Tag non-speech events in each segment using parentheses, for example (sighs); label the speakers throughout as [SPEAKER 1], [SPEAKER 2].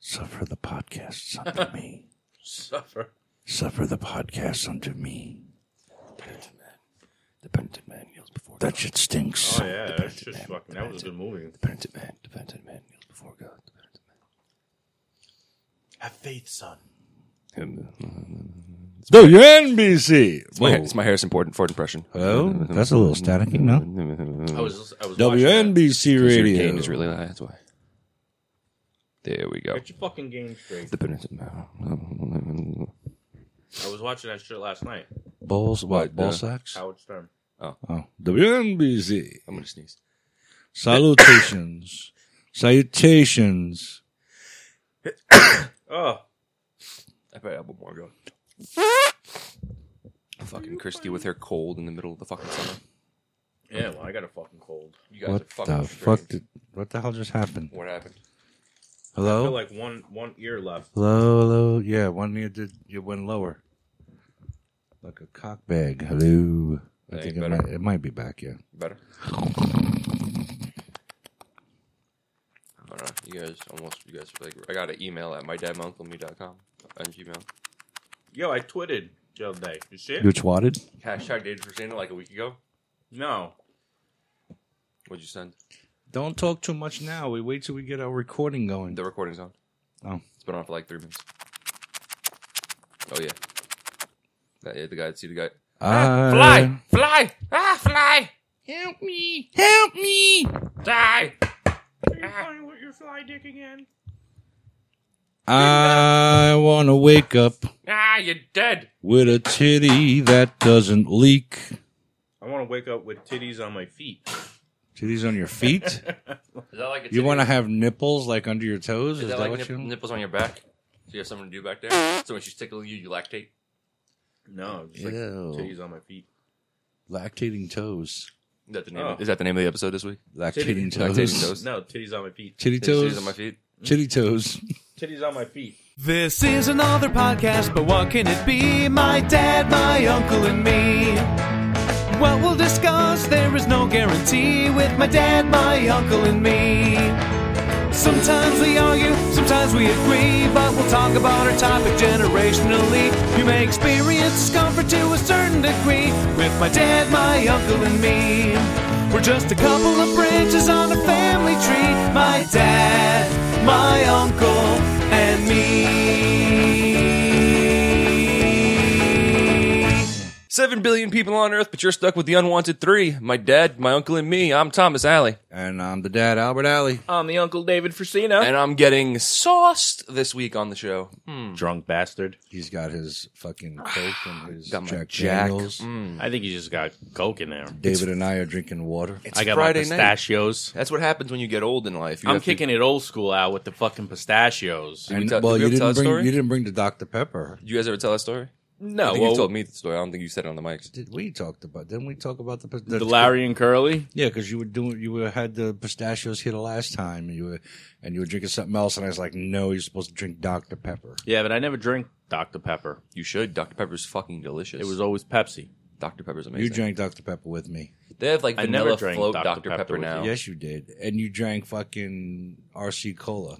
[SPEAKER 1] Suffer the podcasts unto me. (laughs)
[SPEAKER 2] Suffer.
[SPEAKER 1] Suffer the podcasts unto me.
[SPEAKER 3] Penitent Man. The Penitent Man kneels before
[SPEAKER 1] That
[SPEAKER 3] God.
[SPEAKER 1] shit stinks.
[SPEAKER 2] Oh yeah, that's just
[SPEAKER 3] man,
[SPEAKER 2] fucking. That was a good movie.
[SPEAKER 3] The Penitent Man. The Penitent Man kneels before God. The Penitent Man.
[SPEAKER 2] Have faith, son.
[SPEAKER 1] WNBC.
[SPEAKER 3] It's my, it's my Harrison Ford, Ford impression.
[SPEAKER 1] Hello? That's a little staticky, no?
[SPEAKER 2] I was. I was. watching that.
[SPEAKER 1] WNBC
[SPEAKER 3] Your
[SPEAKER 1] radio.
[SPEAKER 3] gain is really high. That's why. There we go.
[SPEAKER 2] Get your fucking game straight.
[SPEAKER 3] The Penitent Man.
[SPEAKER 2] I was watching that shit last night.
[SPEAKER 1] Balls, what? Ball
[SPEAKER 3] Yeah.
[SPEAKER 1] sacks?
[SPEAKER 2] Howard Stern.
[SPEAKER 1] Oh, WNBC.
[SPEAKER 3] I'm gonna sneeze.
[SPEAKER 1] Salutations. Salutations.
[SPEAKER 2] Oh,
[SPEAKER 3] I bet I have one more go. Fucking Christy with her cold in the middle of the fucking summer.
[SPEAKER 2] yeah. Well, I got a fucking cold.
[SPEAKER 3] You guys
[SPEAKER 1] What
[SPEAKER 3] are fucking
[SPEAKER 1] the
[SPEAKER 3] strange.
[SPEAKER 1] fuck did. What the hell just happened?
[SPEAKER 3] What happened?
[SPEAKER 2] I
[SPEAKER 1] Hello?
[SPEAKER 2] feel like one one ear left.
[SPEAKER 1] Hello, hello. Yeah, one ear did. It went lower. Like a cock bag. Hello. I
[SPEAKER 3] That
[SPEAKER 1] think
[SPEAKER 3] ain't
[SPEAKER 1] it
[SPEAKER 3] better.
[SPEAKER 1] might, it might be back, yeah.
[SPEAKER 3] Better. I don't know. You guys almost. You guys like. I got an email at mydadmyuncleme.com on Gmail.
[SPEAKER 2] Yo, I twitted the other day. You see it?
[SPEAKER 1] You twatted?
[SPEAKER 3] Hashtag dated for Santa like a week ago.
[SPEAKER 2] No.
[SPEAKER 3] What'd you send?
[SPEAKER 1] Don't talk too much now. We wait till we get our recording going.
[SPEAKER 3] The recording's on.
[SPEAKER 1] Oh.
[SPEAKER 3] It's been on for like three minutes. Oh yeah. That, yeah, the guy. See the guy. Ah,
[SPEAKER 1] I-
[SPEAKER 3] Fly! Fly! Ah, fly! Help me! Help me! Die!
[SPEAKER 2] Are you playing with your fly dick again?
[SPEAKER 1] I want to wake up
[SPEAKER 3] Ah, you're dead!
[SPEAKER 1] with a titty that doesn't leak.
[SPEAKER 2] I want to wake up with titties on my feet. (laughs)
[SPEAKER 1] Titties on your feet?
[SPEAKER 3] Is that like
[SPEAKER 1] (laughs)
[SPEAKER 3] a
[SPEAKER 1] You
[SPEAKER 3] titty?
[SPEAKER 1] want to have nipples like under your toes? Is,
[SPEAKER 3] Is
[SPEAKER 1] that,
[SPEAKER 3] that like
[SPEAKER 1] what
[SPEAKER 3] nip-
[SPEAKER 1] you want?
[SPEAKER 3] nipples on your back? So you have something to do back there? So when she's tickling you, you lactate?
[SPEAKER 2] No, just like
[SPEAKER 1] Ew.
[SPEAKER 2] titties on my feet.
[SPEAKER 1] Lactating toes.
[SPEAKER 3] Is that the name?
[SPEAKER 2] Oh.
[SPEAKER 3] Of, is that the name of the episode this week?
[SPEAKER 1] Lactating
[SPEAKER 2] Titty-
[SPEAKER 1] toes.
[SPEAKER 3] lactating toes.
[SPEAKER 2] No, titties on my feet.
[SPEAKER 1] Titty
[SPEAKER 3] Titties on my
[SPEAKER 1] toes.
[SPEAKER 3] feet.
[SPEAKER 1] Titty toes.
[SPEAKER 2] Titties on my feet.
[SPEAKER 4] This is another podcast, but what can it be? My dad, my uncle, and me. What we'll discuss, there is no guarantee with my dad, my uncle, and me. Sometimes we argue, sometimes we agree, but we'll talk about our topic generationally. You may experience discomfort to a certain degree with my dad, my uncle, and me. We're just a couple of branches on a family tree. My dad, my uncle, and me.
[SPEAKER 3] Seven billion people on Earth, but you're stuck with the unwanted three. My dad, my uncle, and me. I'm Thomas Alley.
[SPEAKER 1] and I'm the dad, Albert Alley.
[SPEAKER 2] I'm the Uncle David
[SPEAKER 1] Oh.
[SPEAKER 2] Frasino.
[SPEAKER 3] And I'm getting sauced this week on the show.
[SPEAKER 2] Drunk bastard.
[SPEAKER 1] He's got his fucking coke and
[SPEAKER 3] (sighs)
[SPEAKER 1] his
[SPEAKER 3] Got my
[SPEAKER 1] Jack,
[SPEAKER 3] Jack. Mm.
[SPEAKER 1] Daniels.
[SPEAKER 2] I think he just got coke in there.
[SPEAKER 1] David and I are drinking water.
[SPEAKER 3] It's
[SPEAKER 2] I got
[SPEAKER 3] Friday
[SPEAKER 2] my
[SPEAKER 3] night.
[SPEAKER 2] pistachios.
[SPEAKER 3] That's what happens when you get old in life. You
[SPEAKER 2] I'm
[SPEAKER 3] have to-
[SPEAKER 2] kicking it old school out with the fucking pistachios.
[SPEAKER 3] we
[SPEAKER 1] And-
[SPEAKER 3] tell-
[SPEAKER 1] well,
[SPEAKER 3] did we
[SPEAKER 1] you
[SPEAKER 3] ever tell
[SPEAKER 1] didn't
[SPEAKER 3] that
[SPEAKER 1] bring
[SPEAKER 3] story?
[SPEAKER 1] you didn't bring the Dr Pepper.
[SPEAKER 3] you guys ever tell that story? I
[SPEAKER 2] No,
[SPEAKER 3] think
[SPEAKER 2] well,
[SPEAKER 3] you told me the story. I don't think you said it on the mics.
[SPEAKER 1] Did we talked about? Didn't we talk about the
[SPEAKER 2] the Larry and Curly.
[SPEAKER 1] Yeah, because you were doing, you were had the pistachios here the last time, and you were, and you were drinking something else, and I was like, no, you're supposed to drink Dr Pepper.
[SPEAKER 2] Yeah, but I never drink Dr Pepper.
[SPEAKER 3] You should. Dr. Pepper's fucking delicious.
[SPEAKER 2] It was always Pepsi.
[SPEAKER 3] Dr. Pepper's amazing.
[SPEAKER 1] You drank Dr Pepper with me.
[SPEAKER 3] They have like
[SPEAKER 2] I
[SPEAKER 3] vanilla
[SPEAKER 2] never drank
[SPEAKER 3] float Dr.
[SPEAKER 2] Dr.
[SPEAKER 3] Pepper,
[SPEAKER 2] Pepper with
[SPEAKER 3] now.
[SPEAKER 2] you.
[SPEAKER 1] Yes, you did, and you drank fucking RC cola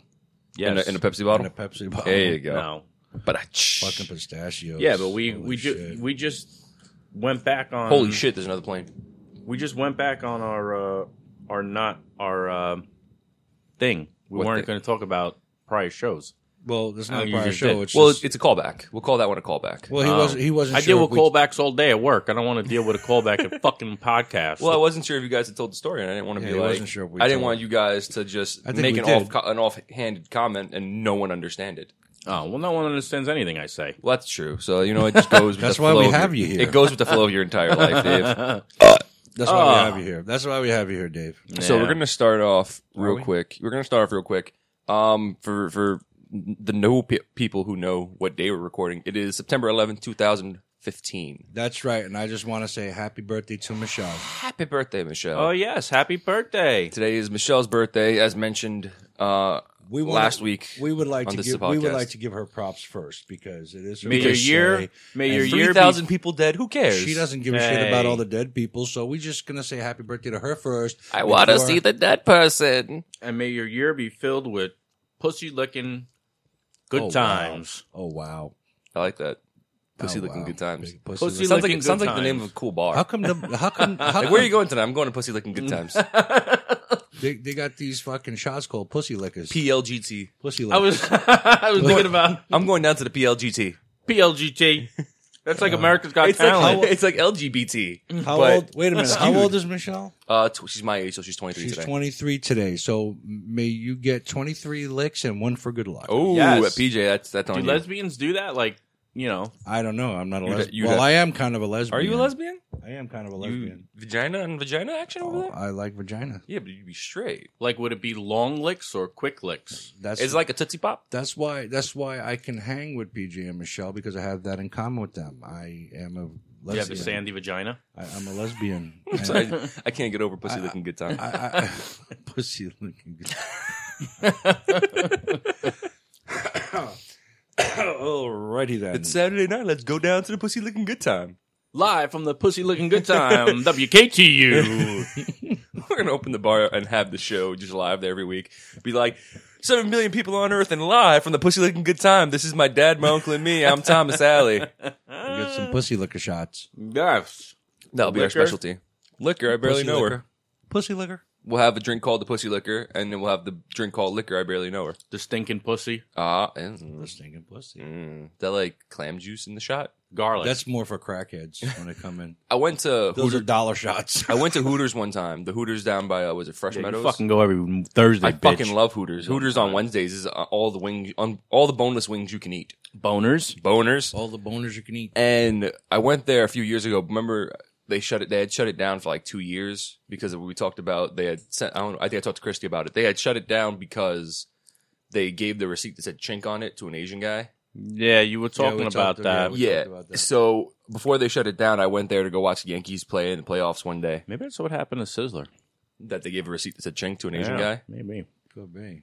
[SPEAKER 2] Yes.
[SPEAKER 3] in, a, in a Pepsi
[SPEAKER 1] and
[SPEAKER 3] bottle.
[SPEAKER 1] a Pepsi bottle.
[SPEAKER 3] There you go.
[SPEAKER 2] no.
[SPEAKER 3] But I
[SPEAKER 1] Fucking pistachios.
[SPEAKER 2] Yeah, but we
[SPEAKER 1] Holy
[SPEAKER 2] we
[SPEAKER 1] shit.
[SPEAKER 2] just we just went back on.
[SPEAKER 3] holy shit! There's another plane.
[SPEAKER 2] We just went back on our uh, our not our uh, thing. We
[SPEAKER 3] What
[SPEAKER 2] weren't
[SPEAKER 3] thing?
[SPEAKER 2] going to talk about prior shows.
[SPEAKER 1] well, there's not
[SPEAKER 2] Oh,
[SPEAKER 1] a
[SPEAKER 2] you
[SPEAKER 1] prior
[SPEAKER 2] just
[SPEAKER 1] show.
[SPEAKER 2] did.
[SPEAKER 1] It's
[SPEAKER 3] Well, uh,
[SPEAKER 1] just,
[SPEAKER 3] it's a callback. We'll call that one a callback.
[SPEAKER 1] well, he
[SPEAKER 2] Um,
[SPEAKER 1] wasn't he wasn't.
[SPEAKER 2] I
[SPEAKER 1] sure
[SPEAKER 2] deal
[SPEAKER 1] if
[SPEAKER 2] with
[SPEAKER 1] we-
[SPEAKER 2] callbacks all day at work. I don't want to deal with a callback at (laughs) fucking podcast.
[SPEAKER 3] Well, I wasn't sure if you guys had told the story, and I didn't want to
[SPEAKER 1] Yeah,
[SPEAKER 3] be
[SPEAKER 1] he
[SPEAKER 3] like,
[SPEAKER 1] wasn't sure if we
[SPEAKER 3] I didn't
[SPEAKER 1] told.
[SPEAKER 3] want you guys to just
[SPEAKER 1] I think
[SPEAKER 3] make
[SPEAKER 1] we
[SPEAKER 3] an
[SPEAKER 1] did.
[SPEAKER 3] off an offhanded comment and no one understand it.
[SPEAKER 2] oh well, no one understands anything I say.
[SPEAKER 3] Well, that's true. So you know, it (laughs) just goes. With
[SPEAKER 1] That's
[SPEAKER 3] the
[SPEAKER 1] why
[SPEAKER 3] flow
[SPEAKER 1] we
[SPEAKER 3] of
[SPEAKER 1] have
[SPEAKER 3] your-
[SPEAKER 1] you here.
[SPEAKER 3] It goes with the flow of your entire life, (laughs) Dave.
[SPEAKER 1] That's why
[SPEAKER 3] uh,
[SPEAKER 2] Ah.
[SPEAKER 1] we have you here. That's why we have you here, Dave.
[SPEAKER 3] So
[SPEAKER 2] Yeah.
[SPEAKER 3] we're gonna start off
[SPEAKER 1] Are
[SPEAKER 3] real
[SPEAKER 1] we?
[SPEAKER 3] quick. We're gonna start off real quick. Um, for for the no pe- people who know what day we're recording, it is September 11th, 2015.
[SPEAKER 1] That's right, and I just want to say happy birthday to Michelle.
[SPEAKER 3] Happy birthday, Michelle.
[SPEAKER 2] Oh yes, happy birthday!
[SPEAKER 3] Today is Michelle's birthday, as mentioned uh,
[SPEAKER 1] We wanna-
[SPEAKER 3] last week.
[SPEAKER 1] We would like
[SPEAKER 3] on
[SPEAKER 1] to
[SPEAKER 3] this
[SPEAKER 1] give we would
[SPEAKER 3] podcast.
[SPEAKER 1] like to give her props first because it is her
[SPEAKER 2] May your
[SPEAKER 1] birthday.
[SPEAKER 2] year, may your year
[SPEAKER 3] Three
[SPEAKER 2] be
[SPEAKER 3] thousand people dead. Who cares?
[SPEAKER 1] She doesn't give a shit about
[SPEAKER 2] Hey.
[SPEAKER 1] all the dead people, so we're just gonna say happy birthday to her first.
[SPEAKER 3] I want to
[SPEAKER 1] before-
[SPEAKER 3] see the dead person.
[SPEAKER 2] and may your year be filled with pussy licking Good
[SPEAKER 1] Oh, wow.
[SPEAKER 2] times.
[SPEAKER 1] Oh wow.
[SPEAKER 3] I like that. Pussy
[SPEAKER 1] Oh,
[SPEAKER 3] looking
[SPEAKER 1] wow.
[SPEAKER 3] good times.
[SPEAKER 1] Big pussy
[SPEAKER 2] Pussy
[SPEAKER 1] looking-
[SPEAKER 3] sounds like
[SPEAKER 2] Looking
[SPEAKER 3] it sounds
[SPEAKER 2] Good
[SPEAKER 3] like the name of
[SPEAKER 2] Times.
[SPEAKER 3] a cool bar.
[SPEAKER 1] How come? The, how
[SPEAKER 3] (laughs)
[SPEAKER 1] come? How
[SPEAKER 3] like,
[SPEAKER 1] come
[SPEAKER 3] where are you going tonight? I'm going to Pussy
[SPEAKER 1] (laughs)
[SPEAKER 3] Looking Good Times.
[SPEAKER 1] they, they got these fucking shots called pussy lickers?
[SPEAKER 3] PLGT.
[SPEAKER 1] pussy
[SPEAKER 2] I
[SPEAKER 1] lickers.
[SPEAKER 2] was (laughs) I was thinking about
[SPEAKER 3] I'm going down to the PLGT.
[SPEAKER 2] PLGT. That's like America's Got
[SPEAKER 3] It's
[SPEAKER 2] Talent.
[SPEAKER 3] like, (laughs) it's like LGBT.
[SPEAKER 1] how
[SPEAKER 3] but-
[SPEAKER 1] old? Wait a minute. How old is Michelle?
[SPEAKER 3] Uh, tw- she's my age, so she's 23
[SPEAKER 1] She's
[SPEAKER 3] today.
[SPEAKER 1] 23 today. So may you get 23 licks and one for good luck.
[SPEAKER 3] Oh,
[SPEAKER 2] Yes.
[SPEAKER 3] PJ, that's that's on
[SPEAKER 2] do
[SPEAKER 3] you.
[SPEAKER 2] lesbians do that? Like, you know,
[SPEAKER 1] I don't know. I'm not a
[SPEAKER 3] You got- you
[SPEAKER 1] lesbian. Well,
[SPEAKER 3] got-
[SPEAKER 1] I am kind of a lesbian.
[SPEAKER 3] Are you a lesbian?
[SPEAKER 1] I am kind of a
[SPEAKER 3] You,
[SPEAKER 1] lesbian.
[SPEAKER 3] vagina and vagina action over
[SPEAKER 1] Oh,
[SPEAKER 3] there?
[SPEAKER 1] I like vagina.
[SPEAKER 3] Yeah, but you'd be straight.
[SPEAKER 2] like would it be long licks or quick licks?
[SPEAKER 1] That's
[SPEAKER 3] It's like a tootsie pop.
[SPEAKER 1] that's why that's why I can hang with PJ and Michelle because I have that in common with them. I am a
[SPEAKER 2] Do you have a
[SPEAKER 1] lesbian.
[SPEAKER 2] sandy vagina?
[SPEAKER 1] I, I'm a
[SPEAKER 3] (laughs)
[SPEAKER 1] lesbian. And
[SPEAKER 3] So I, I can't get over pussy looking good time.
[SPEAKER 1] I, I, (laughs) pussy looking
[SPEAKER 3] (laughs)
[SPEAKER 1] good. (coughs) Alrighty then.
[SPEAKER 3] it's Saturday night. Let's go down to the pussy looking good time. (laughs)
[SPEAKER 2] Live from the Pussy Looking Good (laughs) Time, WKTU.
[SPEAKER 3] We're gonna open the bar and have the show just live there every week. Be like seven million people on Earth and live from the pussy looking good time. This is my dad, my uncle, and me.
[SPEAKER 1] (laughs)
[SPEAKER 3] I'm Thomas Alley.
[SPEAKER 1] We get some pussy liquor shots.
[SPEAKER 2] yes.
[SPEAKER 3] That'll be our
[SPEAKER 2] Liquor.
[SPEAKER 3] specialty. Liquor. I barely
[SPEAKER 1] Pussy
[SPEAKER 3] know her.
[SPEAKER 1] liquor. Pussy liquor.
[SPEAKER 3] We'll have a drink called the pussy liquor, and then we'll have the drink called liquor. I barely know her.
[SPEAKER 2] The stinking pussy.
[SPEAKER 3] Ah, and
[SPEAKER 1] Stinking pussy.
[SPEAKER 3] mm, that like clam juice in the shot.
[SPEAKER 2] Garlic.
[SPEAKER 1] That's more for crackheads when they come
[SPEAKER 2] (laughs)
[SPEAKER 1] in.
[SPEAKER 3] I went to
[SPEAKER 1] Those
[SPEAKER 3] Hooters.
[SPEAKER 1] are dollar shots.
[SPEAKER 3] I went to Hooters one time. The Hooters down by uh, was it Fresh
[SPEAKER 2] Yeah, you
[SPEAKER 3] Meadows?
[SPEAKER 2] fucking go every Thursday,
[SPEAKER 3] I
[SPEAKER 2] bitch.
[SPEAKER 3] fucking love Hooters.
[SPEAKER 2] Oh,
[SPEAKER 3] Hooters
[SPEAKER 2] God.
[SPEAKER 3] on Wednesdays is uh, all the wings, on all the boneless wings you can eat.
[SPEAKER 2] boners.
[SPEAKER 3] Boners.
[SPEAKER 1] (laughs) All the boners you can eat.
[SPEAKER 3] And I went there a few years ago. Remember they shut it? They had shut it down for like two years because of what we talked about. They had sent. I don't. I think I talked to Christy about it. They had shut it down because they gave the receipt that said chink on it to an Asian guy.
[SPEAKER 2] Yeah, you were talking
[SPEAKER 1] we
[SPEAKER 2] about
[SPEAKER 1] talked-
[SPEAKER 2] that.
[SPEAKER 1] We
[SPEAKER 3] yeah.
[SPEAKER 1] talked about that.
[SPEAKER 3] So before they shut it down, I went there to go watch the Yankees play in the playoffs one day.
[SPEAKER 2] Maybe that's what happened to Sizzler.
[SPEAKER 3] That they gave a receipt that said chink to an Asian
[SPEAKER 2] Yeah,
[SPEAKER 3] guy.
[SPEAKER 2] Maybe.
[SPEAKER 1] Could be.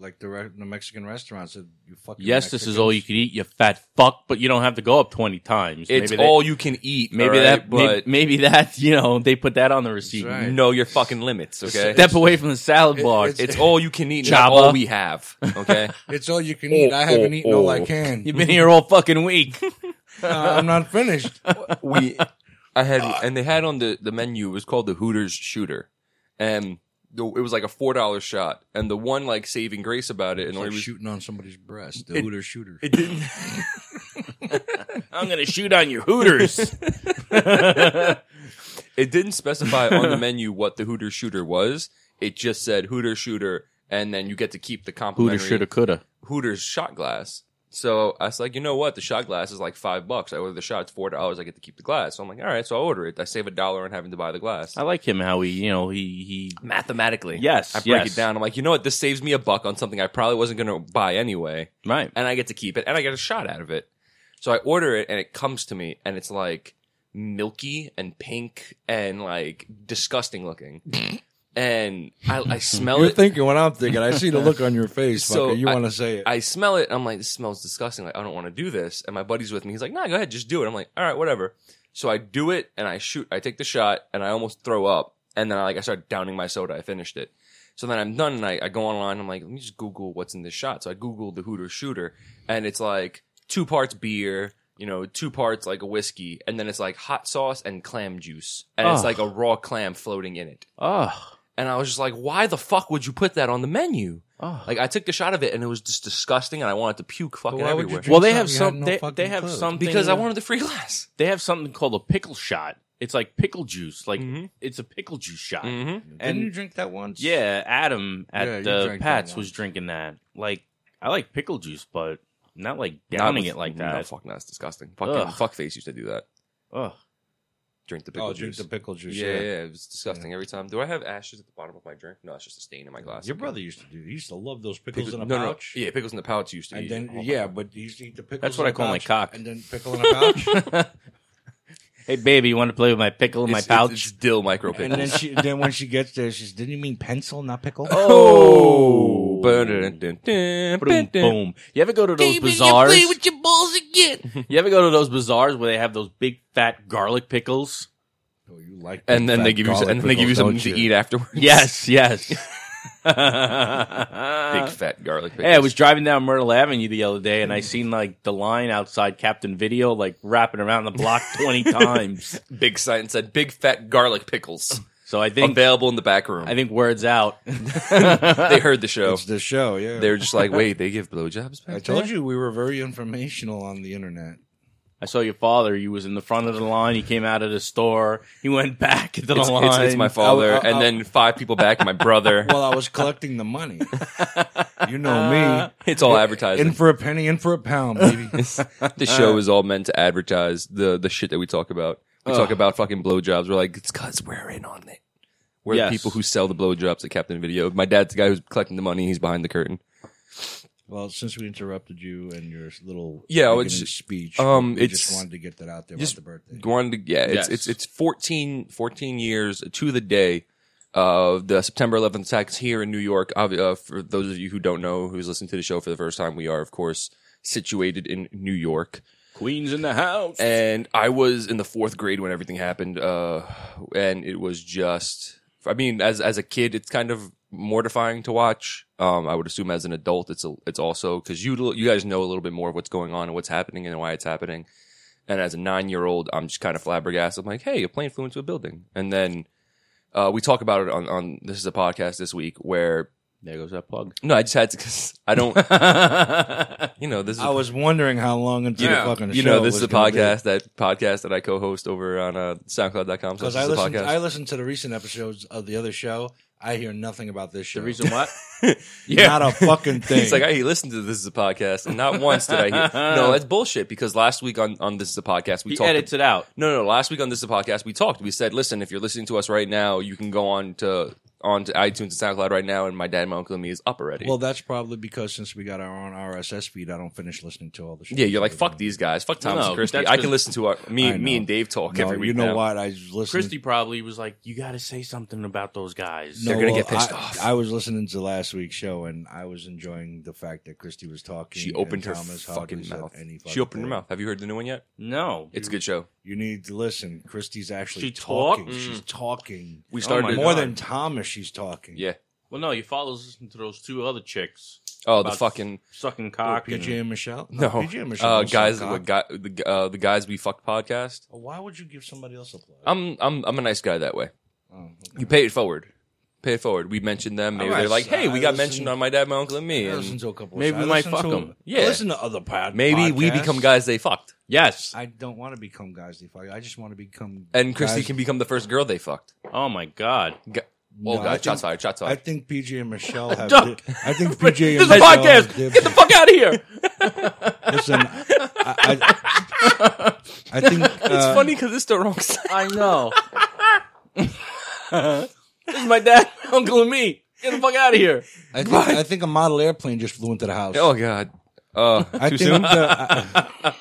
[SPEAKER 1] Like the, re- the Mexican restaurants. that You fucking
[SPEAKER 2] Yes, this is all you can eat, you fat fuck, but you don't have to go up 20 times.
[SPEAKER 3] It's
[SPEAKER 2] maybe they-
[SPEAKER 3] all you can eat.
[SPEAKER 2] Maybe
[SPEAKER 3] all right?
[SPEAKER 2] that, may-
[SPEAKER 3] but
[SPEAKER 2] maybe, that, (laughs) you know, they put that on the receipt. Mm,
[SPEAKER 1] That's right.
[SPEAKER 3] know your fucking limits. Okay.
[SPEAKER 2] Step away from the salad bar.
[SPEAKER 1] it's-
[SPEAKER 3] (laughs) It's all you can eat. and
[SPEAKER 2] Java.
[SPEAKER 3] That's all we have. Okay.
[SPEAKER 1] It's all you can eat. I haven't
[SPEAKER 3] oh,
[SPEAKER 1] eaten all I
[SPEAKER 3] oh.
[SPEAKER 1] can.
[SPEAKER 2] (laughs)
[SPEAKER 1] (laughs)
[SPEAKER 2] You've been here all fucking week.
[SPEAKER 1] No, I'm not finished.
[SPEAKER 3] (laughs)
[SPEAKER 1] (laughs)
[SPEAKER 3] we,
[SPEAKER 2] (laughs)
[SPEAKER 3] I had, and they had on the the menu. It was called the Hooters Shooter, and the, it was like a four dollar shot. And the one like saving grace about it, and
[SPEAKER 1] It's
[SPEAKER 3] the only
[SPEAKER 1] like
[SPEAKER 3] reason-
[SPEAKER 1] shooting on somebody's breast. The
[SPEAKER 3] It-
[SPEAKER 1] hooter shooter.
[SPEAKER 3] (laughs)
[SPEAKER 2] (laughs)
[SPEAKER 3] it didn't.
[SPEAKER 2] I'm going to shoot on your hooters. (laughs)
[SPEAKER 3] It didn't specify on the menu what the Hooters Shooter was. It just said Hooters Shooter, and then you get to keep the complimentary
[SPEAKER 2] Hooters shoulda coulda.
[SPEAKER 3] Hooters shot glass. So I was like, you know what? The shot glass is like five bucks. I order the shot, it's four dollars. I get to keep the glass. So I'm like, all right. So I order it. I save a dollar on having to buy the glass.
[SPEAKER 2] I like him how he, you know, he he
[SPEAKER 3] Mathematically,
[SPEAKER 2] Yes,
[SPEAKER 3] I break
[SPEAKER 2] yes.
[SPEAKER 3] it down. I'm like, you know what? This saves me a buck on something I probably wasn't going to buy anyway,
[SPEAKER 2] right.
[SPEAKER 3] and I get to keep it, and I get a shot out of it. So I order it, and it comes to me, and it's like milky and pink and like disgusting
[SPEAKER 2] (laughs)
[SPEAKER 3] looking, and I, I smell
[SPEAKER 1] You're
[SPEAKER 3] it.
[SPEAKER 1] thinking what I'm thinking. I see the look on your face.
[SPEAKER 3] So,
[SPEAKER 1] fucker. You
[SPEAKER 3] I-
[SPEAKER 1] want to say it.
[SPEAKER 3] I smell it. And I'm like, this smells disgusting. Like, I don't want to do this. And my buddy's with me. He's like, nah, go ahead, just do it. I'm like, all right, whatever. So I do it and I shoot. I take the shot and I almost throw up. And then I like I start downing my soda. I finished it. So then I'm done and I, I go online. I'm like, let me just Google what's in this shot. So I Googled the Hooter Shooter and it's like two parts beer, you know, two parts like a whiskey, and then it's like hot sauce and clam juice. And it's
[SPEAKER 2] Ugh.
[SPEAKER 3] like a raw clam floating in it.
[SPEAKER 2] Oh,
[SPEAKER 3] And I was just like, why the fuck would you put that on the menu?
[SPEAKER 2] oh.
[SPEAKER 3] Like I took the shot of it and it was just disgusting, and I wanted to puke fucking
[SPEAKER 1] why would you
[SPEAKER 3] everywhere
[SPEAKER 1] drink
[SPEAKER 2] well, they have
[SPEAKER 1] something you had
[SPEAKER 2] some.
[SPEAKER 1] no
[SPEAKER 2] they,
[SPEAKER 1] fucking
[SPEAKER 2] they have
[SPEAKER 1] clue.
[SPEAKER 2] something
[SPEAKER 3] because I wanted the free (laughs) glass.
[SPEAKER 2] They have something called a pickle shot. It's like pickle juice. Like
[SPEAKER 3] Mhm.
[SPEAKER 2] it's a pickle juice shot.
[SPEAKER 3] Mm-hmm.
[SPEAKER 1] Didn't you
[SPEAKER 2] And
[SPEAKER 1] drink that once?
[SPEAKER 2] yeah, Adam
[SPEAKER 1] Yeah,
[SPEAKER 2] at
[SPEAKER 1] you
[SPEAKER 2] uh,
[SPEAKER 1] drank that
[SPEAKER 2] Pat's
[SPEAKER 1] one.
[SPEAKER 2] was drinking that. Like I like pickle juice, but not like downing it like
[SPEAKER 3] No,
[SPEAKER 2] that.
[SPEAKER 3] fuck, no, that's disgusting. Fucking
[SPEAKER 2] Ugh.
[SPEAKER 3] fuckface used to do that.
[SPEAKER 2] Ugh.
[SPEAKER 3] Drink the pickle
[SPEAKER 1] Oh, drink
[SPEAKER 3] juice.
[SPEAKER 1] the pickle juice.
[SPEAKER 3] yeah, yeah, it was disgusting every time. Do I have ashes at the bottom of my drink? No, it's just a stain in my glass.
[SPEAKER 1] Your brother used to do. He used to love those pickles
[SPEAKER 3] Pickles-
[SPEAKER 1] in a
[SPEAKER 3] no, no,
[SPEAKER 1] pouch.
[SPEAKER 3] Yeah, pickles in the pouch used to.
[SPEAKER 1] And
[SPEAKER 3] eat
[SPEAKER 1] then
[SPEAKER 3] it. Oh,
[SPEAKER 1] yeah, but he used to eat the pickles.
[SPEAKER 2] what
[SPEAKER 1] in
[SPEAKER 2] I
[SPEAKER 1] a
[SPEAKER 2] call my
[SPEAKER 1] pouch
[SPEAKER 2] cock.
[SPEAKER 1] And then pickle in a
[SPEAKER 3] (laughs)
[SPEAKER 1] pouch.
[SPEAKER 2] Hey baby, you want to play with my pickle in my
[SPEAKER 3] It's- it's-
[SPEAKER 2] pouch?
[SPEAKER 3] It's, dill micro
[SPEAKER 1] and then
[SPEAKER 3] pickles.
[SPEAKER 1] she, then when she gets there, she's didn't you mean pencil, not pickle?
[SPEAKER 3] (laughs) Oh,
[SPEAKER 2] boom, boom. You ever go to those bazaars? You, (laughs) ever go to those bazaars where they have those big fat garlic pickles?
[SPEAKER 1] Oh, you like
[SPEAKER 3] And
[SPEAKER 1] that
[SPEAKER 3] then they give you,
[SPEAKER 1] garlic
[SPEAKER 3] and then they give you
[SPEAKER 1] pickles,
[SPEAKER 3] something
[SPEAKER 1] don't
[SPEAKER 3] to
[SPEAKER 1] you?
[SPEAKER 3] eat afterwards.
[SPEAKER 2] Yes, (laughs) yes.
[SPEAKER 3] Big fat garlic.
[SPEAKER 2] Yeah, I
[SPEAKER 3] pickles.
[SPEAKER 2] was driving down Myrtle Avenue the other day, and I seen like the line outside Captain Video, like wrapping around the
[SPEAKER 3] (laughs)
[SPEAKER 2] block twenty times.
[SPEAKER 3] big sign said "Big fat
[SPEAKER 2] (laughs)
[SPEAKER 3] garlic pickles
[SPEAKER 2] So I think
[SPEAKER 3] available in the back room."
[SPEAKER 2] I uh, think words
[SPEAKER 3] (laughs)
[SPEAKER 2] out.
[SPEAKER 3] they heard the show.
[SPEAKER 1] It's the show, yeah.
[SPEAKER 3] They're just like, "Wait, they give blowjobs?" Back
[SPEAKER 1] I told you we were very informational on the internet.
[SPEAKER 2] I saw your father. He was in the front of the line. He came out of the store. He went back to the
[SPEAKER 3] It's,
[SPEAKER 2] line. uh,
[SPEAKER 3] it's, it's my father,
[SPEAKER 1] I'll- I'll-
[SPEAKER 3] and then five people back, my brother.
[SPEAKER 1] (laughs) Well, I was collecting the
[SPEAKER 3] (laughs)
[SPEAKER 1] money. You know
[SPEAKER 3] it's all
[SPEAKER 1] me.
[SPEAKER 3] advertising.
[SPEAKER 1] In uh, for a penny, in for a pound,
[SPEAKER 3] (laughs)
[SPEAKER 1] baby.
[SPEAKER 3] the show is all meant to advertise the the shit that we talk about. We talk about fucking blowjobs. We're like, it's because we're in on it. We're
[SPEAKER 2] Yes.
[SPEAKER 3] the people who sell the blowjobs at Captain Video. My dad's the guy who's collecting the money. He's behind the curtain.
[SPEAKER 1] Well, since we interrupted you and your little
[SPEAKER 3] Yeah, I
[SPEAKER 1] beginning
[SPEAKER 3] was ju-
[SPEAKER 1] speech,
[SPEAKER 3] um,
[SPEAKER 1] we
[SPEAKER 3] it's-
[SPEAKER 1] just wanted to get that out there
[SPEAKER 3] just
[SPEAKER 1] about the birthday.
[SPEAKER 3] Going to yeah,
[SPEAKER 2] Yes.
[SPEAKER 3] it's it's it's 14, 14 years to the day of the September 11th attacks here in New York. Obvi- Uh, for those of you who don't know, who's listening to the show for the first time, we are of course situated in New York.
[SPEAKER 2] Queens in the house.
[SPEAKER 3] and I was in the fourth grade when everything happened, uh, and it was just. I mean, as as a kid, it's kind of mortifying to watch. Um, I would assume as an adult, it's a, it's also because you you guys know a little bit more of what's going on and what's happening and why it's happening. And as a nine year old, I'm just kind of flabbergasted. I'm like, hey, a plane flew into a building, and then uh, we talk about it on on this is a podcast this week where
[SPEAKER 2] there goes that plug.
[SPEAKER 3] no, I just had to because I don't, you know, this is
[SPEAKER 1] I was wondering how long until
[SPEAKER 2] Yeah.
[SPEAKER 1] the fucking
[SPEAKER 3] you
[SPEAKER 1] show
[SPEAKER 3] know, this is
[SPEAKER 1] was
[SPEAKER 3] a
[SPEAKER 1] gonna be.
[SPEAKER 3] podcast that podcast that I co-host over on uh, SoundCloud.com. So
[SPEAKER 1] Because
[SPEAKER 3] this
[SPEAKER 1] I
[SPEAKER 3] is a
[SPEAKER 1] listened,
[SPEAKER 3] podcast.
[SPEAKER 1] I listened to the recent episodes of the other show. I hear nothing about this show.
[SPEAKER 2] The
[SPEAKER 3] (laughs)
[SPEAKER 2] reason what?
[SPEAKER 1] Not a fucking thing.
[SPEAKER 3] It's like I listened to this is a podcast, and not once did I
[SPEAKER 1] (laughs)
[SPEAKER 3] hear. No, that's bullshit. Because last week on on this is a podcast, we
[SPEAKER 2] he
[SPEAKER 3] talked.
[SPEAKER 2] edits it out.
[SPEAKER 3] no, no, last week on this is a podcast, we talked. We said, listen, if you're listening to us right now, you can go on to on to iTunes and SoundCloud right now. And my dad, my uncle, and me is up already.
[SPEAKER 1] well, that's probably because since we got our own RSS feed, I don't finish listening to all the shows.
[SPEAKER 3] yeah, you're like fuck these guys, fuck Thomas
[SPEAKER 2] No,
[SPEAKER 3] and Christy.
[SPEAKER 2] that's
[SPEAKER 3] I
[SPEAKER 2] 'cause-
[SPEAKER 3] can listen to our,
[SPEAKER 1] I
[SPEAKER 3] me,
[SPEAKER 1] know.
[SPEAKER 3] me and Dave talk
[SPEAKER 1] No,
[SPEAKER 3] every week.
[SPEAKER 1] you know
[SPEAKER 3] now.
[SPEAKER 1] what? I was listening.
[SPEAKER 2] Christy probably was like, "You got to say something about those guys."
[SPEAKER 1] No,
[SPEAKER 3] They're gonna
[SPEAKER 1] well,
[SPEAKER 3] get pissed
[SPEAKER 1] I,
[SPEAKER 3] off.
[SPEAKER 1] I was listening to last week's show and I was enjoying the fact that Christy was talking.
[SPEAKER 3] She
[SPEAKER 1] and
[SPEAKER 3] opened her
[SPEAKER 1] Thomas hardly
[SPEAKER 3] fucking
[SPEAKER 1] said
[SPEAKER 3] mouth.
[SPEAKER 1] any
[SPEAKER 3] She
[SPEAKER 1] fucking
[SPEAKER 3] opened her
[SPEAKER 1] word.
[SPEAKER 3] mouth. Have you heard the new one yet?
[SPEAKER 2] No.
[SPEAKER 3] It's a good show.
[SPEAKER 1] You need to listen. Christy's actually
[SPEAKER 2] She
[SPEAKER 1] talking.
[SPEAKER 2] talked?
[SPEAKER 1] She's talking.
[SPEAKER 3] We
[SPEAKER 2] Oh
[SPEAKER 3] started
[SPEAKER 2] my
[SPEAKER 1] More
[SPEAKER 2] God.
[SPEAKER 1] than Thomas, she's talking.
[SPEAKER 3] yeah.
[SPEAKER 2] Well, no, your father's listening to those two other chicks
[SPEAKER 3] Oh, the
[SPEAKER 2] About-
[SPEAKER 3] fucking
[SPEAKER 2] sucking
[SPEAKER 1] Oh,
[SPEAKER 2] cock. and-
[SPEAKER 1] PJ and Michelle?
[SPEAKER 3] No,
[SPEAKER 1] PJ and Michelle.
[SPEAKER 3] uh,
[SPEAKER 1] also
[SPEAKER 3] guys,
[SPEAKER 1] cock.
[SPEAKER 3] what guy, the uh, the guys we fucked podcast.
[SPEAKER 1] Oh, Why would you give somebody else a plug?
[SPEAKER 3] I'm I'm I'm a nice guy that way.
[SPEAKER 1] Oh,
[SPEAKER 3] Um, You pay it forward. Pay it forward. We mentioned them. Maybe
[SPEAKER 1] All right,
[SPEAKER 3] they're like,
[SPEAKER 1] so
[SPEAKER 3] hey,
[SPEAKER 1] I
[SPEAKER 3] we got
[SPEAKER 1] listen-
[SPEAKER 3] mentioned on my dad, my uncle, and me.
[SPEAKER 1] I
[SPEAKER 3] and
[SPEAKER 1] listen to a couple. of
[SPEAKER 2] Maybe
[SPEAKER 1] I
[SPEAKER 2] we might
[SPEAKER 1] listen
[SPEAKER 2] fuck
[SPEAKER 1] to-
[SPEAKER 2] 'em.
[SPEAKER 1] I
[SPEAKER 3] Yeah.
[SPEAKER 1] listen to other pod.
[SPEAKER 3] maybe we
[SPEAKER 1] podcasts.
[SPEAKER 3] become guys they fucked,
[SPEAKER 2] Yes.
[SPEAKER 1] I don't want to become guys. They fuck. I just want to become.
[SPEAKER 3] and Christy
[SPEAKER 1] guys-
[SPEAKER 3] can become the first girl they fucked.
[SPEAKER 2] Oh my god.
[SPEAKER 3] G-
[SPEAKER 1] No,
[SPEAKER 3] oh
[SPEAKER 1] I
[SPEAKER 3] god,
[SPEAKER 1] think-
[SPEAKER 3] shots fired, shots
[SPEAKER 1] I
[SPEAKER 3] fired.
[SPEAKER 1] think PJ and Michelle have.
[SPEAKER 2] Duck.
[SPEAKER 1] di- I
[SPEAKER 3] (laughs)
[SPEAKER 1] think PJ
[SPEAKER 2] This
[SPEAKER 1] and
[SPEAKER 2] is a
[SPEAKER 1] Michelle have
[SPEAKER 2] podcast.
[SPEAKER 1] dibs.
[SPEAKER 2] Get the fuck out
[SPEAKER 1] (laughs)
[SPEAKER 2] of here.
[SPEAKER 1] Listen, I, I, I think
[SPEAKER 3] (laughs) it's
[SPEAKER 1] uh,
[SPEAKER 3] funny because it's the wrong (laughs) side.
[SPEAKER 2] I know. this is my dad, (laughs) uncle, and me. Get the fuck out of here.
[SPEAKER 1] I think, I think a model airplane just flew into the house.
[SPEAKER 3] Oh god. Uh,
[SPEAKER 1] I think
[SPEAKER 3] too soon. (laughs)
[SPEAKER 1] the- I-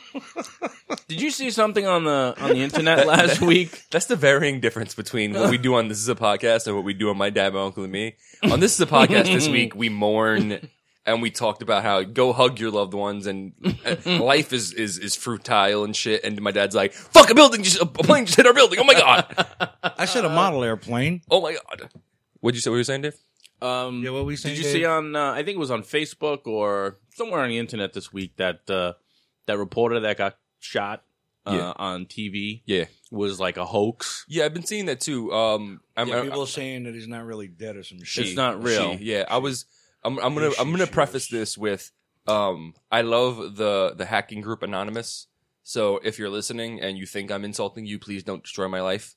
[SPEAKER 2] Did you see something on the on the internet (laughs) last week?
[SPEAKER 3] That's the varying difference between what we do on This Is a Podcast and what we do on My Dad, My Uncle, and Me. On This Is a Podcast this week, we mourn and we talked about how go hug your loved ones and uh, life is, is, is futile and shit. And my dad's like, fuck a building, just, a plane just hit our building. Oh my God.
[SPEAKER 1] I said a model airplane.
[SPEAKER 3] Oh my God. What'd you say? What were you saying, Dave?
[SPEAKER 2] Um,
[SPEAKER 1] Yeah, what we saying,
[SPEAKER 2] Did you
[SPEAKER 1] Dave?
[SPEAKER 2] see on? Uh, I think it was on Facebook or somewhere on the internet this week that uh, that reporter that got shot uh,
[SPEAKER 3] Yeah.
[SPEAKER 2] on TV
[SPEAKER 3] Yeah.
[SPEAKER 2] was like a hoax.
[SPEAKER 3] Yeah, I've been seeing that too. Um, I'm,
[SPEAKER 1] Yeah,
[SPEAKER 3] I'm-
[SPEAKER 1] people are saying that he's not really dead or some shit.
[SPEAKER 2] It's not real.
[SPEAKER 3] She, yeah, I was. I'm, I'm gonna.
[SPEAKER 1] She,
[SPEAKER 3] I'm gonna
[SPEAKER 1] she,
[SPEAKER 3] preface
[SPEAKER 1] she.
[SPEAKER 3] this with. Um, I love the the hacking group Anonymous. So if you're listening and you think I'm insulting you, please don't destroy my life.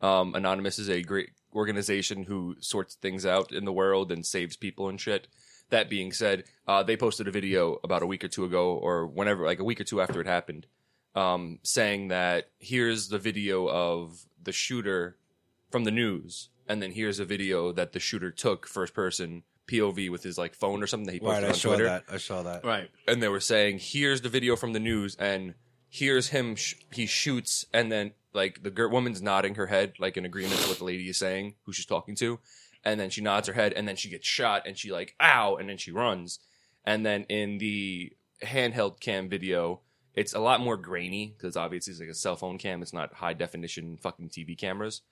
[SPEAKER 3] Um, Anonymous is a great organization who sorts things out in the world and saves people and shit. That being said, uh, they posted a video about a week or two ago, or whenever, like a week or two after it happened, um, saying that here's the video of the shooter from the news, and then here's a video that the shooter took first person POV with his like phone or something that he posted
[SPEAKER 1] Right, I
[SPEAKER 3] on
[SPEAKER 1] saw
[SPEAKER 3] Twitter.
[SPEAKER 1] that. I saw that.
[SPEAKER 2] Right.
[SPEAKER 3] And they were saying, here's the video from the news, and here's him. Sh- he shoots, and then like the gir- woman's nodding her head, like in agreement with what the lady is saying, who she's talking to, and then she nods her head, and then she gets shot, and she like ow, and then she runs, and then in the handheld cam video. It's a lot more grainy because obviously it's like a cell phone cam. It's not high definition fucking TV cameras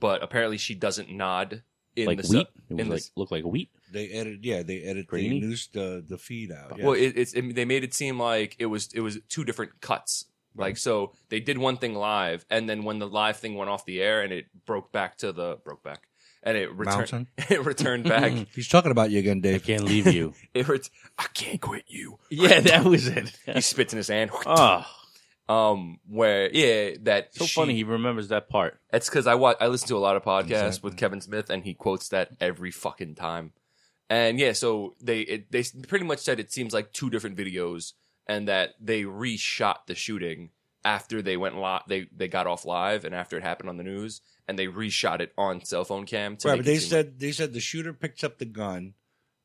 [SPEAKER 3] but apparently she doesn't nod in
[SPEAKER 2] like
[SPEAKER 3] the su-
[SPEAKER 2] wheat. It was
[SPEAKER 3] in the
[SPEAKER 2] like
[SPEAKER 3] s-
[SPEAKER 2] looked like wheat.
[SPEAKER 1] They edit, yeah, they edit
[SPEAKER 2] Grainy?
[SPEAKER 1] the news, the the feed out.
[SPEAKER 3] Well,
[SPEAKER 1] yeah.
[SPEAKER 3] it, it's it, they made it seem like it was it was two different cuts. Like so, they did one thing live, and then when the live thing went off the air, and it broke back to the broke back, and it returned.
[SPEAKER 1] Mountain?
[SPEAKER 3] (laughs) It returned
[SPEAKER 2] (laughs)
[SPEAKER 3] back.
[SPEAKER 1] (laughs) He's talking about you again, Dave.
[SPEAKER 2] Can't leave you.
[SPEAKER 3] it ret- I can't quit you.
[SPEAKER 2] (laughs)
[SPEAKER 3] (laughs)
[SPEAKER 2] yeah, that was it. (laughs)
[SPEAKER 3] He spits in his hand.
[SPEAKER 2] oh,
[SPEAKER 3] Um, where yeah, that
[SPEAKER 2] so
[SPEAKER 3] she-
[SPEAKER 2] funny. He remembers that part.
[SPEAKER 3] That's because I watch. I listen to a lot of podcasts
[SPEAKER 1] Exactly.
[SPEAKER 3] with Kevin Smith, and he quotes that every fucking time. And yeah, so they it, they pretty much said it seems like two different videos, and that they reshot the shooting after they went live. They they got off live, and after it happened on the news, and they reshot it on cell phone cam. To
[SPEAKER 1] Right,
[SPEAKER 3] make
[SPEAKER 1] but
[SPEAKER 3] it
[SPEAKER 1] they
[SPEAKER 3] seem-
[SPEAKER 1] said they said the shooter picks up the gun,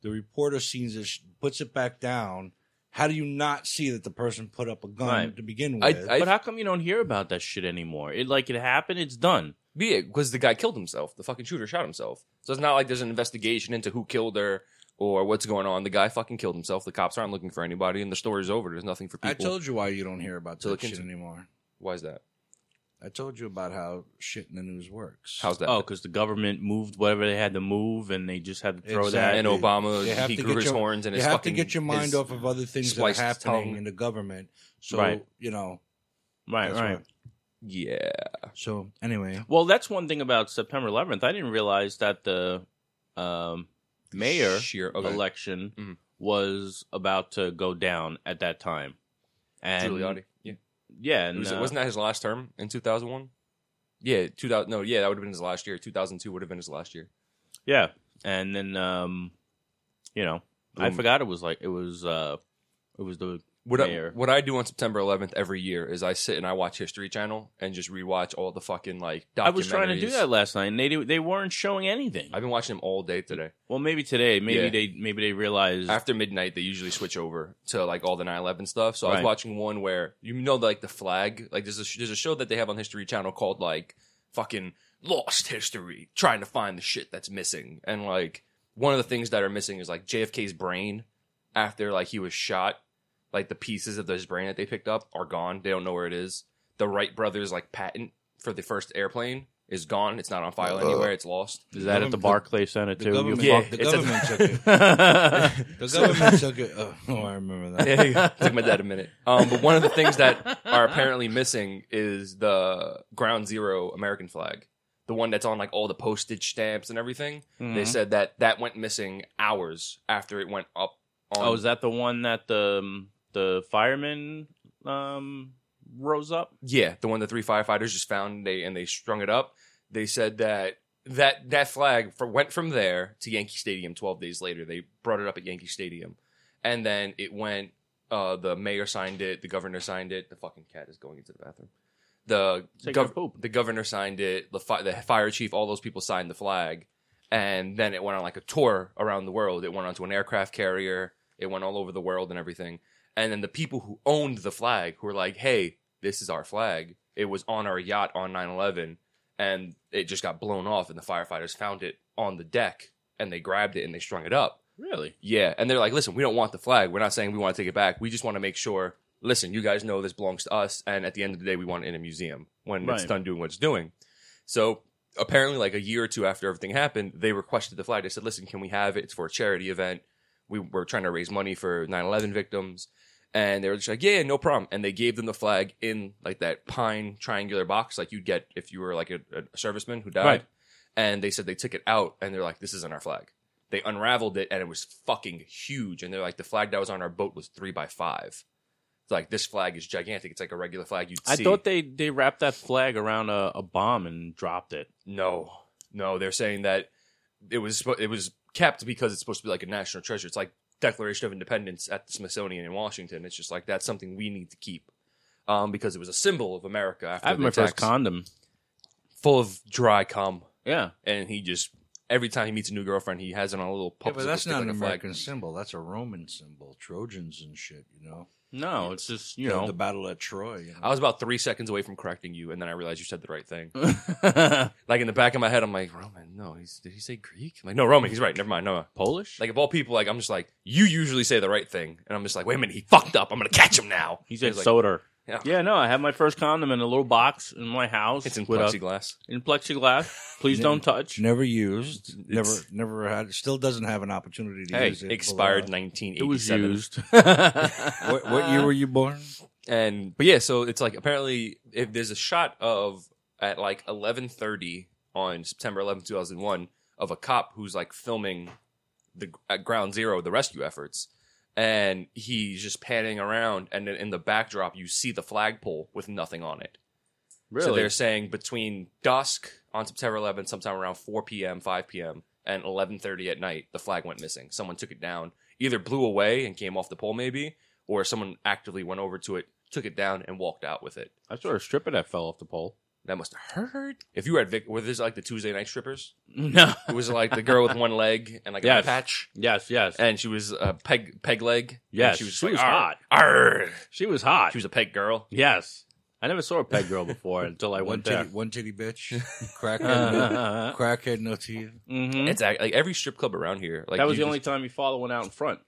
[SPEAKER 1] the reporter sees it, puts it back down. How do you not see that the person put up a gun
[SPEAKER 2] Right.
[SPEAKER 1] to begin
[SPEAKER 3] I-
[SPEAKER 1] with?
[SPEAKER 3] I-
[SPEAKER 2] but how come you don't hear about that shit anymore? It like it happened. It's done.
[SPEAKER 3] yeah, because the guy killed himself. The fucking shooter shot himself. So it's not like there's an investigation into who killed her or what's going on. The guy fucking killed himself. The cops aren't looking for anybody, and the story's over. There's nothing for people.
[SPEAKER 1] I told you why you don't hear about
[SPEAKER 3] To
[SPEAKER 1] that
[SPEAKER 3] look
[SPEAKER 1] shit
[SPEAKER 3] into-
[SPEAKER 1] anymore.
[SPEAKER 3] Why is that?
[SPEAKER 1] I told you about how shit in the news works.
[SPEAKER 3] How's that?
[SPEAKER 2] Oh, because the government moved whatever they had to move, and they just had to throw that.
[SPEAKER 1] Exactly.
[SPEAKER 3] and
[SPEAKER 1] They-
[SPEAKER 3] Obama
[SPEAKER 1] they have
[SPEAKER 3] he
[SPEAKER 1] to
[SPEAKER 3] grew
[SPEAKER 1] get
[SPEAKER 3] his
[SPEAKER 1] your-
[SPEAKER 3] horns and
[SPEAKER 1] you
[SPEAKER 3] his
[SPEAKER 1] have to
[SPEAKER 3] fucking,
[SPEAKER 1] get your mind
[SPEAKER 3] his-
[SPEAKER 1] off of other things that are
[SPEAKER 3] spliced
[SPEAKER 1] happening
[SPEAKER 3] tongue.
[SPEAKER 1] in the government. So
[SPEAKER 2] Right.
[SPEAKER 1] you know,
[SPEAKER 2] right,
[SPEAKER 1] that's
[SPEAKER 2] right.
[SPEAKER 1] why.
[SPEAKER 3] Yeah,
[SPEAKER 1] So anyway,
[SPEAKER 2] Well, that's one thing about September 11th. I didn't realize that the um, mayor
[SPEAKER 3] Sheer, okay.
[SPEAKER 2] election
[SPEAKER 3] Mhm.
[SPEAKER 2] was about to go down at that time. And
[SPEAKER 3] Giuliani. Yeah,
[SPEAKER 2] yeah, and,
[SPEAKER 3] It was,
[SPEAKER 2] uh,
[SPEAKER 3] wasn't that his last term in two thousand one? Yeah, two thousand. No, yeah, that would have been his last year. Two thousand two would have been his last year.
[SPEAKER 2] yeah, and then um, you know, I
[SPEAKER 3] Boom.
[SPEAKER 2] forgot it was like it was uh, it was the
[SPEAKER 3] What I,
[SPEAKER 2] Mayor.
[SPEAKER 3] what I do on September 11th every year is I sit and I watch History Channel and just rewatch all the fucking like documentaries.
[SPEAKER 2] I was trying to do that last night, and they they weren't showing anything.
[SPEAKER 3] I've been watching them all day today.
[SPEAKER 2] well, maybe today, maybe
[SPEAKER 3] Yeah.
[SPEAKER 2] they maybe they realized
[SPEAKER 3] after midnight they usually switch over to like all the 9-11 stuff so i
[SPEAKER 2] Right.
[SPEAKER 3] was watching one where you know like the flag like there's a, sh- there's a show that they have on history channel called like fucking lost history trying to find the shit that's missing and like one of the things that are missing is like jfk's brain after like he was shot like the pieces of his brain that they picked up are gone they don't know where it is the wright brothers like patent for the first airplane is gone it's not on file anywhere it's lost
[SPEAKER 2] is that (laughs) at the
[SPEAKER 1] government-
[SPEAKER 2] Barclay Center
[SPEAKER 1] the
[SPEAKER 2] too? You
[SPEAKER 1] government,
[SPEAKER 3] Yeah,
[SPEAKER 1] the
[SPEAKER 3] it's a-
[SPEAKER 1] government took it. (laughs)
[SPEAKER 2] fuck- (laughs)
[SPEAKER 1] The (laughs) government took it. Oh, oh, I remember that.
[SPEAKER 3] Yeah, took my dad a minute. Um, but one of the things that
[SPEAKER 2] (laughs)
[SPEAKER 3] are apparently missing is the ground zero American flag, the one that's on like all the postage stamps and everything.
[SPEAKER 2] Hmm. Mm-hmm.
[SPEAKER 3] They said that that went missing hours after it went up. On,
[SPEAKER 2] Oh, is that the one that the um, the fireman um rose up?
[SPEAKER 3] yeah, the one the three firefighters just found and they and they strung it up. They said that that that flag for, went from there to Yankee Stadium 12 days later. They brought it up at Yankee Stadium, and then it went. Uh, the mayor signed it. The governor signed it. The fucking cat is going into the bathroom. The
[SPEAKER 2] Taking a
[SPEAKER 3] gov-
[SPEAKER 2] poop.
[SPEAKER 3] the governor signed it. The fi- the fire chief, all those people signed the flag, and then it went on like a tour around the world. It went onto an aircraft carrier. It went all over the world and everything. And then the people who owned the flag who were like, "Hey, this is our flag. It was on our yacht on 9/11, and it just got blown off. And the firefighters found it on the deck, and they grabbed it and they strung it up.
[SPEAKER 2] Really?
[SPEAKER 3] Yeah, and they're like, "Listen, we don't want the flag. We're not saying we want to take it back. We just want to make sure. Listen, you guys know this belongs to us, and at the end of the day, we want it in a museum when it's
[SPEAKER 2] Right.
[SPEAKER 3] done doing what it's doing." So apparently, like a year or two after everything happened, they requested the flag. They said, "Listen, can we have it? It's for a charity event. We were trying to raise money for 9/11 victims." And they were just like, "Yeah, no problem." And they gave them the flag in like that pine triangular box, like you'd get if you were like a, a serviceman who died.
[SPEAKER 2] Right.
[SPEAKER 3] And they said they took it out, and they're like, "This isn't our flag." they unraveled it and it was fucking huge. And they're like, the flag that was on our boat was three by five. It's like this flag is gigantic. It's like a regular flag you'd
[SPEAKER 2] I
[SPEAKER 3] see.
[SPEAKER 2] thought they they wrapped that flag around a, a bomb and dropped it.
[SPEAKER 3] no, no, they're saying that it was suppo- it was kept because it's supposed to be like a national treasure. It's like Declaration of Independence at the Smithsonian in Washington. It's just like that's something we need to keep um, because it was a symbol of America. After
[SPEAKER 2] I have
[SPEAKER 3] the
[SPEAKER 2] my first
[SPEAKER 3] attacks.
[SPEAKER 2] condom.
[SPEAKER 3] full of dry cum,
[SPEAKER 2] Yeah.
[SPEAKER 3] and he just every time he meets a new girlfriend, he has it on a little.
[SPEAKER 1] Yeah, but
[SPEAKER 3] popsicle
[SPEAKER 1] that's
[SPEAKER 3] stick
[SPEAKER 1] not
[SPEAKER 3] like
[SPEAKER 1] an
[SPEAKER 3] a flag.
[SPEAKER 1] American symbol. That's a Roman symbol. Trojans and shit. You know,
[SPEAKER 2] No, it's just you
[SPEAKER 1] The-
[SPEAKER 2] know.
[SPEAKER 1] the Battle at Troy. You know?
[SPEAKER 3] I was about three seconds away from correcting you, and then I realized you said the right
[SPEAKER 2] (laughs)
[SPEAKER 3] thing.
[SPEAKER 2] Polish?
[SPEAKER 3] like in the back of my head, I'm like, Roman, no, he's did he say Greek? I'm like, no, Roman, he's right. Never mind, no. Like of all people, like I'm just like, you usually say the right thing. And I'm just like, wait a minute, he fucked up. I'm gonna catch him now.
[SPEAKER 2] he
[SPEAKER 3] He's
[SPEAKER 2] said
[SPEAKER 3] like,
[SPEAKER 2] soda. Yeah, no, I have my first condom in a little box in my house.
[SPEAKER 3] It's in
[SPEAKER 2] with a-
[SPEAKER 3] plexiglass.
[SPEAKER 2] in plexiglass. Please
[SPEAKER 1] Yeah.
[SPEAKER 2] don't touch.
[SPEAKER 1] Never used. Never, never had. Still doesn't have an opportunity to
[SPEAKER 3] Hey,
[SPEAKER 1] use it.
[SPEAKER 3] expired
[SPEAKER 1] Below.
[SPEAKER 2] It was
[SPEAKER 3] 1987.
[SPEAKER 2] used. (laughs)
[SPEAKER 1] What, what year were you born?
[SPEAKER 3] and but yeah, so it's like apparently if there's a shot of at like 11:30 on September 11, 2001 of a cop who's like filming the at ground zero the rescue efforts and he's just panning around and then in the backdrop you see the flagpole with nothing on it. So they're saying between dusk on September 11th, sometime around 4 p.m., 5 p.m., and 11:30 at night, the flag went missing. Someone took it down, either blew away and came off the pole, maybe, or someone actively went over to it, took it down, and walked out with it.
[SPEAKER 2] I saw a stripper that fell off the pole.
[SPEAKER 3] That must have hurt. If you were at Vic, were this like the Tuesday night strippers?
[SPEAKER 2] No.
[SPEAKER 3] It was like the girl with one leg and like
[SPEAKER 2] Yes.
[SPEAKER 3] a patch,
[SPEAKER 2] Yes, yes.
[SPEAKER 3] and she was a peg peg leg. and
[SPEAKER 2] Yes,
[SPEAKER 3] she was,
[SPEAKER 2] she
[SPEAKER 3] like,
[SPEAKER 2] was
[SPEAKER 3] "Arr,
[SPEAKER 2] hot. Mm-hmm.
[SPEAKER 3] arr."
[SPEAKER 2] she was hot.
[SPEAKER 3] She was a peg girl.
[SPEAKER 2] yes. I never saw a peg girl before until I
[SPEAKER 1] one
[SPEAKER 2] went
[SPEAKER 1] titty,
[SPEAKER 2] there.
[SPEAKER 1] one titty bitch, (laughs) crackhead, no,
[SPEAKER 2] (laughs) Uh,
[SPEAKER 1] crackhead, no teeth.
[SPEAKER 2] mhm.
[SPEAKER 3] It's act- like every strip club around here. Like
[SPEAKER 2] that was
[SPEAKER 3] you
[SPEAKER 2] the only
[SPEAKER 3] just-
[SPEAKER 2] time you followed one out in front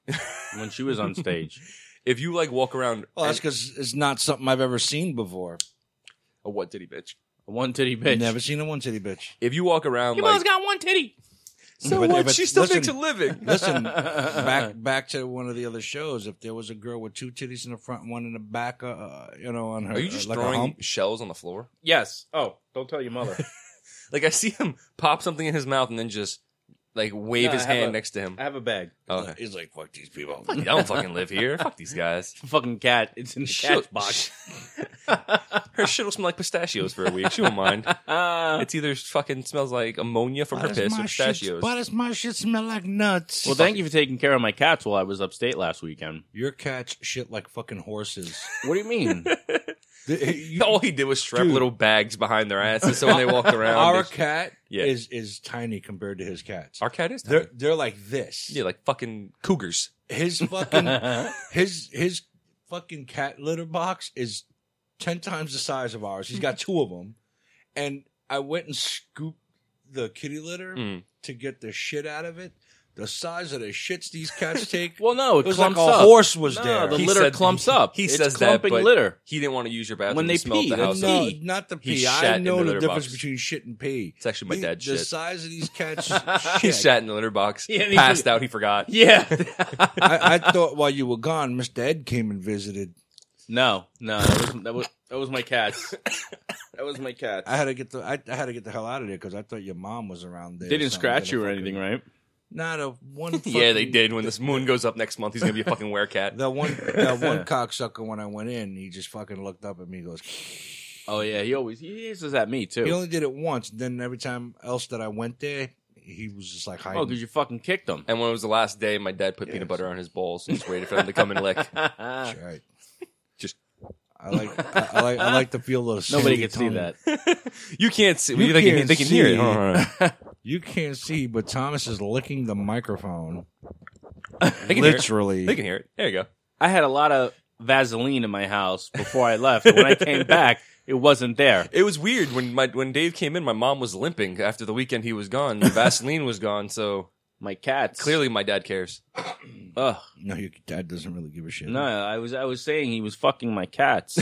[SPEAKER 2] when she was on stage.
[SPEAKER 3] if you like walk around.
[SPEAKER 1] Well,
[SPEAKER 3] and-
[SPEAKER 1] that's because it's not something I've ever seen before.
[SPEAKER 3] a oh, what did he bitch?
[SPEAKER 2] A one titty bitch.
[SPEAKER 1] Never seen a one titty bitch.
[SPEAKER 3] If you walk around,
[SPEAKER 2] Your
[SPEAKER 3] like,
[SPEAKER 2] mom's got one titty.
[SPEAKER 3] so
[SPEAKER 1] But-
[SPEAKER 3] what?
[SPEAKER 1] but
[SPEAKER 3] she still
[SPEAKER 1] listen-
[SPEAKER 3] makes
[SPEAKER 1] (laughs)
[SPEAKER 3] a living.
[SPEAKER 1] Listen,
[SPEAKER 3] (laughs)
[SPEAKER 1] back back to one of the other shows. If there was a girl with two titties in the front, and one in the back, uh, uh, you know, on her,
[SPEAKER 3] Are you just
[SPEAKER 1] uh, like a
[SPEAKER 3] throwing
[SPEAKER 1] hump,
[SPEAKER 3] shells on the floor?
[SPEAKER 2] (laughs) Yes. Oh, don't tell your mother.
[SPEAKER 3] Like I see him pop something in his mouth and then just like wave
[SPEAKER 2] No, I
[SPEAKER 3] his
[SPEAKER 2] have
[SPEAKER 3] hand
[SPEAKER 2] a-
[SPEAKER 3] next to him.
[SPEAKER 2] I have a bag.
[SPEAKER 3] Oh, Okay.
[SPEAKER 1] he's like, "Fuck these people." (laughs)
[SPEAKER 3] I don't fucking live here. Fuck
[SPEAKER 2] (laughs)
[SPEAKER 3] these guys.
[SPEAKER 2] Fucking cat. It's in the cat's box.
[SPEAKER 3] (laughs) Her shit will smell like pistachios for a week. She won't mind.
[SPEAKER 1] (laughs)
[SPEAKER 2] Ah.
[SPEAKER 3] It's either fucking smells like ammonia from her
[SPEAKER 1] does
[SPEAKER 3] piss or
[SPEAKER 1] my shit-
[SPEAKER 3] pistachios.
[SPEAKER 1] why does my shit smell like nuts?
[SPEAKER 2] well, thank you for taking care of my cats while I was upstate last weekend.
[SPEAKER 1] Your cats shit like fucking
[SPEAKER 3] (laughs)
[SPEAKER 1] horses.
[SPEAKER 2] What do you mean?
[SPEAKER 1] The- you-
[SPEAKER 3] All he did was strap
[SPEAKER 1] Dude.
[SPEAKER 3] little bags behind their asses so when they walked around.
[SPEAKER 1] (laughs) our
[SPEAKER 3] they-
[SPEAKER 1] cat
[SPEAKER 3] Yeah.
[SPEAKER 1] is is tiny compared to his cats.
[SPEAKER 3] our cat is
[SPEAKER 1] they're
[SPEAKER 3] tiny.
[SPEAKER 1] they're like this.
[SPEAKER 3] yeah, like fucking cougars. (laughs)
[SPEAKER 1] His fucking his his fucking cat litter box is ten times the size of ours. He's
[SPEAKER 3] (laughs)
[SPEAKER 1] got two of them, and I went and scooped the kitty litter
[SPEAKER 3] Mm.
[SPEAKER 1] to get the shit out of it. The size of the shits these
[SPEAKER 3] (laughs)
[SPEAKER 1] cats take.
[SPEAKER 2] well, no, it,
[SPEAKER 1] it was like
[SPEAKER 2] clumps
[SPEAKER 1] a
[SPEAKER 2] up.
[SPEAKER 1] horse was
[SPEAKER 2] No,
[SPEAKER 1] there.
[SPEAKER 2] the
[SPEAKER 3] He
[SPEAKER 2] litter
[SPEAKER 3] said-
[SPEAKER 2] clumps up.
[SPEAKER 3] he
[SPEAKER 2] it's
[SPEAKER 3] says that,
[SPEAKER 2] clumping
[SPEAKER 3] but-
[SPEAKER 2] litter.
[SPEAKER 3] He didn't want to use your bathroom.
[SPEAKER 2] When
[SPEAKER 3] to
[SPEAKER 2] they
[SPEAKER 3] smell
[SPEAKER 2] pee,
[SPEAKER 3] the
[SPEAKER 2] that's
[SPEAKER 3] house
[SPEAKER 2] not-
[SPEAKER 1] no,
[SPEAKER 2] pee.
[SPEAKER 1] not the
[SPEAKER 3] He
[SPEAKER 1] pee. I
[SPEAKER 3] shat in
[SPEAKER 1] know
[SPEAKER 3] the
[SPEAKER 1] the,
[SPEAKER 3] litter
[SPEAKER 1] difference
[SPEAKER 3] box.
[SPEAKER 1] between shit and pee.
[SPEAKER 3] It's actually my
[SPEAKER 1] The-
[SPEAKER 3] dad's
[SPEAKER 1] The
[SPEAKER 3] shit.
[SPEAKER 1] size of these cats.
[SPEAKER 3] (laughs) He
[SPEAKER 1] shit.
[SPEAKER 3] sat in the litter box,
[SPEAKER 2] Yeah, and he
[SPEAKER 3] passed
[SPEAKER 2] forgot-
[SPEAKER 3] out.
[SPEAKER 1] (laughs)
[SPEAKER 3] He forgot.
[SPEAKER 2] Yeah.
[SPEAKER 1] I, I thought while you were gone, Mr. Ed came and visited.
[SPEAKER 2] no, no, that was that was, that was my cats. That was my cats.
[SPEAKER 1] I had to get the I, I had to get the hell out of there because I thought your mom was around there.
[SPEAKER 2] They didn't
[SPEAKER 1] something.
[SPEAKER 2] scratch
[SPEAKER 1] They
[SPEAKER 2] you or
[SPEAKER 1] fucking-
[SPEAKER 2] anything, right?
[SPEAKER 1] Not a one.
[SPEAKER 3] (laughs) yeah, they
[SPEAKER 1] fucking-
[SPEAKER 3] did. When this moon goes up next month, he's gonna be a fucking
[SPEAKER 1] (laughs)
[SPEAKER 3] werecat.
[SPEAKER 1] That one that
[SPEAKER 3] (laughs)
[SPEAKER 1] one cocksucker when I went in, he just fucking looked up at me. and Goes.
[SPEAKER 2] Oh yeah, he always he hisses at me
[SPEAKER 1] He
[SPEAKER 2] too.
[SPEAKER 1] only did it once. Then every time else that I went there, he was just like hiding.
[SPEAKER 2] Oh, because you fucking kicked
[SPEAKER 3] (laughs)
[SPEAKER 2] him.
[SPEAKER 3] And when it was the last day, my dad put peanut butter on his balls and just waited for him to come
[SPEAKER 1] (laughs)
[SPEAKER 3] and lick.
[SPEAKER 1] That's
[SPEAKER 3] (laughs)
[SPEAKER 1] right.
[SPEAKER 3] Just-
[SPEAKER 1] I like I, I like I like to feel those.
[SPEAKER 2] Nobody
[SPEAKER 1] sandy
[SPEAKER 2] can see
[SPEAKER 1] tongue.
[SPEAKER 2] that.
[SPEAKER 3] You can't see.
[SPEAKER 1] You
[SPEAKER 3] they, can,
[SPEAKER 1] can't
[SPEAKER 3] they can hear it.
[SPEAKER 1] see.
[SPEAKER 3] Hold on, hold on, hold on.
[SPEAKER 1] You can't see, but Thomas is licking the microphone.
[SPEAKER 3] (laughs) They can hear it.
[SPEAKER 1] Literally,
[SPEAKER 3] They can hear it. There you go.
[SPEAKER 2] I had a lot of Vaseline in my house before I left. When I came back, it wasn't there.
[SPEAKER 3] It was weird when my when Dave came in. My mom was limping after the weekend. He was
[SPEAKER 1] (laughs)
[SPEAKER 3] gone. The Vaseline was gone. So
[SPEAKER 2] My cats
[SPEAKER 3] clearly, my dad cares.
[SPEAKER 2] Ugh.
[SPEAKER 1] No, your dad doesn't really give a shit.
[SPEAKER 2] No, I was I was saying he was fucking my cats.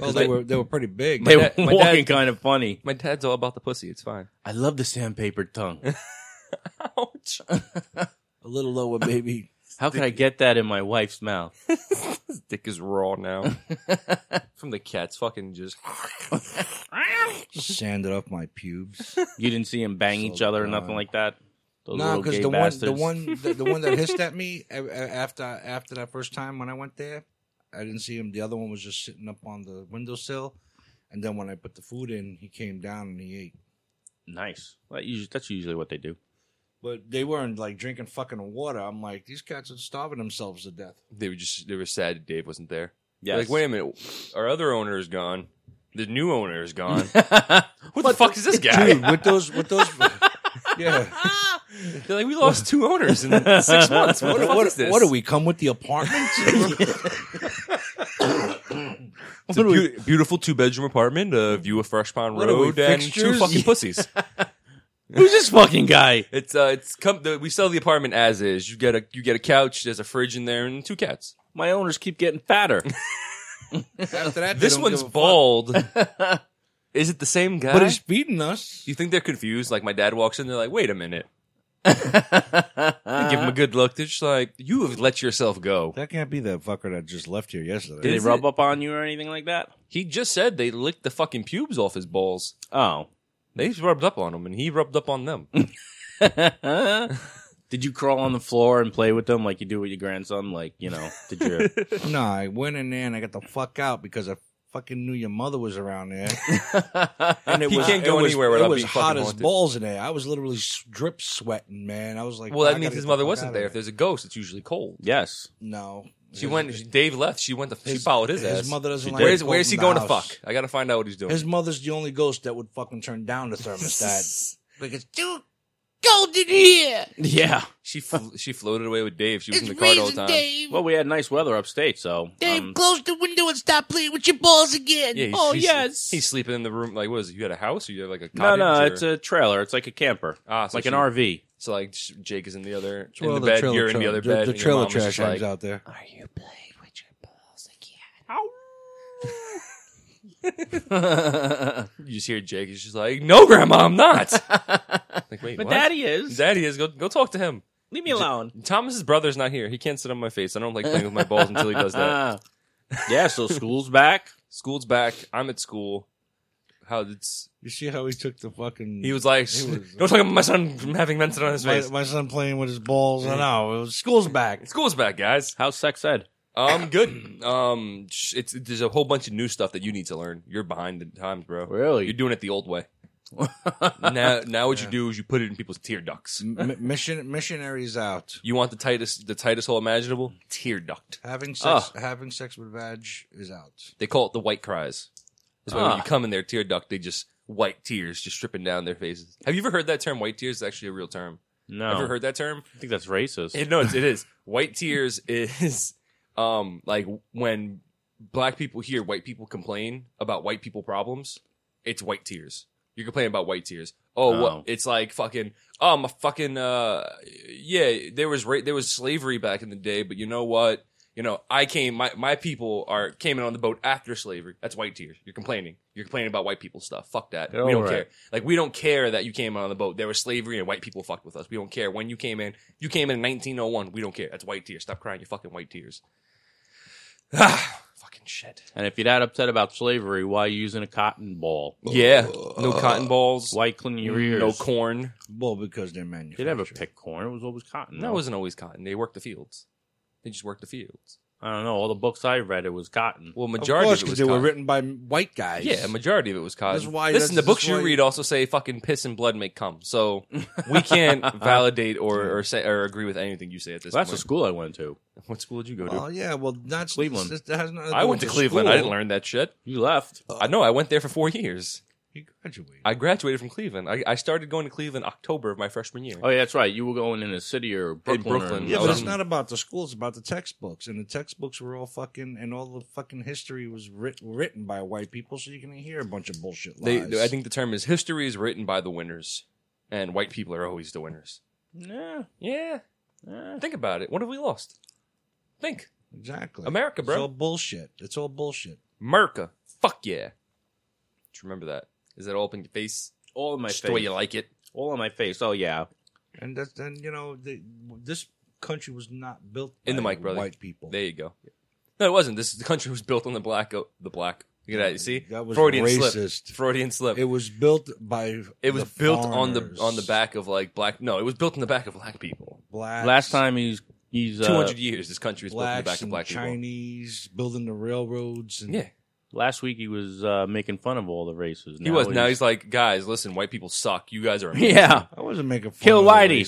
[SPEAKER 1] well, they were they were pretty big.
[SPEAKER 2] They
[SPEAKER 3] dad-
[SPEAKER 2] were
[SPEAKER 3] my dad-
[SPEAKER 2] walking kind of funny.
[SPEAKER 3] My dad's all about the pussy. It's fine.
[SPEAKER 2] I love the sandpapered tongue.
[SPEAKER 3] Ouch.
[SPEAKER 1] a little lower,
[SPEAKER 3] (laughs)
[SPEAKER 1] baby.
[SPEAKER 2] How could I get that in my wife's mouth? (laughs)
[SPEAKER 3] His dick is
[SPEAKER 1] (laughs)
[SPEAKER 3] raw now. From the cat's fucking just.
[SPEAKER 1] Sanded up my pubes.
[SPEAKER 2] You didn't see him bang
[SPEAKER 1] So
[SPEAKER 2] each other or nothing
[SPEAKER 1] dumb.
[SPEAKER 2] like that. Those
[SPEAKER 1] no,
[SPEAKER 2] little
[SPEAKER 1] because
[SPEAKER 2] gay
[SPEAKER 1] the one,
[SPEAKER 2] bastards.
[SPEAKER 1] the one, the, the one
[SPEAKER 3] (laughs)
[SPEAKER 1] that hissed at me a- a- after after that first time when I went there, I didn't see him. The other one was just sitting up on the windowsill, and then when I put the food in, he came down and he ate.
[SPEAKER 2] Nice. That usually, that's usually what they do.
[SPEAKER 1] But they weren't like drinking fucking water. I'm like, these cats are starving themselves to death.
[SPEAKER 3] They were just. They were sad Dave wasn't there.
[SPEAKER 2] Yeah.
[SPEAKER 3] Like, wait a minute. Our other owner is gone. The new owner is (laughs) gone.
[SPEAKER 2] minute.
[SPEAKER 3] Who the fuck is this
[SPEAKER 1] Dude,
[SPEAKER 3] guy?
[SPEAKER 1] with those, with
[SPEAKER 3] (laughs)
[SPEAKER 1] those, yeah.
[SPEAKER 3] They're like, we lost two owners in (laughs) six months. What, the fuck
[SPEAKER 1] What,
[SPEAKER 3] is this?
[SPEAKER 1] what do we come with the apartment?
[SPEAKER 3] (laughs) It's a beau- beautiful two bedroom apartment, a view of Fresh Pond
[SPEAKER 1] What are we,
[SPEAKER 3] Road, and two
[SPEAKER 1] fixtures?
[SPEAKER 3] (laughs) fucking pussies.
[SPEAKER 2] (laughs) Who's this fucking guy?
[SPEAKER 3] It's uh, it's come. The, we sell the apartment as is. You get a you get a couch. There's a fridge in there and two cats.
[SPEAKER 2] (laughs) My owners keep getting fatter.
[SPEAKER 1] After that, they
[SPEAKER 3] This
[SPEAKER 1] don't
[SPEAKER 3] one's
[SPEAKER 1] give a fuck.
[SPEAKER 3] bald. (laughs) Is it the same guy?
[SPEAKER 1] but he's feeding us.
[SPEAKER 3] Do you think they're confused? Like my dad walks in, they're like, "Wait a minute." They give him a
[SPEAKER 1] Uh-huh.
[SPEAKER 3] good look. They're just like, "You have let yourself go."
[SPEAKER 1] That can't be that fucker that just left here yesterday.
[SPEAKER 2] Did
[SPEAKER 3] Is
[SPEAKER 2] they rub
[SPEAKER 3] it-
[SPEAKER 2] up on you or anything like that?
[SPEAKER 3] He just said they licked the fucking pubes off his balls.
[SPEAKER 2] (laughs) Oh.
[SPEAKER 3] They rubbed up on him, and he rubbed up on them.
[SPEAKER 2] did you crawl on the floor and play with them like you do with your grandson? Like, you know, did you? (laughs)
[SPEAKER 1] No, I went in there and I got the fuck out because I fucking knew your mother was around there. (laughs) and it
[SPEAKER 3] He
[SPEAKER 1] was,
[SPEAKER 3] can't go
[SPEAKER 1] it was-
[SPEAKER 3] anywhere without
[SPEAKER 1] It was
[SPEAKER 3] being fucking
[SPEAKER 1] hot as
[SPEAKER 3] haunted.
[SPEAKER 1] balls in there. I was literally s- drip sweating, man. I was like,
[SPEAKER 3] well,
[SPEAKER 1] I
[SPEAKER 3] that means
[SPEAKER 1] gotta
[SPEAKER 3] his
[SPEAKER 1] get
[SPEAKER 3] mother
[SPEAKER 1] the fuck
[SPEAKER 3] wasn't
[SPEAKER 1] outta
[SPEAKER 3] there. If there's a ghost, it's usually cold.
[SPEAKER 2] yes.
[SPEAKER 1] no,
[SPEAKER 3] She
[SPEAKER 1] His-
[SPEAKER 3] went. Dave left. She went to. She
[SPEAKER 1] his-
[SPEAKER 3] followed his,
[SPEAKER 1] his
[SPEAKER 3] ass.
[SPEAKER 1] mother doesn't
[SPEAKER 3] She
[SPEAKER 1] like
[SPEAKER 3] Where's
[SPEAKER 1] it
[SPEAKER 3] Where's he
[SPEAKER 1] cold in
[SPEAKER 3] going to
[SPEAKER 1] the
[SPEAKER 3] fuck?
[SPEAKER 1] house.
[SPEAKER 3] I got to find out what he's doing.
[SPEAKER 1] His mother's the only ghost that would fucking turn down the
[SPEAKER 3] (laughs)
[SPEAKER 1] thermostat. like it's too cold in here.
[SPEAKER 2] Yeah.
[SPEAKER 3] she fl- she floated away with Dave. She was
[SPEAKER 1] It's
[SPEAKER 3] in the car the whole
[SPEAKER 1] freezing,
[SPEAKER 3] time.
[SPEAKER 1] Dave.
[SPEAKER 2] Well, we had nice weather upstate, so.
[SPEAKER 1] Dave,
[SPEAKER 2] um,
[SPEAKER 1] close the window and stop playing with your balls again.
[SPEAKER 3] Yeah, he's,
[SPEAKER 2] Oh,
[SPEAKER 3] he's-
[SPEAKER 2] yes.
[SPEAKER 3] He's sleeping in the room. Like, what is it? You had a house, or you have like a
[SPEAKER 2] no,
[SPEAKER 3] cottage?
[SPEAKER 2] no,
[SPEAKER 3] or-
[SPEAKER 2] it's a trailer. It's like a camper,
[SPEAKER 3] Ah, so
[SPEAKER 2] like an
[SPEAKER 3] she-
[SPEAKER 2] RV.
[SPEAKER 3] So like sh- Jake is in the other
[SPEAKER 1] Where
[SPEAKER 3] in
[SPEAKER 1] all
[SPEAKER 3] the bed,
[SPEAKER 1] trailer
[SPEAKER 3] you're in
[SPEAKER 1] tra-
[SPEAKER 3] the other
[SPEAKER 1] the,
[SPEAKER 3] bed.
[SPEAKER 1] The
[SPEAKER 3] and your
[SPEAKER 1] trailer
[SPEAKER 3] mom is
[SPEAKER 1] trash
[SPEAKER 3] just like,
[SPEAKER 1] hangs out there.
[SPEAKER 3] (laughs) You just hear Jake is just like, "No, Grandma, I'm
[SPEAKER 1] (laughs)
[SPEAKER 3] not." like, wait,
[SPEAKER 2] But
[SPEAKER 3] what?
[SPEAKER 2] daddy is.
[SPEAKER 3] Daddy is go go talk to him.
[SPEAKER 2] Leave me alone.
[SPEAKER 3] Thomas's brother's not here. He can't sit on my face. I don't like playing with my balls until he does
[SPEAKER 2] (laughs)
[SPEAKER 3] that.
[SPEAKER 2] Ah. yeah, (laughs) so school's back.
[SPEAKER 3] School's back. I'm at school. How it's
[SPEAKER 1] You see how he took the fucking.
[SPEAKER 3] he was like,
[SPEAKER 1] He was-
[SPEAKER 3] "Don't talk about my son from having mention on his
[SPEAKER 1] my,
[SPEAKER 3] face."
[SPEAKER 1] my son playing with his balls. I know. It was- School's back.
[SPEAKER 3] School's back, guys.
[SPEAKER 2] How's sex ed?
[SPEAKER 3] Um, good. Um, sh- it's there's a whole bunch of new stuff that you need to learn. You're behind the times, bro.
[SPEAKER 2] Really?
[SPEAKER 3] You're doing it the
[SPEAKER 2] (laughs)
[SPEAKER 3] old way. now, now what you do is you put it in people's tear ducts.
[SPEAKER 1] M- mission missionaries out.
[SPEAKER 3] You want the tightest, the tightest hole imaginable? Tear duct.
[SPEAKER 1] Having sex, having sex with vag is out.
[SPEAKER 3] They call it the white cries. That's why
[SPEAKER 2] Ah.
[SPEAKER 3] when you come in their tear duct, they just white tears just dripping down their faces. Have you ever heard that term? White tears is actually a real term.
[SPEAKER 2] No.
[SPEAKER 3] Ever heard that term?
[SPEAKER 2] I think that's racist.
[SPEAKER 3] It, no, it's, it is. White tears (laughs) is um like when black people hear white people complain about white people problems. It's white tears. You're complaining about white tears. Oh,
[SPEAKER 2] Oh.
[SPEAKER 3] What, it's like fucking. Oh, my fucking. Uh, yeah, there was ra- there was slavery back in the day, but you know what? You know, I came. My my people are came in on the boat after slavery. That's white tears. You're complaining. You're complaining about white people stuff. Fuck that.
[SPEAKER 2] They're
[SPEAKER 3] we
[SPEAKER 2] all
[SPEAKER 3] don't
[SPEAKER 2] right.
[SPEAKER 3] care. Like we don't care that you came on the boat. There was slavery and white people fucked with us. We don't care when you came in. You came in in 1901. We don't care. That's white tears. Stop crying. Your fucking white tears. (sighs) Ah, fucking shit.
[SPEAKER 2] and if you're that upset about slavery, why are you using a cotton ball?
[SPEAKER 3] Yeah. No cotton balls.
[SPEAKER 2] Why clean your ears?
[SPEAKER 3] no corn.
[SPEAKER 1] Well, because they're
[SPEAKER 2] They
[SPEAKER 1] manufactured.
[SPEAKER 2] never picked corn. It was always cotton.
[SPEAKER 3] No,
[SPEAKER 2] though.
[SPEAKER 3] it wasn't always cotton. They worked the fields. They just worked the fields.
[SPEAKER 2] I don't know. All the books I read, it was cotton.
[SPEAKER 3] Well,
[SPEAKER 1] Of
[SPEAKER 3] majority
[SPEAKER 1] course,
[SPEAKER 3] of it
[SPEAKER 1] because
[SPEAKER 3] was
[SPEAKER 1] they were
[SPEAKER 3] cotton.
[SPEAKER 1] written by white guys.
[SPEAKER 3] Yeah, a majority of it was cotton.
[SPEAKER 1] That's why-
[SPEAKER 3] Listen, the
[SPEAKER 1] that's-
[SPEAKER 3] books
[SPEAKER 1] that's
[SPEAKER 3] you
[SPEAKER 1] why-
[SPEAKER 3] read also say fucking piss and blood make cum. So we can't
[SPEAKER 1] (laughs)
[SPEAKER 3] validate or, or say or agree with anything you say at this
[SPEAKER 2] Well, that's the
[SPEAKER 3] point.
[SPEAKER 2] school I went to.
[SPEAKER 3] what school did you go to?
[SPEAKER 1] Well, yeah. Well, not
[SPEAKER 2] Cleveland.
[SPEAKER 1] That has nothing
[SPEAKER 3] I
[SPEAKER 1] do
[SPEAKER 3] went to
[SPEAKER 1] with
[SPEAKER 3] Cleveland. I
[SPEAKER 1] school.
[SPEAKER 3] didn't learn that shit.
[SPEAKER 2] You left.
[SPEAKER 1] Oh.
[SPEAKER 3] I know. I went there for four years.
[SPEAKER 1] He graduated.
[SPEAKER 3] I graduated from Cleveland. I, I started going to Cleveland October of my freshman year.
[SPEAKER 2] Oh yeah, that's right. You were going in a city or Brooklyn. or-
[SPEAKER 3] Brooklyn.
[SPEAKER 1] yeah,
[SPEAKER 3] I
[SPEAKER 1] but
[SPEAKER 3] was-
[SPEAKER 1] it's not about the school. It's about the textbooks, and the textbooks were all fucking, and all the fucking history was writ- written by white people. So you can hear a bunch of bullshit
[SPEAKER 3] They,
[SPEAKER 1] lies.
[SPEAKER 3] I think the term is history is written by the winners, and white people are always the winners.
[SPEAKER 2] Yeah.
[SPEAKER 3] Yeah.
[SPEAKER 1] Eh.
[SPEAKER 2] yeah.
[SPEAKER 3] Think about it. What have we lost? Think.
[SPEAKER 1] exactly
[SPEAKER 3] America, bro.
[SPEAKER 1] It's all bullshit. It's all bullshit.
[SPEAKER 3] Merca. Fuck yeah. Just remember that. Is that all up in your face?
[SPEAKER 2] All in my
[SPEAKER 3] Just
[SPEAKER 2] face.
[SPEAKER 3] the way you like it.
[SPEAKER 2] All in my face. Oh yeah.
[SPEAKER 1] And that's and you know they, this country was not built
[SPEAKER 3] In the
[SPEAKER 1] by
[SPEAKER 3] mic, brother.
[SPEAKER 1] White people.
[SPEAKER 3] There you go. No, it wasn't. This the country was built on the black. o- The black. Look at that. You see?
[SPEAKER 1] That was
[SPEAKER 3] Freudian
[SPEAKER 1] racist.
[SPEAKER 3] slip. Freudian slip.
[SPEAKER 1] it was built by.
[SPEAKER 3] It was
[SPEAKER 1] the
[SPEAKER 3] built on the
[SPEAKER 1] foreigners.
[SPEAKER 3] on the back of like black. No, it was built on the back of black people.
[SPEAKER 1] blacks,
[SPEAKER 2] Last time he's he's
[SPEAKER 3] Two
[SPEAKER 2] uh,
[SPEAKER 3] hundred years, this country was built on the
[SPEAKER 1] blacks
[SPEAKER 3] back of
[SPEAKER 1] and
[SPEAKER 3] black people.
[SPEAKER 1] Chinese building the railroads. And
[SPEAKER 3] Yeah,
[SPEAKER 2] last week he was uh, making fun of all the races.
[SPEAKER 3] he was. Now he's like, guys, listen, white people suck. You guys are (laughs) amazing."
[SPEAKER 2] yeah.
[SPEAKER 1] I wasn't making fun.
[SPEAKER 2] Kill
[SPEAKER 1] of the
[SPEAKER 2] Whitey.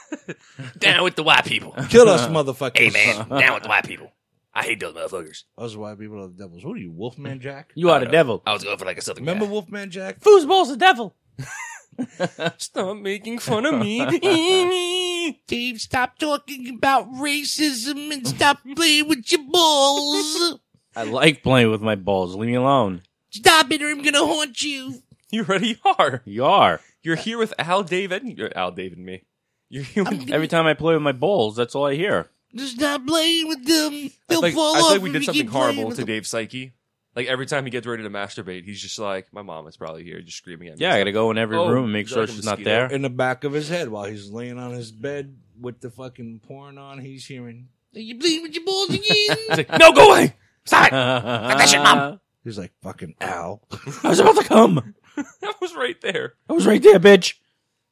[SPEAKER 2] (laughs)
[SPEAKER 1] racists.
[SPEAKER 3] down with the white people.
[SPEAKER 1] (laughs) Kill us, motherfuckers.
[SPEAKER 3] down with the white people. I hate those motherfuckers.
[SPEAKER 1] Us white people are the devils. What are you, Wolfman Jack?
[SPEAKER 2] You are the devil.
[SPEAKER 3] I was going for like a southern.
[SPEAKER 1] Remember Wolfman Jack?
[SPEAKER 2] Foosball's the devil.
[SPEAKER 3] stop making fun of
[SPEAKER 1] (laughs)
[SPEAKER 3] (laughs) me.
[SPEAKER 1] Dave, stop talking about racism and
[SPEAKER 3] (laughs)
[SPEAKER 1] stop playing with your balls.
[SPEAKER 2] I like playing with my balls. Leave me alone.
[SPEAKER 1] Stop it, or I'm gonna haunt you.
[SPEAKER 3] you already are.
[SPEAKER 2] You are.
[SPEAKER 3] You're here with Al, Dave, and or Al, Dave, and me. You're here with
[SPEAKER 2] Every time I play with my balls, that's all I hear.
[SPEAKER 1] Just not playing with them. They'll
[SPEAKER 3] like,
[SPEAKER 1] fall
[SPEAKER 3] I
[SPEAKER 1] off.
[SPEAKER 3] feel like we
[SPEAKER 1] if
[SPEAKER 3] did
[SPEAKER 1] you
[SPEAKER 3] something
[SPEAKER 1] keep playing
[SPEAKER 3] horrible
[SPEAKER 1] with
[SPEAKER 3] to
[SPEAKER 1] them.
[SPEAKER 3] Dave's psyche. Like every time he gets ready to masturbate, he's just like, "My mom is probably here, just screaming at me."
[SPEAKER 2] Yeah, I gotta go in every
[SPEAKER 3] Oh,
[SPEAKER 2] room and make
[SPEAKER 3] there's
[SPEAKER 2] sure
[SPEAKER 3] like a
[SPEAKER 2] she's not
[SPEAKER 3] mosquito. (laughs)
[SPEAKER 2] there.
[SPEAKER 1] In the back of his head while he's laying on his bed with the fucking porn on, he's hearing, Are you bleeding with your balls
[SPEAKER 3] (laughs)
[SPEAKER 1] again?
[SPEAKER 3] He's like, "No, go away, stop it!
[SPEAKER 2] that
[SPEAKER 3] shit, Mom.
[SPEAKER 1] he's like, Fucking Al.
[SPEAKER 2] (laughs) I was about to come.
[SPEAKER 3] That was right there."
[SPEAKER 2] I was right there, bitch.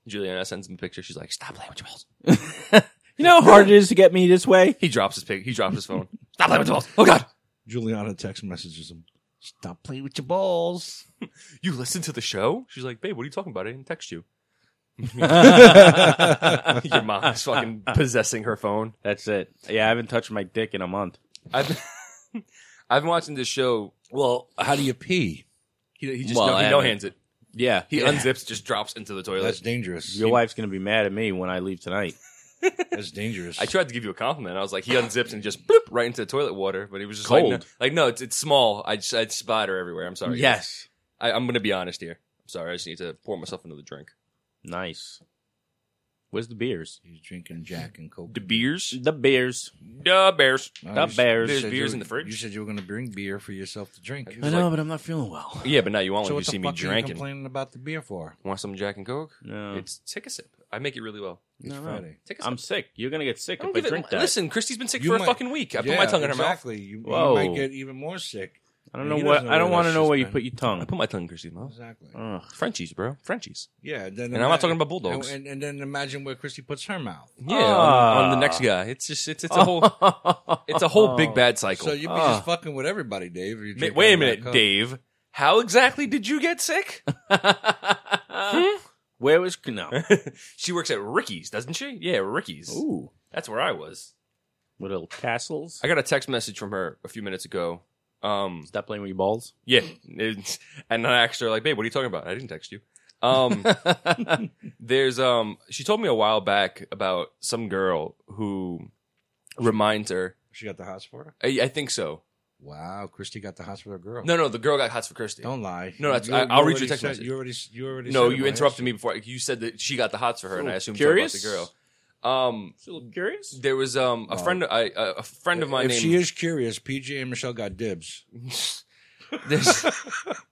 [SPEAKER 3] Juliana sends him a picture. She's like, "Stop playing with your balls."
[SPEAKER 2] You know how hard it is to get me this
[SPEAKER 3] (laughs)
[SPEAKER 2] way?
[SPEAKER 3] He drops his pig. He drops his phone. (laughs) Stop playing with your balls. Oh God!
[SPEAKER 1] Juliana text messages him, Stop playing with your balls.
[SPEAKER 3] You listen to the show? She's like, "Babe, what are you talking about?" I didn't text you. (laughs) your mom is (laughs) fucking possessing her phone.
[SPEAKER 2] That's it. Yeah, I haven't touched my dick in a month.
[SPEAKER 3] I've been, (laughs) I've been watching this show. Well,
[SPEAKER 1] How do you pee?
[SPEAKER 3] he, he just
[SPEAKER 2] Well,
[SPEAKER 3] no,
[SPEAKER 2] I
[SPEAKER 3] he no
[SPEAKER 2] haven't.
[SPEAKER 3] hands it.
[SPEAKER 2] Yeah.
[SPEAKER 3] He unzips, just drops into the toilet.
[SPEAKER 1] That's dangerous.
[SPEAKER 2] Your wife's gonna be mad at me when I leave tonight.
[SPEAKER 1] That's dangerous.
[SPEAKER 3] I tried to give you a compliment. I was like, he unzips and just bloop right into the toilet water, but he was just like,
[SPEAKER 2] Cold.
[SPEAKER 3] no, like no, it's it's small. I just I'd spatter everywhere. I'm sorry.
[SPEAKER 2] Yes.
[SPEAKER 3] I, I'm gonna be honest here. I'm sorry. I just need to pour myself another drink.
[SPEAKER 2] Nice. Where's the beers?
[SPEAKER 1] He's drinking Jack and Coke.
[SPEAKER 3] The beers,
[SPEAKER 2] The beers.
[SPEAKER 3] the bears.
[SPEAKER 1] No,
[SPEAKER 2] the
[SPEAKER 1] you s-
[SPEAKER 2] bears.
[SPEAKER 1] you
[SPEAKER 2] There's
[SPEAKER 1] said
[SPEAKER 3] beers
[SPEAKER 1] you-
[SPEAKER 3] in the fridge?
[SPEAKER 1] You said you were going to bring beer for yourself to drink.
[SPEAKER 3] I know,
[SPEAKER 2] but I'm not feeling well.
[SPEAKER 3] Yeah, but now you want
[SPEAKER 1] So
[SPEAKER 3] one.
[SPEAKER 1] what
[SPEAKER 3] You see
[SPEAKER 1] the
[SPEAKER 3] me
[SPEAKER 1] fuck are you
[SPEAKER 3] drinking.
[SPEAKER 1] complaining about the beer for?
[SPEAKER 3] Want some Jack and Coke?
[SPEAKER 2] No.
[SPEAKER 3] It's take a sip. I make it really well.
[SPEAKER 1] It's
[SPEAKER 2] No, no.
[SPEAKER 1] Friday.
[SPEAKER 3] Take a sip.
[SPEAKER 2] Uh. I'm sick. You're gonna get sick
[SPEAKER 3] I don't
[SPEAKER 2] if I
[SPEAKER 3] give
[SPEAKER 2] drink
[SPEAKER 3] it.
[SPEAKER 2] that.
[SPEAKER 3] Listen, Christy's been sick
[SPEAKER 1] You
[SPEAKER 3] for a
[SPEAKER 1] might-
[SPEAKER 3] fucking week. I put
[SPEAKER 1] Yeah,
[SPEAKER 3] my tongue in her mouth.
[SPEAKER 1] exactly. You, you
[SPEAKER 2] Whoa.
[SPEAKER 1] might get even more sick.
[SPEAKER 2] I don't know
[SPEAKER 1] He
[SPEAKER 2] what
[SPEAKER 1] doesn't know
[SPEAKER 2] I don't
[SPEAKER 1] where
[SPEAKER 2] want
[SPEAKER 1] that
[SPEAKER 2] to know
[SPEAKER 1] shit's
[SPEAKER 2] where you
[SPEAKER 1] been.
[SPEAKER 2] put your
[SPEAKER 3] I
[SPEAKER 2] tongue.
[SPEAKER 3] put my tongue in Christy's mouth.
[SPEAKER 1] Exactly.
[SPEAKER 2] Ugh.
[SPEAKER 3] Frenchies, bro. Frenchies.
[SPEAKER 1] Yeah. Then
[SPEAKER 3] And I'm not talking about bulldogs.
[SPEAKER 1] And, and then imagine where Christy puts her mouth.
[SPEAKER 3] Yeah, on,
[SPEAKER 2] Ah.
[SPEAKER 3] on the next guy. It's just it's it's a whole it's
[SPEAKER 2] (laughs)
[SPEAKER 3] a whole big bad cycle.
[SPEAKER 1] So you'd be
[SPEAKER 2] Ah.
[SPEAKER 1] just fucking with everybody, Dave. if you
[SPEAKER 3] Ma-
[SPEAKER 1] drink
[SPEAKER 3] Wait a
[SPEAKER 1] out of that
[SPEAKER 3] minute,
[SPEAKER 1] cup.
[SPEAKER 3] Dave. How exactly did you get (laughs) sick?
[SPEAKER 2] Where was
[SPEAKER 3] (laughs)
[SPEAKER 2] no?
[SPEAKER 3] she works at Ricky's, doesn't she? Yeah, Ricky's.
[SPEAKER 2] Ooh,
[SPEAKER 3] That's where I was.
[SPEAKER 2] with little tassels.
[SPEAKER 3] I got a text message from her a few minutes ago. Um,
[SPEAKER 2] Stop playing with your balls.
[SPEAKER 3] yeah, it's- (laughs) and I asked her like, "Babe, what are you talking about?" I didn't text you. (laughs) Um, there's um, she told me a while back about some girl who reminds her.
[SPEAKER 1] She got the hots for her?
[SPEAKER 3] I, I think so.
[SPEAKER 1] Wow. Christy got the hots for her girl.
[SPEAKER 3] No, no, the girl got hots for Christy.
[SPEAKER 1] Don't lie.
[SPEAKER 3] No, that's-
[SPEAKER 1] You-
[SPEAKER 3] I-
[SPEAKER 1] you
[SPEAKER 3] I'll read
[SPEAKER 1] already
[SPEAKER 3] your text
[SPEAKER 1] said-
[SPEAKER 3] message.
[SPEAKER 1] You already, s- you already
[SPEAKER 3] No,
[SPEAKER 1] said
[SPEAKER 3] you
[SPEAKER 1] about
[SPEAKER 3] interrupted
[SPEAKER 1] it.
[SPEAKER 3] me before. You said that she got the hots for her, and I assumed
[SPEAKER 2] Curious?
[SPEAKER 3] you were about the girl. Um,
[SPEAKER 2] Still curious.
[SPEAKER 3] there was um a
[SPEAKER 1] Well,
[SPEAKER 3] friend, I, a a friend of mine.
[SPEAKER 1] If (laughs)
[SPEAKER 3] named,
[SPEAKER 1] she is curious, PJ and Michelle got dibs.
[SPEAKER 3] there's-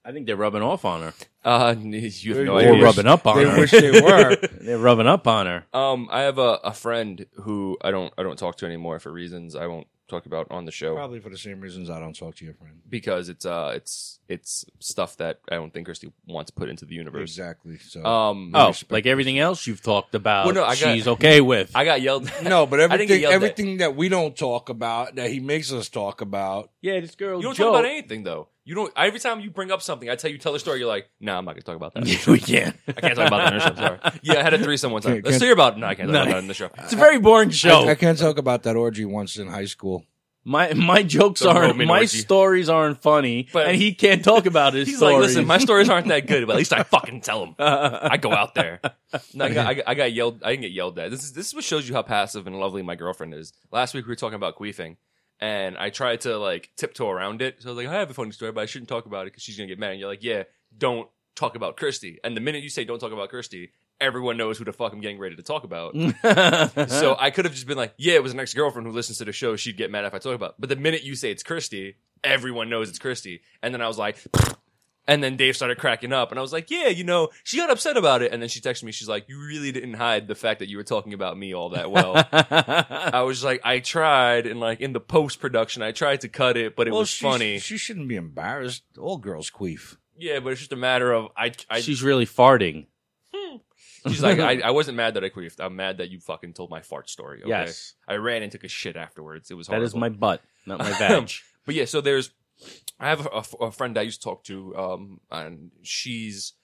[SPEAKER 2] I think they're rubbing off on her.
[SPEAKER 3] uh, (laughs) you have no
[SPEAKER 1] They
[SPEAKER 2] Or
[SPEAKER 1] wish-
[SPEAKER 3] idea.
[SPEAKER 2] rubbing up on
[SPEAKER 1] They
[SPEAKER 2] her.
[SPEAKER 1] wish they were.
[SPEAKER 3] (laughs)
[SPEAKER 2] They're rubbing up on her.
[SPEAKER 3] Um, I have a, a friend who I don't I don't talk to anymore for reasons I won't talk about on the show
[SPEAKER 1] Probably for the same reasons I don't talk to your friend.
[SPEAKER 3] because it's uh it's it's stuff that I don't think Christy wants put into the universe.
[SPEAKER 1] Exactly. So
[SPEAKER 3] Um,
[SPEAKER 2] Oh, like everything else you've talked about,
[SPEAKER 3] Well, no, I got-
[SPEAKER 2] she's okay with.
[SPEAKER 3] I got yelled.
[SPEAKER 1] no, but
[SPEAKER 3] I didn't
[SPEAKER 1] everything
[SPEAKER 3] get yelled at.
[SPEAKER 1] everything that we don't talk about that he makes us talk about.
[SPEAKER 2] yeah, this girl.
[SPEAKER 3] (laughs) You don't
[SPEAKER 2] Joe.
[SPEAKER 3] talk about anything though. You don't. Every time you bring up something, I tell you tell the story. You're like, no, nah, I'm not gonna talk about
[SPEAKER 2] (laughs)
[SPEAKER 3] that.
[SPEAKER 2] we can't.
[SPEAKER 3] I can't talk about that in the show. I'm sorry. (laughs) Yeah, I had a threesome one time.
[SPEAKER 1] Can't-
[SPEAKER 3] Let's
[SPEAKER 1] can't-
[SPEAKER 3] hear about. No, I can't talk
[SPEAKER 2] No.
[SPEAKER 3] about that in the show.
[SPEAKER 2] It's a very boring show.
[SPEAKER 1] I, I can't talk about that orgy once in high school.
[SPEAKER 2] my my jokes
[SPEAKER 3] The
[SPEAKER 2] aren't
[SPEAKER 3] Roman
[SPEAKER 2] my
[SPEAKER 3] orgy.
[SPEAKER 2] stories aren't funny,
[SPEAKER 3] But-
[SPEAKER 2] and he can't talk about his
[SPEAKER 3] (laughs) He's
[SPEAKER 2] stories.
[SPEAKER 3] like, listen, my stories aren't that good, but at least I fucking tell them.
[SPEAKER 2] (laughs)
[SPEAKER 3] I go out there. No, I got, I, got- I got yelled. I didn't get yelled at. This is this is what shows you how passive and lovely my girlfriend is. Last week we were talking about queefing, and I tried to like tiptoe around it. So I was like, I have a funny story, but I shouldn't talk about it because she's gonna get mad. And you're like, yeah, don't talk about Christy. And the minute you say don't talk about Christy, everyone knows who the fuck I'm getting ready to talk about. so I could have just been like, yeah, it was an ex girlfriend who listens to the show. She'd get mad if I talk about. It. But the minute you say it's Christy, everyone knows it's Christy. And then I was like. (sniffs) And then Dave started cracking up, and I was like, "Yeah, you know, she got upset about it." And then she texted me, she's like, "You really didn't hide the fact that you were talking about me all that well."
[SPEAKER 2] (laughs)
[SPEAKER 3] I was like, "I tried, and like in the post production, I tried to cut it, but it
[SPEAKER 1] well,
[SPEAKER 3] was
[SPEAKER 1] she,
[SPEAKER 3] funny."
[SPEAKER 1] She shouldn't be embarrassed. All girls queef.
[SPEAKER 3] yeah, but it's just a matter of I. I
[SPEAKER 2] she's really farting.
[SPEAKER 3] (laughs) she's
[SPEAKER 2] (laughs)
[SPEAKER 3] like, I, "I wasn't mad that I queefed. I'm mad that you fucking told my fart story." Okay?
[SPEAKER 2] Yes.
[SPEAKER 3] I ran and took a shit afterwards. It was
[SPEAKER 2] That
[SPEAKER 3] horrible.
[SPEAKER 2] is my butt, not
[SPEAKER 3] (laughs)
[SPEAKER 2] my vag.
[SPEAKER 3] But yeah, so there's. I have a, a f- a friend I used to talk to, um, and she's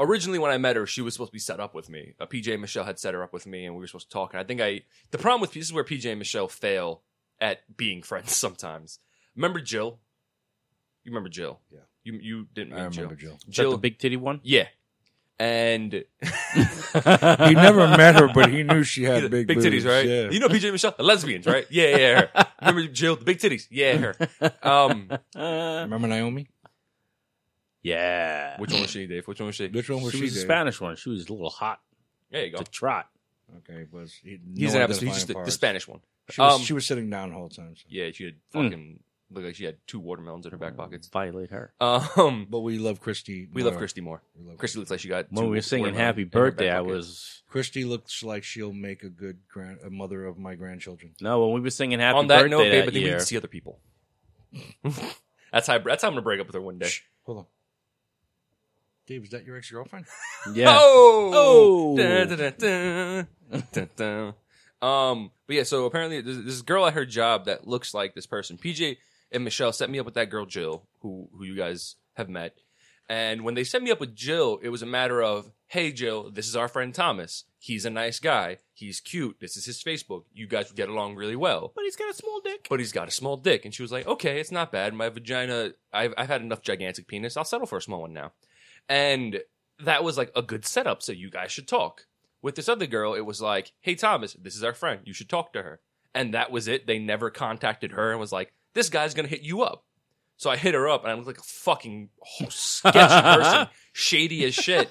[SPEAKER 3] originally when I met her, she was supposed to be set up with me. Uh, PJ and Michelle had set her up with me, and we were supposed to talk. And I think I the problem with this is where PJ and Michelle fail at being (laughs) friends sometimes. Remember Jill? You remember Jill?
[SPEAKER 1] Yeah.
[SPEAKER 3] You you didn't meet
[SPEAKER 1] I remember Jill.
[SPEAKER 2] Is that the
[SPEAKER 3] Jill,
[SPEAKER 2] big titty
[SPEAKER 3] (laughs)
[SPEAKER 2] one?
[SPEAKER 3] yeah, and (laughs)
[SPEAKER 1] He never met her, but he knew she had
[SPEAKER 3] Yeah,
[SPEAKER 1] big,
[SPEAKER 3] big
[SPEAKER 1] boobs,
[SPEAKER 3] titties, right?
[SPEAKER 1] Yeah.
[SPEAKER 3] You know PJ Michelle, the lesbians, right? Yeah, yeah. Her. Remember Jill, the big titties? Yeah, her.
[SPEAKER 1] (laughs)
[SPEAKER 3] Um,
[SPEAKER 2] Uh,
[SPEAKER 1] Remember Naomi?
[SPEAKER 2] yeah.
[SPEAKER 3] which one was she, Dave? Which one was she?
[SPEAKER 1] Which one was
[SPEAKER 2] she
[SPEAKER 1] she?
[SPEAKER 2] was the
[SPEAKER 1] Dave?
[SPEAKER 2] Spanish one. She was a little hot
[SPEAKER 3] There you go.
[SPEAKER 2] to trot.
[SPEAKER 1] Okay, but he,
[SPEAKER 3] He's
[SPEAKER 1] no
[SPEAKER 3] an episode. He's
[SPEAKER 1] identifying
[SPEAKER 3] just the, the
[SPEAKER 1] parts.
[SPEAKER 3] Spanish one.
[SPEAKER 1] She was,
[SPEAKER 3] Um,
[SPEAKER 1] she was sitting down the whole time. so.
[SPEAKER 3] Yeah, she had
[SPEAKER 2] Mm.
[SPEAKER 3] fucking looked like she had two watermelons in her back pockets.
[SPEAKER 2] Violate her.
[SPEAKER 3] Um, (laughs)
[SPEAKER 1] But we love Christy.
[SPEAKER 3] we
[SPEAKER 1] more.
[SPEAKER 3] love Christy more.
[SPEAKER 1] We love
[SPEAKER 3] Christy looks like she got.
[SPEAKER 2] When
[SPEAKER 3] two
[SPEAKER 2] we were singing
[SPEAKER 3] watermelons
[SPEAKER 2] "Happy
[SPEAKER 3] in her
[SPEAKER 2] Birthday,"
[SPEAKER 3] back
[SPEAKER 2] I
[SPEAKER 3] pocket.
[SPEAKER 2] was
[SPEAKER 1] Christy looks like she'll make a good grand, a mother of my grandchildren.
[SPEAKER 2] no. When we were singing "Happy
[SPEAKER 3] on that
[SPEAKER 2] Birthday"
[SPEAKER 3] note, babe. I
[SPEAKER 2] that
[SPEAKER 3] think we
[SPEAKER 2] year,
[SPEAKER 3] need to see other people. (laughs) that's how. That's how I'm gonna break up with her one day.
[SPEAKER 1] Shh, hold on. Dave, is that your ex girlfriend?
[SPEAKER 3] (laughs)
[SPEAKER 2] yeah, Oh.
[SPEAKER 3] Oh, Dun, dun, dun, dun. Dun, dun. Um, but yeah, so apparently there's there's this girl at her job that looks like this person. PJ and Michelle set me up with that girl Jill, who who you guys have met. And when they set me up with Jill, it was a matter of, hey Jill, this is our friend Thomas. He's a nice guy. He's cute. This is his Facebook. You guys would get along really well
[SPEAKER 2] but he's got a small dick.
[SPEAKER 3] but he's got a small dick. And she was like, okay, it's not bad. My vagina, I've, I've had enough gigantic penis. I'll settle for a small one now. And that was like a good setup. So you guys should talk. With this other girl, it was like, hey, Thomas, this is our friend. You should talk to her. And that was it. They never contacted her and was like, this guy's going to hit you up. So I hit her up and I looked like a fucking sketchy person, shady as shit.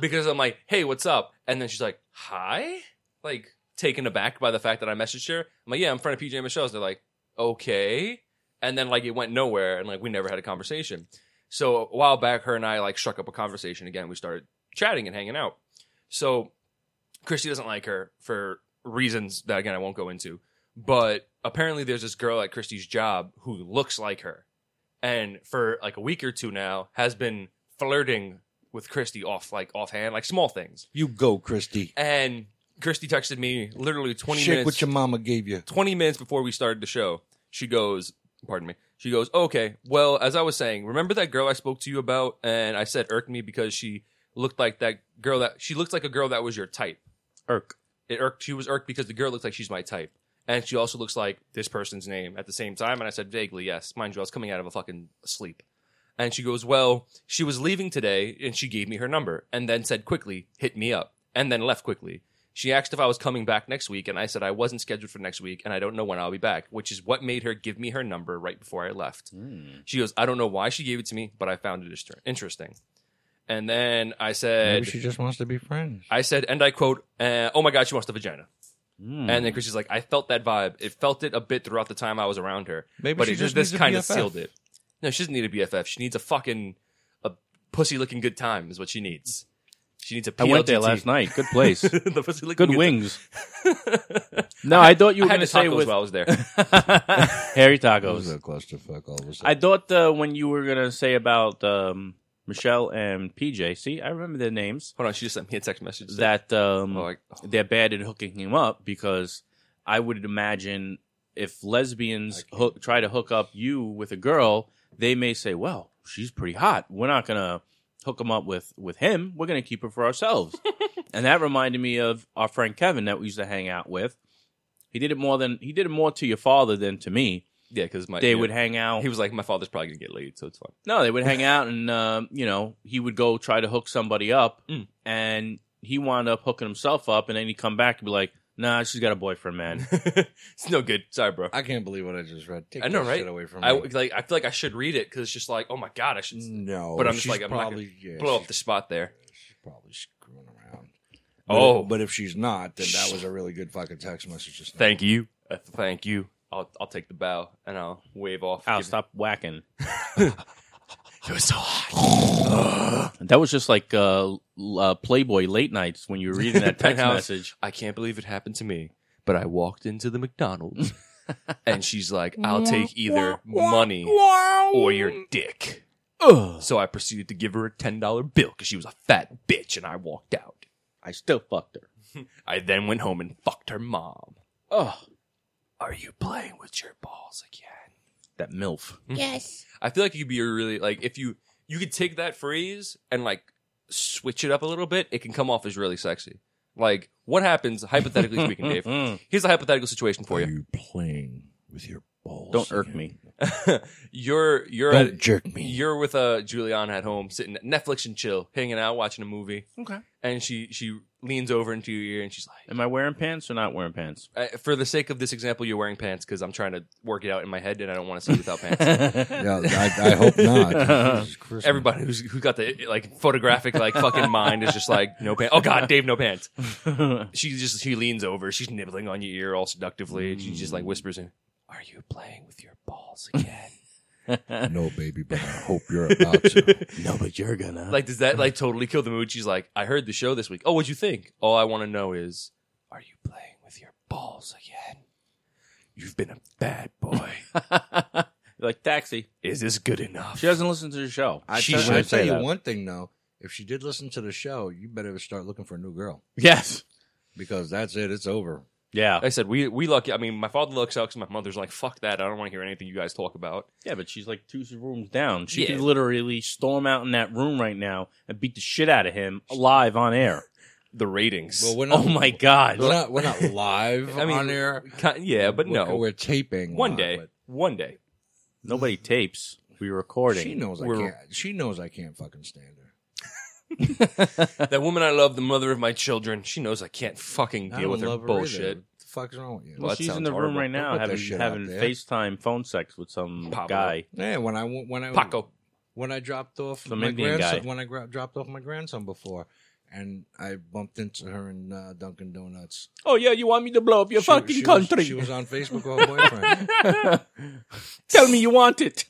[SPEAKER 3] because I'm like, hey, what's up? And then she's like, hi? Like, taken aback by the fact that I messaged her. I'm like, yeah, I'm friend of PJ and Michelle's. They're like, okay. And then like it went nowhere and like we never had a conversation. So a while back, her and I like struck up a conversation again. We started chatting and hanging out. So Christy doesn't like her for reasons that again I won't go into. But apparently there's this girl at Christy's job who looks like her. And for like a week or two now has been flirting with Christy off like offhand, like small things.
[SPEAKER 1] You go, Christy.
[SPEAKER 3] And Christy texted me literally 20
[SPEAKER 1] Shake
[SPEAKER 3] minutes.
[SPEAKER 1] what your mama gave you.
[SPEAKER 3] 20 minutes before we started the show, she goes, pardon me, she goes, okay, well, as I was saying, remember that girl I spoke to you about and I said irked me because she looked like that girl that, she looked like a girl that was your type.
[SPEAKER 2] Irk.
[SPEAKER 3] It irked, she was irked because the girl looks like she's my type. And she also looks like this person's name at the same time. And I said vaguely, yes. Mind you, I was coming out of a fucking sleep. And she goes, well, she was leaving today and she gave me her number and then said quickly, hit me up and then left quickly. She asked if I was coming back next week, and I said I wasn't scheduled for next week, and I don't know when I'll be back, which is what made her give me her number right before I left.
[SPEAKER 2] Mm.
[SPEAKER 3] She goes, I don't know why she gave it to me, but I found it inter- interesting. And then I said,
[SPEAKER 1] Maybe she just wants to be friends.
[SPEAKER 3] I said, and I quote, uh, "Oh my God, she wants the vagina."
[SPEAKER 2] Mm.
[SPEAKER 3] And then Chrissy's like, "I felt that vibe. It felt it a bit throughout the time I was around her,
[SPEAKER 1] Maybe
[SPEAKER 3] but
[SPEAKER 1] she
[SPEAKER 3] it,
[SPEAKER 1] just
[SPEAKER 3] this
[SPEAKER 1] needs a
[SPEAKER 3] kind of
[SPEAKER 1] BFF.
[SPEAKER 3] sealed it. No, she doesn't need a BFF. She needs a fucking a pussy looking good time is what she needs. She needs a
[SPEAKER 2] I
[SPEAKER 3] PLTT.
[SPEAKER 2] went there last night. Good
[SPEAKER 3] (laughs)
[SPEAKER 2] place.
[SPEAKER 3] the pussy looking
[SPEAKER 2] Good wings. no, I thought you
[SPEAKER 3] I
[SPEAKER 2] were going
[SPEAKER 3] had
[SPEAKER 2] to
[SPEAKER 3] the
[SPEAKER 2] say
[SPEAKER 3] tacos
[SPEAKER 2] with
[SPEAKER 3] while I was there.
[SPEAKER 2] (laughs) Harry
[SPEAKER 1] That was
[SPEAKER 2] Tacos.
[SPEAKER 1] a clusterfuck all of a
[SPEAKER 2] I
[SPEAKER 1] sudden.
[SPEAKER 2] thought uh, when you were going to say about um, Michelle and PJ. See, I remember their names.
[SPEAKER 3] Hold on, she just sent me a text message. that-
[SPEAKER 2] That um,
[SPEAKER 3] Oh, I- oh.
[SPEAKER 2] they're bad at hooking him up because I would imagine if lesbians hook, try to hook up you with a girl, they may say, "Well, she's pretty hot. We're not gonna hook him up with with him. We're gonna keep her for ourselves." and that reminded me of our friend Kevin that we used to hang out with. He did it more than he did it more to your father than to me.
[SPEAKER 3] yeah, because my
[SPEAKER 2] They
[SPEAKER 3] Uh, yeah.
[SPEAKER 2] would hang out.
[SPEAKER 3] He was like, my father's probably gonna get laid, so it's fine.
[SPEAKER 2] No, they would
[SPEAKER 3] (laughs)
[SPEAKER 2] hang out, and um, you know, he would go try to hook somebody up,
[SPEAKER 3] Mm.
[SPEAKER 2] and he wound up hooking himself up, and then he'd come back and be like, "Nah, she's got a boyfriend,
[SPEAKER 3] (laughs)
[SPEAKER 2] man."
[SPEAKER 3] it's no good. Sorry, bro. I,
[SPEAKER 1] I, can't believe what I just read. Take
[SPEAKER 3] I know,
[SPEAKER 1] that
[SPEAKER 3] right?
[SPEAKER 1] shit away from me.
[SPEAKER 3] like. I feel like I should read it because it's just like, oh my god, I should
[SPEAKER 1] no,
[SPEAKER 3] but I'm just
[SPEAKER 1] she's
[SPEAKER 3] like, I'm not
[SPEAKER 1] probably Mm, yeah,
[SPEAKER 3] blow up
[SPEAKER 1] she's-
[SPEAKER 3] the spot there.
[SPEAKER 1] She's probably screwing around.
[SPEAKER 3] Oh.
[SPEAKER 1] But- but if she's not, then that was a really good fucking text message. Just now.
[SPEAKER 3] Thank you. Uh, thank you. I'll I'll take the bow and I'll wave off.
[SPEAKER 2] Ow,
[SPEAKER 3] Give-
[SPEAKER 2] stop whacking.
[SPEAKER 3] It was so hot.
[SPEAKER 2] (gasps) That was just like uh, l- uh, Playboy late nights when you were reading
[SPEAKER 3] (laughs)
[SPEAKER 2] that text
[SPEAKER 3] Penthouse.
[SPEAKER 2] message.
[SPEAKER 3] I can't believe it happened to me, but I walked into the McDonald's and she's like, "I'll take either money or your dick."
[SPEAKER 2] Ugh.
[SPEAKER 3] So I proceeded to give her a ten dollar bill because she was a fat bitch, and I walked out.
[SPEAKER 2] I still fucked her.
[SPEAKER 3] I then went home and fucked her mom.
[SPEAKER 2] Oh,
[SPEAKER 3] Are you playing with your balls again?
[SPEAKER 2] that milf.
[SPEAKER 5] Yes.
[SPEAKER 3] I feel like you could be a really like if you you could take that phrase and like switch it up a little bit, it can come off as really sexy. Like what happens hypothetically
[SPEAKER 2] (laughs)
[SPEAKER 3] speaking, Dave?
[SPEAKER 2] Mm-hmm.
[SPEAKER 3] Here's a hypothetical situation for
[SPEAKER 1] Are
[SPEAKER 3] you.
[SPEAKER 1] you playing with your balls?
[SPEAKER 3] Oh,
[SPEAKER 2] Don't irk
[SPEAKER 1] again?
[SPEAKER 2] me.
[SPEAKER 3] (laughs) You're you're
[SPEAKER 1] Don't
[SPEAKER 3] at-
[SPEAKER 1] jerk me.
[SPEAKER 3] you're with uh Juliana at home, sitting at Netflix and chill, hanging out, watching a movie,
[SPEAKER 2] Okay.
[SPEAKER 3] and she she leans over into your ear and she's like,
[SPEAKER 2] Am I wearing pants or not wearing pants?
[SPEAKER 3] uh, for the sake of this example, you're wearing pants because I'm trying to work it out in my head and I don't want to see you
[SPEAKER 2] (laughs)
[SPEAKER 3] without pants.
[SPEAKER 1] Yeah, I, I hope not.
[SPEAKER 3] (laughs)
[SPEAKER 1] Jesus Christ.
[SPEAKER 3] Everybody who's who got the like photographic like fucking mind is just like no pants. Oh God, Dave, no pants. She just she leans over. She's nibbling on your ear all seductively. She just like whispers in, "Are you playing with your balls again?"
[SPEAKER 2] (laughs)
[SPEAKER 3] (laughs)
[SPEAKER 1] No, baby, but I hope you're about to.
[SPEAKER 2] no, but you're gonna.
[SPEAKER 3] like, does that like totally kill the mood? She's like, "I heard the show this week. Oh, what'd you think? All I want to know is, are you playing with your balls again? You've been a bad
[SPEAKER 2] (laughs)
[SPEAKER 3] boy.
[SPEAKER 2] like taxi.
[SPEAKER 3] is this good enough?"
[SPEAKER 2] She doesn't listen to the show.
[SPEAKER 1] I
[SPEAKER 2] she
[SPEAKER 1] tell,
[SPEAKER 2] should
[SPEAKER 1] I
[SPEAKER 2] say
[SPEAKER 1] tell you
[SPEAKER 2] that.
[SPEAKER 1] one thing though. If she did listen to the show, you better start looking for a new girl
[SPEAKER 2] Yes.
[SPEAKER 1] because that's it. It's over.
[SPEAKER 2] Yeah.
[SPEAKER 3] Like I said we we lucky. I mean, my father looks out because my mother's like, "Fuck that! I don't want to hear anything you guys talk about."
[SPEAKER 2] Yeah, but she's like two rooms down. She
[SPEAKER 3] Yeah.
[SPEAKER 2] could literally storm out in that room right now and beat the shit out of him live on
[SPEAKER 3] (laughs)
[SPEAKER 2] air.
[SPEAKER 3] The ratings. (laughs)
[SPEAKER 1] Well, we're not.
[SPEAKER 2] Oh my god.
[SPEAKER 1] We're not. We're not live
[SPEAKER 3] I mean,
[SPEAKER 1] on air.
[SPEAKER 3] Ki- yeah, but
[SPEAKER 1] We're-
[SPEAKER 3] no.
[SPEAKER 1] we're taping
[SPEAKER 3] One
[SPEAKER 1] live,
[SPEAKER 3] day,
[SPEAKER 1] but (laughs)
[SPEAKER 3] one day.
[SPEAKER 2] Nobody tapes. We recording.
[SPEAKER 1] She knows I
[SPEAKER 3] We're-
[SPEAKER 1] can't. She knows I can't fucking stand her.
[SPEAKER 3] That woman I love, the mother of my children, she knows I can't fucking
[SPEAKER 1] I
[SPEAKER 3] deal
[SPEAKER 1] don't
[SPEAKER 3] with her
[SPEAKER 1] love her
[SPEAKER 3] bullshit.
[SPEAKER 1] Either. What the fuck is wrong with you?
[SPEAKER 3] Well,
[SPEAKER 2] Well,
[SPEAKER 3] that
[SPEAKER 2] she's in
[SPEAKER 3] sounds
[SPEAKER 2] the room
[SPEAKER 3] horrible.
[SPEAKER 2] right
[SPEAKER 1] Don't put
[SPEAKER 2] now
[SPEAKER 1] that
[SPEAKER 2] having
[SPEAKER 1] shit out
[SPEAKER 2] having
[SPEAKER 1] there.
[SPEAKER 2] FaceTime phone sex with some
[SPEAKER 3] Pablo.
[SPEAKER 2] guy.
[SPEAKER 1] Yeah, when I when I
[SPEAKER 3] Paco,
[SPEAKER 1] when I dropped off
[SPEAKER 2] Some
[SPEAKER 1] my
[SPEAKER 2] Indian
[SPEAKER 1] grandson
[SPEAKER 2] guy.
[SPEAKER 1] when I gra- dropped off my grandson before, and I bumped into her in uh, Dunkin' Donuts.
[SPEAKER 2] Oh yeah, you want me to blow up your
[SPEAKER 1] She- she was- she was on Facebook with her boyfriend.
[SPEAKER 2] (laughs)
[SPEAKER 3] (laughs)
[SPEAKER 2] Tell me you want it.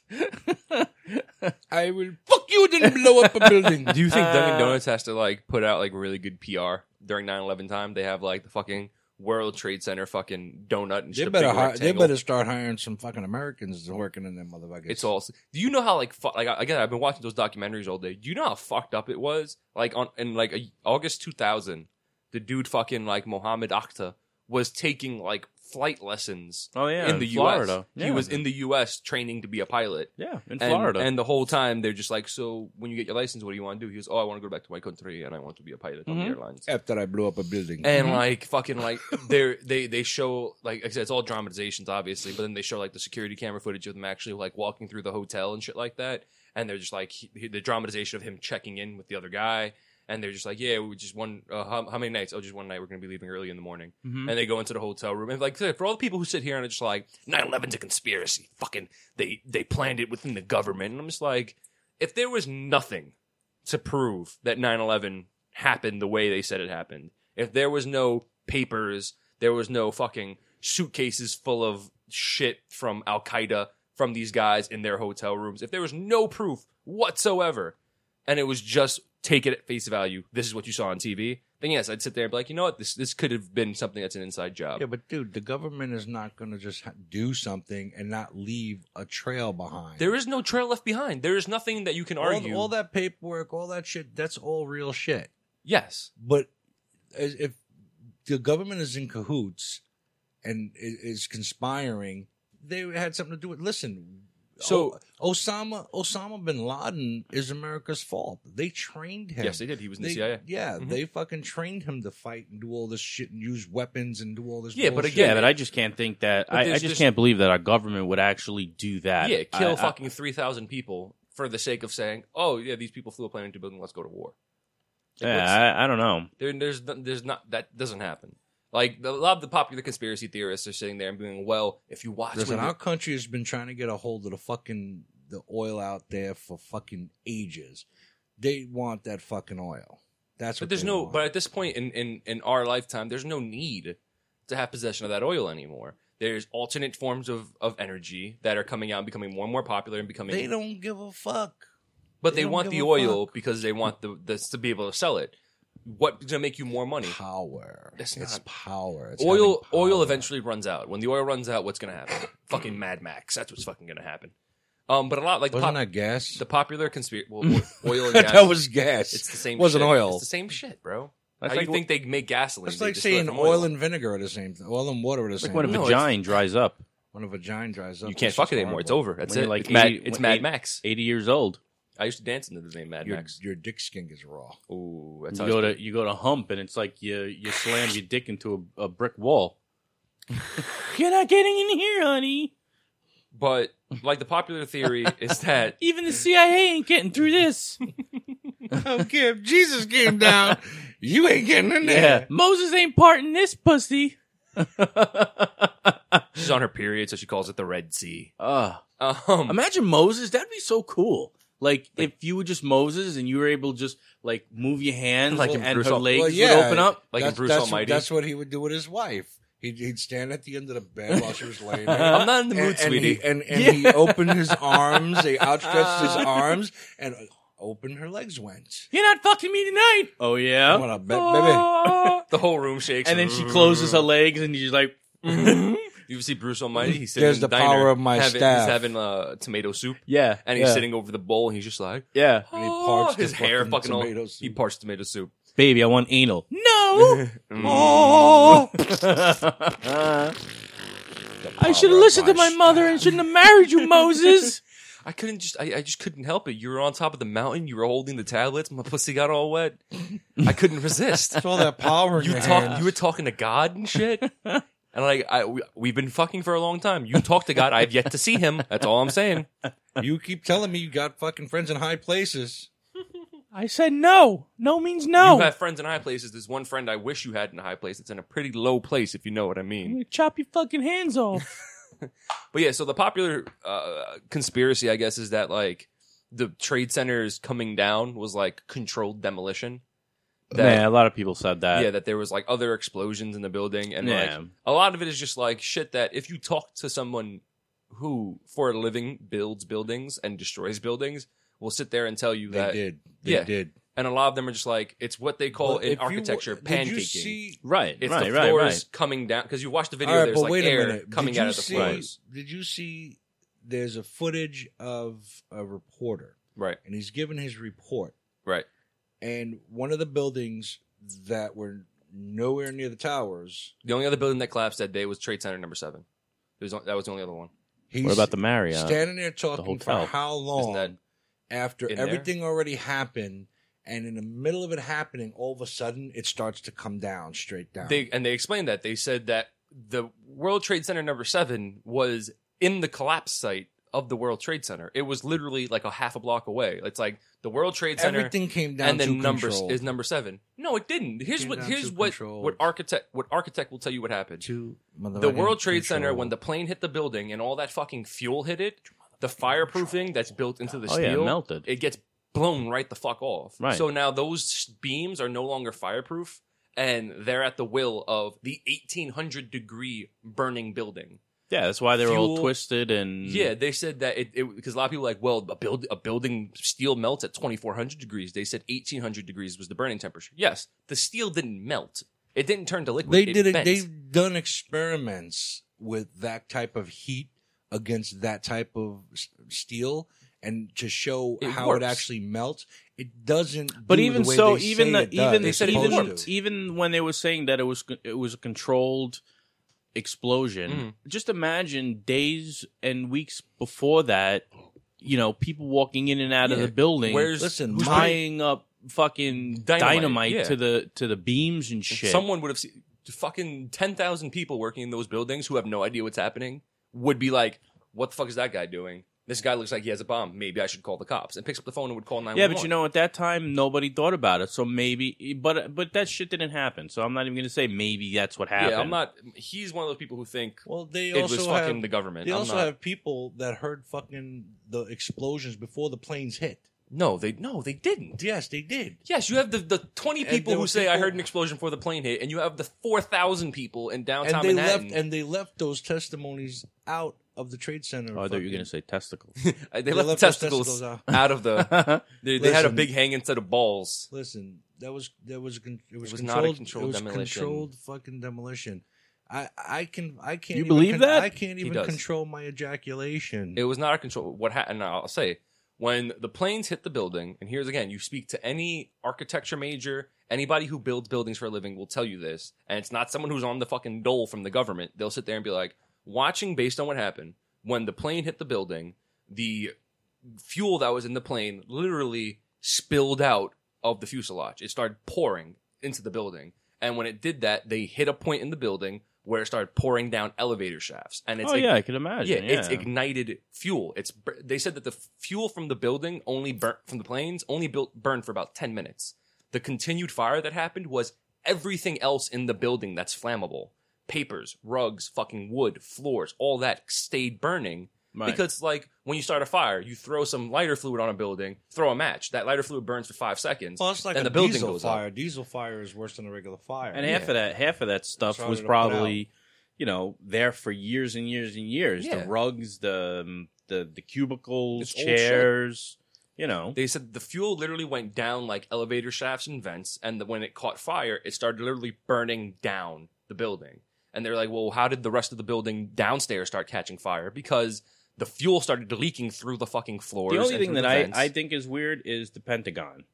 [SPEAKER 1] I will fuck you. Didn't blow up a
[SPEAKER 2] (laughs)
[SPEAKER 1] building.
[SPEAKER 3] do you think
[SPEAKER 1] (laughs)
[SPEAKER 3] Dunkin' Donuts has to like put out like really good PR during 9-11 time? They have like the fucking World Trade Center fucking donut and
[SPEAKER 1] They
[SPEAKER 3] shit.
[SPEAKER 1] better hi- they better start hiring some fucking Americans working in them motherfuckers.
[SPEAKER 3] It's all. Do you know how like fu- like again? I've been watching those documentaries all day. Do you know how fucked up it was? Like on in like a, August two thousand, the dude fucking like Mohammed Akhtar was taking like flight lessons.
[SPEAKER 2] Oh yeah,
[SPEAKER 3] in the U.S.
[SPEAKER 2] Florida.
[SPEAKER 3] He
[SPEAKER 2] Yeah.
[SPEAKER 3] was in the U.S. training to be a pilot.
[SPEAKER 2] yeah in
[SPEAKER 3] And,
[SPEAKER 2] Florida.
[SPEAKER 3] and the whole time they're just like, so when you get your license, what do you want to do? He goes, oh, I want to go back to my country and I want to be a pilot on the
[SPEAKER 2] Mhm.
[SPEAKER 3] airlines.
[SPEAKER 1] after I blew up a building. Mm-hmm.
[SPEAKER 3] And like fucking like they they they show like, like I said, it's all dramatizations obviously, but then they show like the security camera footage of them actually like walking through the hotel and shit like that, and they're just like he, he- the dramatization of him checking in with the other guy, and they're just like, yeah, we just one uh, how, how many nights? Oh, just one night. We're gonna be leaving early in the morning
[SPEAKER 2] Mhm.
[SPEAKER 3] and they go into the hotel room and like for all the people who sit here and are just like 9-11's a conspiracy fucking they they planned it within the government and i'm just like if there was nothing to prove that 9-11 happened the way they said it happened if there was no papers there was no fucking suitcases full of shit from al-qaeda from these guys in their hotel rooms if there was no proof whatsoever and it was just take it at face value. This is what you saw on TV. Then yes, I'd sit there and be like, you know what, this this could have been something that's an inside job.
[SPEAKER 1] yeah, but dude, the government is not going to just ha- do something and not leave a trail behind.
[SPEAKER 3] There is no trail left behind. There is nothing that you can
[SPEAKER 1] all,
[SPEAKER 3] argue.
[SPEAKER 1] all that paperwork, all that shit. That's all real shit.
[SPEAKER 3] yes,
[SPEAKER 1] But as- if the government is in cahoots and i- is conspiring, they had something to do with. Listen,
[SPEAKER 3] So-
[SPEAKER 1] O- Osama Osama bin Laden is America's fault. They trained him.
[SPEAKER 3] yes, they did. He was in
[SPEAKER 1] They-
[SPEAKER 3] the CIA.
[SPEAKER 1] Yeah,
[SPEAKER 3] Mhm.
[SPEAKER 1] they fucking trained him to fight and do all this shit and use weapons and do all this.
[SPEAKER 3] Yeah, but
[SPEAKER 1] bullshit.
[SPEAKER 3] again,
[SPEAKER 2] yeah, but I just can't think that.
[SPEAKER 3] But
[SPEAKER 2] I, I
[SPEAKER 3] there's
[SPEAKER 2] just
[SPEAKER 3] just-
[SPEAKER 2] can't believe that our government would actually do that.
[SPEAKER 3] Yeah, kill
[SPEAKER 2] I- I-
[SPEAKER 3] fucking three thousand people for the sake of saying, oh yeah, these people flew a plane into a building. Let's go to war. Like, what's-
[SPEAKER 2] yeah, I, I don't know.
[SPEAKER 3] There, there's no- there's not that doesn't happen. Like the- a lot of the popular conspiracy theorists are sitting there and being, well, if you watch,
[SPEAKER 1] Listen,
[SPEAKER 3] when the-
[SPEAKER 1] our country has been trying to get a hold of the fucking the oil out there for fucking ages. They want that fucking oil. That's what.
[SPEAKER 3] But there's
[SPEAKER 1] they
[SPEAKER 3] no.
[SPEAKER 1] want.
[SPEAKER 3] But at this point in, in in our lifetime, there's no need to have possession of that oil anymore. There's alternate forms of of energy that are coming out and becoming more and more popular and becoming.
[SPEAKER 1] they don't give a fuck.
[SPEAKER 3] but they,
[SPEAKER 1] they don't
[SPEAKER 3] want
[SPEAKER 1] give
[SPEAKER 3] the
[SPEAKER 1] a
[SPEAKER 3] oil because they want the, the to be able to sell it. What's gonna make you
[SPEAKER 1] (sighs)
[SPEAKER 3] more money?
[SPEAKER 1] Power.
[SPEAKER 3] That's
[SPEAKER 1] it's
[SPEAKER 3] not-
[SPEAKER 1] power. It's
[SPEAKER 3] oil
[SPEAKER 1] having power.
[SPEAKER 3] oil eventually runs out. When the oil runs out, what's gonna
[SPEAKER 1] (clears throat)
[SPEAKER 3] happen? fucking Mad Max. That's what's fucking gonna happen. Um, but a lot like the,
[SPEAKER 1] Wasn't
[SPEAKER 3] pop,
[SPEAKER 1] that gas? (laughs)
[SPEAKER 3] the popular conspiracy well, oil and gas.
[SPEAKER 1] that was gas.
[SPEAKER 3] it's the same.
[SPEAKER 1] Wasn't
[SPEAKER 3] shit.
[SPEAKER 1] oil.
[SPEAKER 3] It's the same shit, bro.
[SPEAKER 2] That's
[SPEAKER 3] How
[SPEAKER 2] like
[SPEAKER 3] you think they make gasoline?
[SPEAKER 1] It's
[SPEAKER 3] They
[SPEAKER 1] like
[SPEAKER 3] distill it
[SPEAKER 1] saying
[SPEAKER 3] from
[SPEAKER 1] oil and vinegar are the same. thing. Oil and water are the
[SPEAKER 2] It's like
[SPEAKER 1] same.
[SPEAKER 2] when a
[SPEAKER 1] thing.
[SPEAKER 3] No, it's-
[SPEAKER 2] vagina dries up.
[SPEAKER 1] when a vagina dries up,
[SPEAKER 3] You can't
[SPEAKER 1] it's
[SPEAKER 3] fuck
[SPEAKER 1] just
[SPEAKER 3] it anymore. It's
[SPEAKER 1] horrible.
[SPEAKER 3] over. That's
[SPEAKER 2] When
[SPEAKER 3] it.
[SPEAKER 2] you're like
[SPEAKER 3] it's Mad,
[SPEAKER 2] 80
[SPEAKER 3] it's
[SPEAKER 2] when
[SPEAKER 3] Mad
[SPEAKER 2] 80
[SPEAKER 3] Max.
[SPEAKER 2] Eighty years old.
[SPEAKER 3] I used to dance into the name Mad
[SPEAKER 1] Your,
[SPEAKER 3] Max.
[SPEAKER 1] your dick skin is raw.
[SPEAKER 3] Ooh, that's
[SPEAKER 2] You
[SPEAKER 3] how
[SPEAKER 2] go
[SPEAKER 3] it's-
[SPEAKER 2] to you go to hump and it's like you you slam your dick (laughs) into a, a brick wall. You're not getting in here, honey.
[SPEAKER 3] But like the
[SPEAKER 1] (laughs)
[SPEAKER 3] popular theory is that
[SPEAKER 2] Even the CIA ain't getting through this.
[SPEAKER 1] Okay, if Oh, Jesus (laughs) came down, you ain't getting in
[SPEAKER 2] (laughs) Yeah.
[SPEAKER 1] there.
[SPEAKER 2] Moses ain't parting this (laughs) pussy.
[SPEAKER 3] she's on her period, so she calls it the Red Sea.
[SPEAKER 2] Uh,
[SPEAKER 3] (laughs) Um,
[SPEAKER 2] imagine Moses. That'd be so cool. Like, if you were just Moses and you were able to just like move your hands
[SPEAKER 3] Like in
[SPEAKER 2] and
[SPEAKER 3] Bruce
[SPEAKER 2] her
[SPEAKER 3] Al-
[SPEAKER 2] legs
[SPEAKER 1] Well, yeah.
[SPEAKER 2] would open up.
[SPEAKER 3] like in
[SPEAKER 1] That's-
[SPEAKER 3] Bruce
[SPEAKER 1] that's,
[SPEAKER 3] Almighty.
[SPEAKER 1] That's what he would do with his wife. He'd, he'd stand at the end of the bed while she was laying there.
[SPEAKER 3] (laughs) I'm not in the mood,
[SPEAKER 1] and, and
[SPEAKER 3] sweetie.
[SPEAKER 1] He, and and he opened his arms. He outstretched
[SPEAKER 3] (laughs)
[SPEAKER 1] his arms and opened her legs went.
[SPEAKER 2] You're not fucking me tonight. Oh yeah.
[SPEAKER 1] What up, ba-
[SPEAKER 2] Ah.
[SPEAKER 3] the whole room shakes,
[SPEAKER 2] and then she closes her legs and she's like,
[SPEAKER 3] You see Bruce Almighty? He's sitting
[SPEAKER 1] There's
[SPEAKER 3] in the
[SPEAKER 1] the
[SPEAKER 3] diner,
[SPEAKER 1] power of my
[SPEAKER 3] having, He's
[SPEAKER 1] staff.
[SPEAKER 3] having uh, tomato soup,
[SPEAKER 2] yeah.
[SPEAKER 3] and he's
[SPEAKER 2] yeah,
[SPEAKER 3] sitting over the bowl, and he's just like,
[SPEAKER 2] Yeah.
[SPEAKER 1] And he parts
[SPEAKER 3] "Oh,"
[SPEAKER 1] the
[SPEAKER 3] his hair,
[SPEAKER 1] fucking
[SPEAKER 3] fucking all.
[SPEAKER 1] tomato
[SPEAKER 3] He
[SPEAKER 1] soup.
[SPEAKER 3] parts tomato soup.
[SPEAKER 2] Baby, I want anal.
[SPEAKER 3] (laughs)
[SPEAKER 2] No. Oh.
[SPEAKER 3] Mm.
[SPEAKER 2] I should have listened to my mother and shouldn't have married you, Moses.
[SPEAKER 3] I couldn't just. I, I just couldn't help it. You were on top of the mountain. You were holding the tablets. My pussy got all wet. I couldn't
[SPEAKER 1] (laughs)
[SPEAKER 3] resist.
[SPEAKER 1] It's all that power. in
[SPEAKER 3] You
[SPEAKER 1] your
[SPEAKER 3] talk.
[SPEAKER 1] hands.
[SPEAKER 3] You were talking to God and shit. And like, I we, we've been fucking for a long time. You talk to God. I've yet to see him. That's all I'm saying.
[SPEAKER 1] You keep telling me you got fucking friends in high places.
[SPEAKER 2] I said no. No means no.
[SPEAKER 3] You have friends in high places. There's one friend I wish you had in a high place. It's in a pretty low place, if you know what I mean.
[SPEAKER 2] I'm gonna chop your fucking hands off.
[SPEAKER 3] But yeah, so the popular uh, conspiracy, I guess, is that like the trade centers coming down was like controlled demolition. That,
[SPEAKER 2] a lot of people said that.
[SPEAKER 3] yeah, that there was like other explosions in the building, and
[SPEAKER 2] Yeah.
[SPEAKER 3] like a lot of it is just like shit that if you talk to someone who for a living builds buildings and destroys buildings, will sit there and tell you
[SPEAKER 1] They
[SPEAKER 3] that.
[SPEAKER 1] did. They
[SPEAKER 3] yeah.
[SPEAKER 1] did.
[SPEAKER 3] And a lot of them are just like it's what they call
[SPEAKER 1] But
[SPEAKER 3] in
[SPEAKER 1] if you-
[SPEAKER 3] architecture pancaking.
[SPEAKER 1] Did you see?
[SPEAKER 2] Right.
[SPEAKER 3] it's
[SPEAKER 2] right,
[SPEAKER 3] the
[SPEAKER 2] right,
[SPEAKER 3] floors
[SPEAKER 2] right.
[SPEAKER 3] coming down because you watch the video.
[SPEAKER 1] All right,
[SPEAKER 3] there's
[SPEAKER 1] but
[SPEAKER 3] like
[SPEAKER 1] wait
[SPEAKER 3] air
[SPEAKER 1] a minute.
[SPEAKER 3] coming
[SPEAKER 1] did you
[SPEAKER 3] out of the
[SPEAKER 1] see,
[SPEAKER 3] floors.
[SPEAKER 1] Did you see? There's a footage of a reporter,
[SPEAKER 3] Right.
[SPEAKER 1] and he's given his report.
[SPEAKER 3] Right.
[SPEAKER 1] And one of the buildings that were nowhere near the towers.
[SPEAKER 3] The only other building that collapsed that day was Trade Center number seven. It was, that was the only other one.
[SPEAKER 1] He's
[SPEAKER 2] Marriott?
[SPEAKER 1] standing there talking for
[SPEAKER 2] hotel.
[SPEAKER 1] how long
[SPEAKER 3] that
[SPEAKER 1] after
[SPEAKER 3] in there?
[SPEAKER 1] everything already happened, and in the middle of it happening, all of a sudden it starts to come down straight down.
[SPEAKER 3] They and they explained that they said that the World Trade Center number seven was in the collapse site of the World Trade Center. It was literally like a half a block away. It's like the World Trade Center
[SPEAKER 1] everything came down
[SPEAKER 3] and
[SPEAKER 1] to
[SPEAKER 3] then number
[SPEAKER 1] control.
[SPEAKER 3] is number seven. No, it didn't. Here's
[SPEAKER 1] Came
[SPEAKER 3] what
[SPEAKER 1] down
[SPEAKER 3] here's
[SPEAKER 1] to
[SPEAKER 3] what
[SPEAKER 1] control.
[SPEAKER 3] what architect what architect will tell you what happened.
[SPEAKER 1] to
[SPEAKER 3] The World Trade Center when the plane hit the building and all that fucking fuel hit it, the fireproofing that's built into the
[SPEAKER 2] Oh,
[SPEAKER 3] steel
[SPEAKER 2] yeah, melted.
[SPEAKER 3] It gets blown right the fuck off.
[SPEAKER 2] Right.
[SPEAKER 3] So now those beams are no longer fireproof, and they're at the will of the 1800 degree burning building.
[SPEAKER 2] Yeah, that's why they were all
[SPEAKER 3] Fuel-
[SPEAKER 2] twisted and
[SPEAKER 1] Mm.
[SPEAKER 3] Yeah, they said that it because a lot of people are like, well, a build a building steel melts at 2400 degrees. They said 1800 degrees was the burning temperature. Yes, the steel didn't melt. It didn't turn to liquid.
[SPEAKER 1] they did it,
[SPEAKER 3] bent.
[SPEAKER 1] they've done experiments with that type of heat against that type of s- steel, and to show
[SPEAKER 3] It
[SPEAKER 1] how
[SPEAKER 3] works.
[SPEAKER 1] it actually melts, it doesn't.
[SPEAKER 2] But
[SPEAKER 1] do
[SPEAKER 2] even
[SPEAKER 1] the way
[SPEAKER 2] so,
[SPEAKER 1] they
[SPEAKER 2] even
[SPEAKER 1] say
[SPEAKER 2] the,
[SPEAKER 1] it does.
[SPEAKER 2] even
[SPEAKER 1] It's
[SPEAKER 3] said it
[SPEAKER 2] even
[SPEAKER 1] supposed
[SPEAKER 3] worked.
[SPEAKER 1] to.
[SPEAKER 2] even when they were saying that it was it was a controlled explosion,
[SPEAKER 3] Mm-hmm.
[SPEAKER 2] just imagine days and weeks before that, you know, people walking in and out of
[SPEAKER 3] Yeah.
[SPEAKER 2] the building,
[SPEAKER 3] Where's-
[SPEAKER 1] Listen,
[SPEAKER 3] who's
[SPEAKER 1] my
[SPEAKER 2] tying up fucking dynamite,
[SPEAKER 3] Dynamite, yeah.
[SPEAKER 2] to the to the beams and shit.
[SPEAKER 3] Someone would have seen fucking 10,000 people working in those buildings who have no idea what's happening would be like, what the fuck is that guy doing? This guy looks like he has a bomb. Maybe I should call the cops. And picks up the phone and would call 911.
[SPEAKER 2] yeah, but you know, at that time, nobody thought about it. So maybe, but but that shit didn't happen. So I'm not even gonna say maybe that's what happened.
[SPEAKER 3] Yeah, I'm not. He's one of those people who think
[SPEAKER 1] Well, they
[SPEAKER 3] it
[SPEAKER 1] also
[SPEAKER 3] was
[SPEAKER 1] have,
[SPEAKER 3] fucking the government.
[SPEAKER 1] They
[SPEAKER 3] I'm
[SPEAKER 1] also
[SPEAKER 3] not-
[SPEAKER 1] have people that heard fucking the explosions before the planes hit.
[SPEAKER 3] No, they no, they didn't.
[SPEAKER 1] Yes, they did.
[SPEAKER 3] Yes, you have the, the 20
[SPEAKER 1] And
[SPEAKER 3] people
[SPEAKER 1] there
[SPEAKER 3] who
[SPEAKER 1] were
[SPEAKER 3] say I
[SPEAKER 1] people-
[SPEAKER 3] heard an explosion before the plane hit, and you have the 4,000 people in
[SPEAKER 1] And
[SPEAKER 3] downtown
[SPEAKER 1] they
[SPEAKER 3] Manhattan.
[SPEAKER 1] left and they left those testimonies out of the trade center.
[SPEAKER 2] Oh, I thought you were
[SPEAKER 1] fucking-
[SPEAKER 2] gonna say
[SPEAKER 3] (laughs)
[SPEAKER 2] testicles. Oh,
[SPEAKER 3] Uh, they,
[SPEAKER 1] they
[SPEAKER 3] left,
[SPEAKER 1] left
[SPEAKER 3] the
[SPEAKER 1] those
[SPEAKER 3] testicles, (laughs)
[SPEAKER 1] testicles out.
[SPEAKER 3] out of the. They, they had a
[SPEAKER 1] Listen.
[SPEAKER 3] big hanging set of balls.
[SPEAKER 1] Listen, that was that was a con- it was,
[SPEAKER 3] was not a
[SPEAKER 1] controlled,
[SPEAKER 3] controlled
[SPEAKER 1] it was
[SPEAKER 3] demolition.
[SPEAKER 1] controlled fucking demolition. I I can I can't
[SPEAKER 2] You
[SPEAKER 1] even
[SPEAKER 2] believe
[SPEAKER 1] con-
[SPEAKER 2] that?
[SPEAKER 1] I can't
[SPEAKER 3] He
[SPEAKER 1] even
[SPEAKER 3] does.
[SPEAKER 1] control my
[SPEAKER 2] Mm-hmm.
[SPEAKER 1] ejaculation.
[SPEAKER 3] It was not a control. What happened? I'll say when the planes hit the building, and here's again, you speak to any architecture major, anybody who builds buildings for a living will tell you this, and it's not someone who's on the fucking dole from the government. They'll sit there and be like, watching based on what happened when the plane hit the building, the fuel that was in the plane literally spilled out of the fuselage. It started pouring into the building, and when it did that, they hit a point in the building where it started pouring down elevator shafts, and it's
[SPEAKER 2] oh
[SPEAKER 3] ig-
[SPEAKER 2] yeah, I could imagine. Yeah,
[SPEAKER 3] it's ignited fuel. It's bur- they said that the fuel from the building only burnt from the planes only built burned for about ten minutes. The continued fire that happened was everything else in the building that's flammable, papers, rugs, fucking wood, floors, all that stayed burning.
[SPEAKER 2] Right.
[SPEAKER 3] Because like when you start a fire, you throw some lighter fluid on a building, throw a match. That lighter fluid burns for five seconds,
[SPEAKER 1] Well, it's like
[SPEAKER 3] and
[SPEAKER 1] a
[SPEAKER 3] the building
[SPEAKER 1] diesel
[SPEAKER 3] goes
[SPEAKER 1] fire.
[SPEAKER 3] up.
[SPEAKER 1] Diesel fire is worse than a regular fire.
[SPEAKER 2] and half of that half of that stuff
[SPEAKER 1] That's
[SPEAKER 2] was
[SPEAKER 1] harder to put
[SPEAKER 2] probably you know there for years and years and years.
[SPEAKER 3] Yeah.
[SPEAKER 2] The rugs, the um, the the cubicles,
[SPEAKER 3] It's old shit.
[SPEAKER 2] chairs. You know,
[SPEAKER 3] They said the fuel literally went down like elevator shafts and vents, and the, when it caught fire, it started literally burning down the building. And they're like, "Well, how did the rest of the building downstairs start catching fire? Because the fuel started leaking through the fucking floors."
[SPEAKER 2] the only
[SPEAKER 3] and
[SPEAKER 2] thing
[SPEAKER 3] through
[SPEAKER 2] that
[SPEAKER 3] the
[SPEAKER 2] I,
[SPEAKER 3] vents.
[SPEAKER 2] I think is weird is the Pentagon.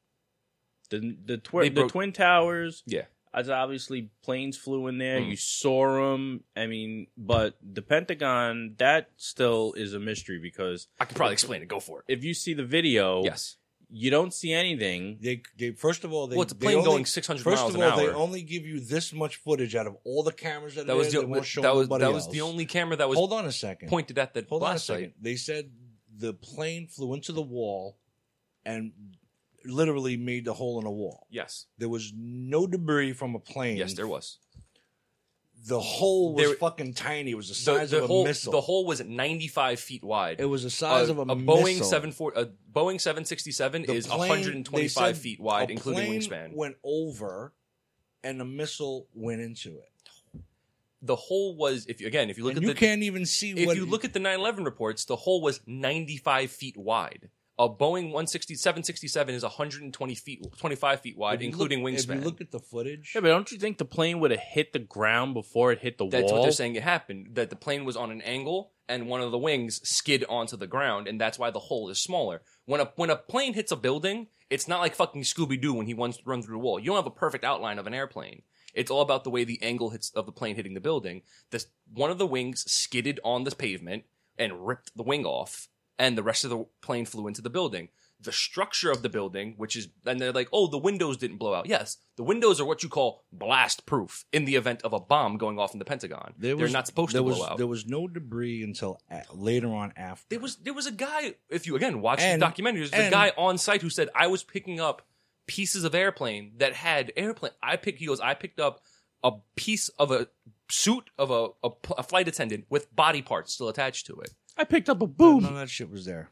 [SPEAKER 2] The the,
[SPEAKER 3] They
[SPEAKER 2] twi- the
[SPEAKER 3] broke-
[SPEAKER 2] twin towers.
[SPEAKER 3] Yeah.
[SPEAKER 2] as obviously planes flew in there.
[SPEAKER 3] Mm.
[SPEAKER 2] You saw them. I mean, but the Pentagon that still is a mystery because
[SPEAKER 3] I could probably explain it. Go for it.
[SPEAKER 2] if you see the video,
[SPEAKER 3] Yes.
[SPEAKER 2] you don't see anything.
[SPEAKER 1] They, they first of all, they
[SPEAKER 3] well, it's a
[SPEAKER 1] they
[SPEAKER 3] plane
[SPEAKER 1] only-
[SPEAKER 3] going 600
[SPEAKER 1] First
[SPEAKER 3] miles
[SPEAKER 1] of
[SPEAKER 3] an
[SPEAKER 1] all, they
[SPEAKER 3] hour.
[SPEAKER 1] only give you this much footage out of all the cameras that,
[SPEAKER 3] that
[SPEAKER 1] are
[SPEAKER 3] was
[SPEAKER 1] there.
[SPEAKER 3] the
[SPEAKER 1] They won't show
[SPEAKER 3] that was
[SPEAKER 1] nobody
[SPEAKER 3] that was
[SPEAKER 1] else.
[SPEAKER 3] the only camera that was
[SPEAKER 1] Hold on a second.
[SPEAKER 3] pointed at the
[SPEAKER 1] Hold on a
[SPEAKER 3] blast
[SPEAKER 1] second.
[SPEAKER 3] site.
[SPEAKER 1] They said the plane flew into the wall and literally made the hole in the wall.
[SPEAKER 3] Yes.
[SPEAKER 1] There was no debris from a plane.
[SPEAKER 3] Yes, there was.
[SPEAKER 1] The hole was
[SPEAKER 3] There-
[SPEAKER 1] fucking tiny. It was the
[SPEAKER 3] The,
[SPEAKER 1] size
[SPEAKER 3] the
[SPEAKER 1] of
[SPEAKER 3] hole
[SPEAKER 1] a missile.
[SPEAKER 3] the hole was 95 feet wide.
[SPEAKER 1] it was the size
[SPEAKER 3] a,
[SPEAKER 1] of a,
[SPEAKER 3] a Boeing
[SPEAKER 1] missile.
[SPEAKER 3] seven four a Boeing seven sixty seven
[SPEAKER 1] The
[SPEAKER 3] is
[SPEAKER 1] plane-
[SPEAKER 3] one hundred and twenty
[SPEAKER 1] they said
[SPEAKER 3] five feet wide,
[SPEAKER 1] a plane
[SPEAKER 3] including wingspan.
[SPEAKER 1] Went over, and the missile went into it.
[SPEAKER 3] the hole was, if you, again, if you look
[SPEAKER 1] and
[SPEAKER 3] at
[SPEAKER 1] you
[SPEAKER 3] the
[SPEAKER 1] can't even see
[SPEAKER 3] if
[SPEAKER 1] what
[SPEAKER 3] you look at the 9-11 reports, the hole was ninety five feet wide. A Boeing 160, 767 is one hundred and twenty feet twenty five feet wide,
[SPEAKER 1] if you
[SPEAKER 3] including
[SPEAKER 1] look, If
[SPEAKER 3] wingspan.
[SPEAKER 1] you look at the footage,
[SPEAKER 2] Yeah, but don't you think the plane would have hit the ground before it hit the
[SPEAKER 3] that's
[SPEAKER 2] wall?
[SPEAKER 3] what they're saying. It happened that the plane was on an angle and one of the wings skid onto the ground, and that's why the hole is smaller. When a when a plane hits a building, it's not like fucking Scooby Doo when he runs run through the wall. You don't have a perfect outline of an airplane. It's all about the way the angle hits of the plane hitting the building. This one of the wings skidded on the pavement and ripped the wing off, and the rest of the plane flew into the building. The structure of the building, which is, and they're like, oh, the windows didn't blow out. Yes, the windows are what you call blast proof in the event of a bomb going off in the Pentagon.
[SPEAKER 1] there
[SPEAKER 3] they're
[SPEAKER 1] was-
[SPEAKER 3] not supposed
[SPEAKER 1] there
[SPEAKER 3] to
[SPEAKER 1] was,
[SPEAKER 3] blow out.
[SPEAKER 1] There was no debris until a- later on after.
[SPEAKER 3] There was there was a guy. If you again watch
[SPEAKER 1] And-
[SPEAKER 3] the documentary, there's a
[SPEAKER 1] and-
[SPEAKER 3] guy on site who said I was picking up pieces of airplane that had airplane. I picked. He goes. I picked up a piece of a suit of a, a, pl- a flight attendant with body parts still attached to it.
[SPEAKER 2] I picked up a
[SPEAKER 1] None
[SPEAKER 2] boom.
[SPEAKER 1] of that shit was there.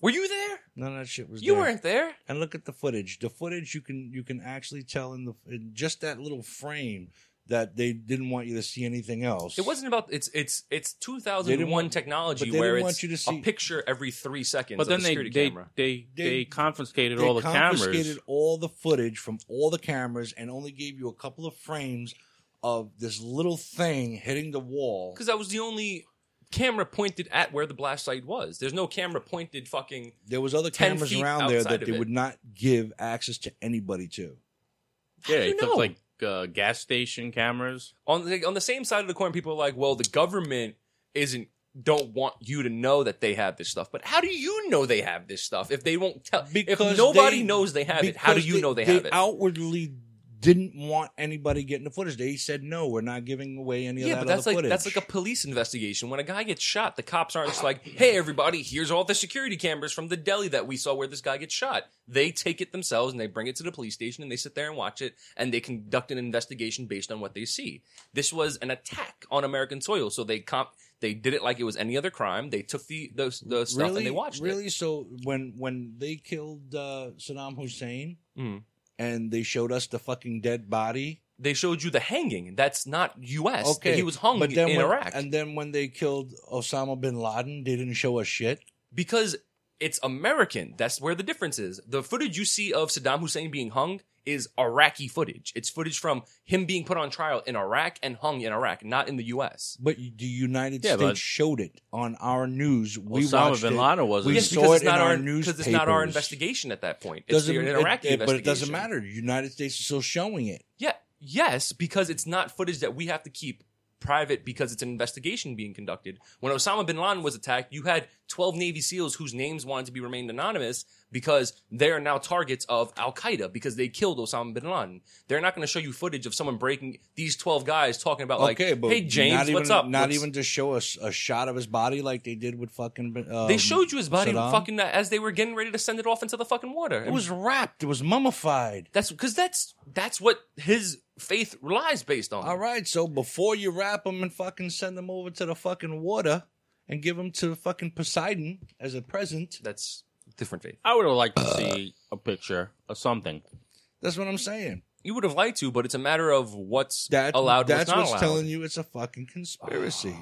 [SPEAKER 3] Were you there?
[SPEAKER 1] None of that shit was
[SPEAKER 3] You
[SPEAKER 1] there.
[SPEAKER 3] weren't there.
[SPEAKER 1] and look at the footage. The footage you can you can actually tell in the in just that little frame that they didn't want you to see anything else.
[SPEAKER 3] It wasn't about it's it's it's
[SPEAKER 1] They
[SPEAKER 3] 2001
[SPEAKER 1] didn't want-
[SPEAKER 3] technology
[SPEAKER 1] but they
[SPEAKER 3] where
[SPEAKER 1] didn't
[SPEAKER 3] it's
[SPEAKER 1] want you to see-
[SPEAKER 3] a picture every three seconds.
[SPEAKER 2] But
[SPEAKER 3] But
[SPEAKER 2] then
[SPEAKER 3] of
[SPEAKER 2] they
[SPEAKER 3] the
[SPEAKER 2] they,
[SPEAKER 3] camera.
[SPEAKER 2] they they
[SPEAKER 1] They-
[SPEAKER 2] confiscated
[SPEAKER 1] They
[SPEAKER 2] all the
[SPEAKER 1] confiscated
[SPEAKER 2] cameras.
[SPEAKER 1] all the footage from all the cameras and only gave you a couple of frames of this little thing hitting the wall.
[SPEAKER 3] because that was the only camera pointed at where the blast site was. There's no camera pointed fucking
[SPEAKER 1] There was other
[SPEAKER 3] 10
[SPEAKER 1] cameras
[SPEAKER 3] feet
[SPEAKER 1] around there
[SPEAKER 3] outside
[SPEAKER 1] that
[SPEAKER 3] of
[SPEAKER 1] they
[SPEAKER 3] it.
[SPEAKER 1] would not give access to anybody to.
[SPEAKER 2] Yeah,
[SPEAKER 3] do you
[SPEAKER 2] it took
[SPEAKER 3] know?
[SPEAKER 2] like uh, gas station cameras.
[SPEAKER 3] on the on the same side of the coin, people are like, "Well, the government isn't don't want you to know that they have this stuff." But how do you know they have this stuff if they won't tell?
[SPEAKER 1] Because
[SPEAKER 3] if nobody
[SPEAKER 1] they-
[SPEAKER 3] knows they have it, how do
[SPEAKER 1] Because
[SPEAKER 3] you know they, have it?
[SPEAKER 1] Outwardly didn't want anybody getting the footage. They said no, we're not giving away any
[SPEAKER 3] yeah,
[SPEAKER 1] of
[SPEAKER 3] but
[SPEAKER 1] that
[SPEAKER 3] that's
[SPEAKER 1] other
[SPEAKER 3] like
[SPEAKER 1] footage.
[SPEAKER 3] that's like a police investigation. When a guy gets shot, the cops aren't just like, "Hey, everybody, here's all the security cameras from the deli that we saw where this guy gets shot." They take it themselves and they bring it to the police station and they sit there and watch it and they conduct an investigation based on what they see. This was an attack on American soil, so they comp they did it like it was any other crime. They took the the, the stuff
[SPEAKER 1] really,
[SPEAKER 3] and they watched
[SPEAKER 1] really.
[SPEAKER 3] it.
[SPEAKER 1] So when when they killed uh, Saddam Hussein
[SPEAKER 3] Mhm.
[SPEAKER 1] and they showed us the fucking dead body,
[SPEAKER 3] They showed you the hanging. That's not U.S.
[SPEAKER 1] okay,
[SPEAKER 3] he was hung
[SPEAKER 1] But then
[SPEAKER 3] in
[SPEAKER 1] when,
[SPEAKER 3] Iraq.
[SPEAKER 1] and then when they killed Osama bin Laden, they didn't show us shit.
[SPEAKER 3] because it's American. That's where the difference is. The footage you see of Saddam Hussein being hung is Iraqi footage. It's footage from him being put on trial in Iraq and hung in Iraq, not in the U.S.
[SPEAKER 1] But the United
[SPEAKER 2] Yeah, but-
[SPEAKER 1] States showed it on our news. We
[SPEAKER 2] Osama
[SPEAKER 1] watched
[SPEAKER 2] bin
[SPEAKER 1] it.
[SPEAKER 2] Laden wasn't.
[SPEAKER 1] We
[SPEAKER 3] Yes,
[SPEAKER 1] saw
[SPEAKER 3] because
[SPEAKER 1] it
[SPEAKER 3] it's not
[SPEAKER 1] in our
[SPEAKER 3] our because it's not our
[SPEAKER 1] newspapers.
[SPEAKER 3] investigation at that point. It's
[SPEAKER 1] Doesn't
[SPEAKER 3] the
[SPEAKER 1] it-
[SPEAKER 3] Iraqi
[SPEAKER 1] it-
[SPEAKER 3] investigation.
[SPEAKER 1] but it doesn't matter. The United States is still showing it.
[SPEAKER 3] Yeah, yes, because it's not footage that we have to keep private because it's an investigation being conducted. When Osama bin Laden was attacked, you had 12 Navy SEALs whose names wanted to be remained anonymous because they are now targets of Al Qaeda because they killed Osama bin Laden. They're not going to show you footage of someone breaking these 12 guys talking about
[SPEAKER 1] okay,
[SPEAKER 3] like,
[SPEAKER 1] but
[SPEAKER 3] hey James,
[SPEAKER 1] not even,
[SPEAKER 3] what's up?
[SPEAKER 1] Not
[SPEAKER 3] Let's-
[SPEAKER 1] even to show us a shot of his body like they did with fucking. Um,
[SPEAKER 3] They showed you his body
[SPEAKER 1] Saddam.
[SPEAKER 3] fucking uh, as they were getting ready to send it off into the fucking water.
[SPEAKER 1] It was wrapped. It was mummified.
[SPEAKER 3] that's because that's that's what his faith relies based on.
[SPEAKER 1] All right, so before you wrap them and fucking send them over to the fucking water and give them to fucking Poseidon as a present,
[SPEAKER 3] That's different faith.
[SPEAKER 2] I would have liked to see a picture of something.
[SPEAKER 1] that's what I'm saying.
[SPEAKER 3] You would have lied to, but it's a matter of what's
[SPEAKER 1] That
[SPEAKER 3] allowed.
[SPEAKER 1] That's
[SPEAKER 3] what's not
[SPEAKER 1] what's
[SPEAKER 3] allowed.
[SPEAKER 1] telling you it's a fucking conspiracy.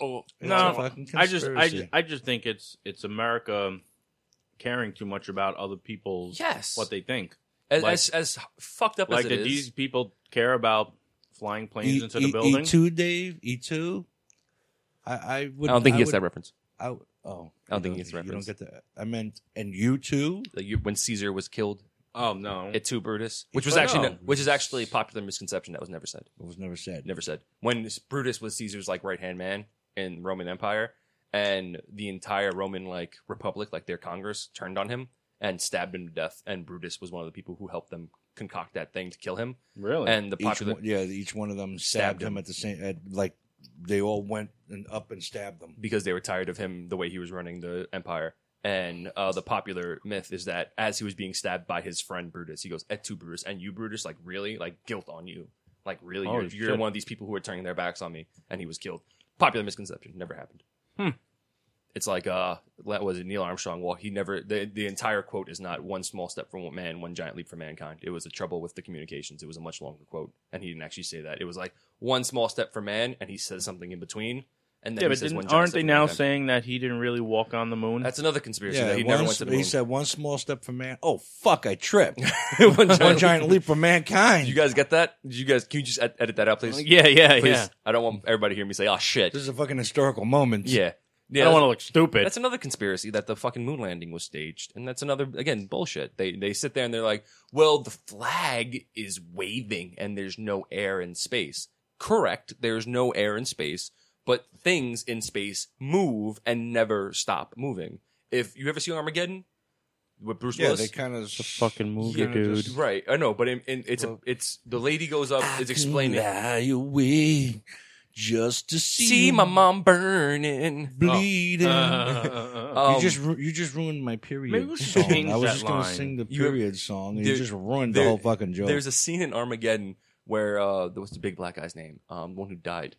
[SPEAKER 3] Oh,
[SPEAKER 1] It's
[SPEAKER 2] No,
[SPEAKER 1] a fucking
[SPEAKER 2] I just, I
[SPEAKER 1] conspiracy. E,
[SPEAKER 2] just, I just think it's it's America caring too much about other people's
[SPEAKER 3] yes.
[SPEAKER 2] what they think.
[SPEAKER 3] as,
[SPEAKER 2] like-
[SPEAKER 3] as as fucked up
[SPEAKER 2] Like
[SPEAKER 3] as it
[SPEAKER 2] that,
[SPEAKER 3] is.
[SPEAKER 2] these people care about flying planes
[SPEAKER 1] E,
[SPEAKER 2] into the
[SPEAKER 1] E-
[SPEAKER 2] building.
[SPEAKER 1] E2, Dave. E2. I, I would.
[SPEAKER 3] I don't think he gets
[SPEAKER 1] would-
[SPEAKER 3] that reference.
[SPEAKER 1] I would- oh,
[SPEAKER 3] I don't
[SPEAKER 1] you
[SPEAKER 3] think he gets the
[SPEAKER 1] You don't
[SPEAKER 3] reference.
[SPEAKER 1] get that. I meant, and you too.
[SPEAKER 3] Like you, when Caesar was killed
[SPEAKER 2] oh no,
[SPEAKER 3] at two Brutus, which
[SPEAKER 1] But
[SPEAKER 3] was actually
[SPEAKER 2] no.
[SPEAKER 3] which is actually a popular misconception that was never said.
[SPEAKER 1] It was never said.
[SPEAKER 3] Never said when this- Brutus was Caesar's like right hand man in Roman Empire, and the entire Roman like republic, like their Congress, turned on him and stabbed him to death. And Brutus was one of the people who helped them concoct that thing to kill him.
[SPEAKER 2] really?
[SPEAKER 3] And the
[SPEAKER 1] Each
[SPEAKER 3] popular
[SPEAKER 1] one, yeah, each one of them stabbed,
[SPEAKER 3] Stabbed
[SPEAKER 1] him
[SPEAKER 3] him.
[SPEAKER 1] at the same. At, like they all went and up and stabbed them.
[SPEAKER 3] because they were tired of him the way he was running the empire. And uh, the popular myth is that as he was being stabbed by his friend Brutus, he goes, "Et tu, Brutus, and you, Brutus, like really, like guilt on you, like really,
[SPEAKER 2] Holy
[SPEAKER 3] you're, you're
[SPEAKER 2] shit.
[SPEAKER 3] one of these people who are turning their backs on me." And he was killed. Popular misconception never happened.
[SPEAKER 2] Hmm.
[SPEAKER 3] It's like uh, what was it Neil Armstrong walk? He never the the entire quote is not one small step for man, one giant leap for mankind. It was a trouble with the communications. It was a much longer quote, and he didn't actually say that. It was like one small step for man, and he says something in between. And then
[SPEAKER 2] yeah,
[SPEAKER 3] he
[SPEAKER 2] but
[SPEAKER 3] says, "One
[SPEAKER 2] didn't,
[SPEAKER 3] giant
[SPEAKER 2] aren't
[SPEAKER 3] step
[SPEAKER 2] they
[SPEAKER 3] for
[SPEAKER 2] now
[SPEAKER 3] mankind."
[SPEAKER 2] saying that he didn't really walk on the moon?
[SPEAKER 3] That's another conspiracy
[SPEAKER 1] Yeah,
[SPEAKER 3] that he never
[SPEAKER 1] one
[SPEAKER 3] went to
[SPEAKER 1] sp-
[SPEAKER 3] the
[SPEAKER 1] he
[SPEAKER 3] moon.
[SPEAKER 1] said one small step for man. Oh fuck! I tripped.
[SPEAKER 3] (laughs) one giant,
[SPEAKER 1] one giant leap for mankind.
[SPEAKER 3] You guys get that? Did you guys can you just ed- edit that out, please?
[SPEAKER 2] yeah, yeah,
[SPEAKER 3] Please.
[SPEAKER 2] yeah.
[SPEAKER 3] I don't want everybody to hear me say, "Oh shit."
[SPEAKER 1] this is a fucking historical moment.
[SPEAKER 3] Yeah,
[SPEAKER 2] I
[SPEAKER 3] yeah.
[SPEAKER 2] don't
[SPEAKER 3] that's-
[SPEAKER 2] want to look stupid.
[SPEAKER 3] That's another conspiracy that the fucking moon landing was staged, and that's another again bullshit. They they sit there and they're like, "Well, the flag is waving, and there's no air in space." Correct. There's no air in space, but things in space move and never stop moving. If you ever see Armageddon with Bruce
[SPEAKER 1] yeah.
[SPEAKER 3] Willis,
[SPEAKER 1] They kind of
[SPEAKER 2] fucking movie,
[SPEAKER 1] Yeah,
[SPEAKER 2] dude.
[SPEAKER 1] just-
[SPEAKER 3] Right, I know, but in, in, it's a, it's the lady goes up, is explaining.
[SPEAKER 1] Lie away just to see,
[SPEAKER 3] See
[SPEAKER 1] you
[SPEAKER 3] my mom burning.
[SPEAKER 2] (laughs)
[SPEAKER 1] bleeding.
[SPEAKER 3] Um,
[SPEAKER 2] Uh,
[SPEAKER 1] you just ru- you just ruined my period.
[SPEAKER 2] maybe we should
[SPEAKER 1] song.
[SPEAKER 2] change
[SPEAKER 1] I was
[SPEAKER 2] that
[SPEAKER 1] just gonna
[SPEAKER 2] line.
[SPEAKER 1] sing the
[SPEAKER 3] You-
[SPEAKER 1] period song, and you
[SPEAKER 3] there-
[SPEAKER 1] just ruined
[SPEAKER 3] there-
[SPEAKER 1] the whole fucking joke.
[SPEAKER 3] there's a scene in Armageddon where uh, there was the big black guy's name, um, the one who died,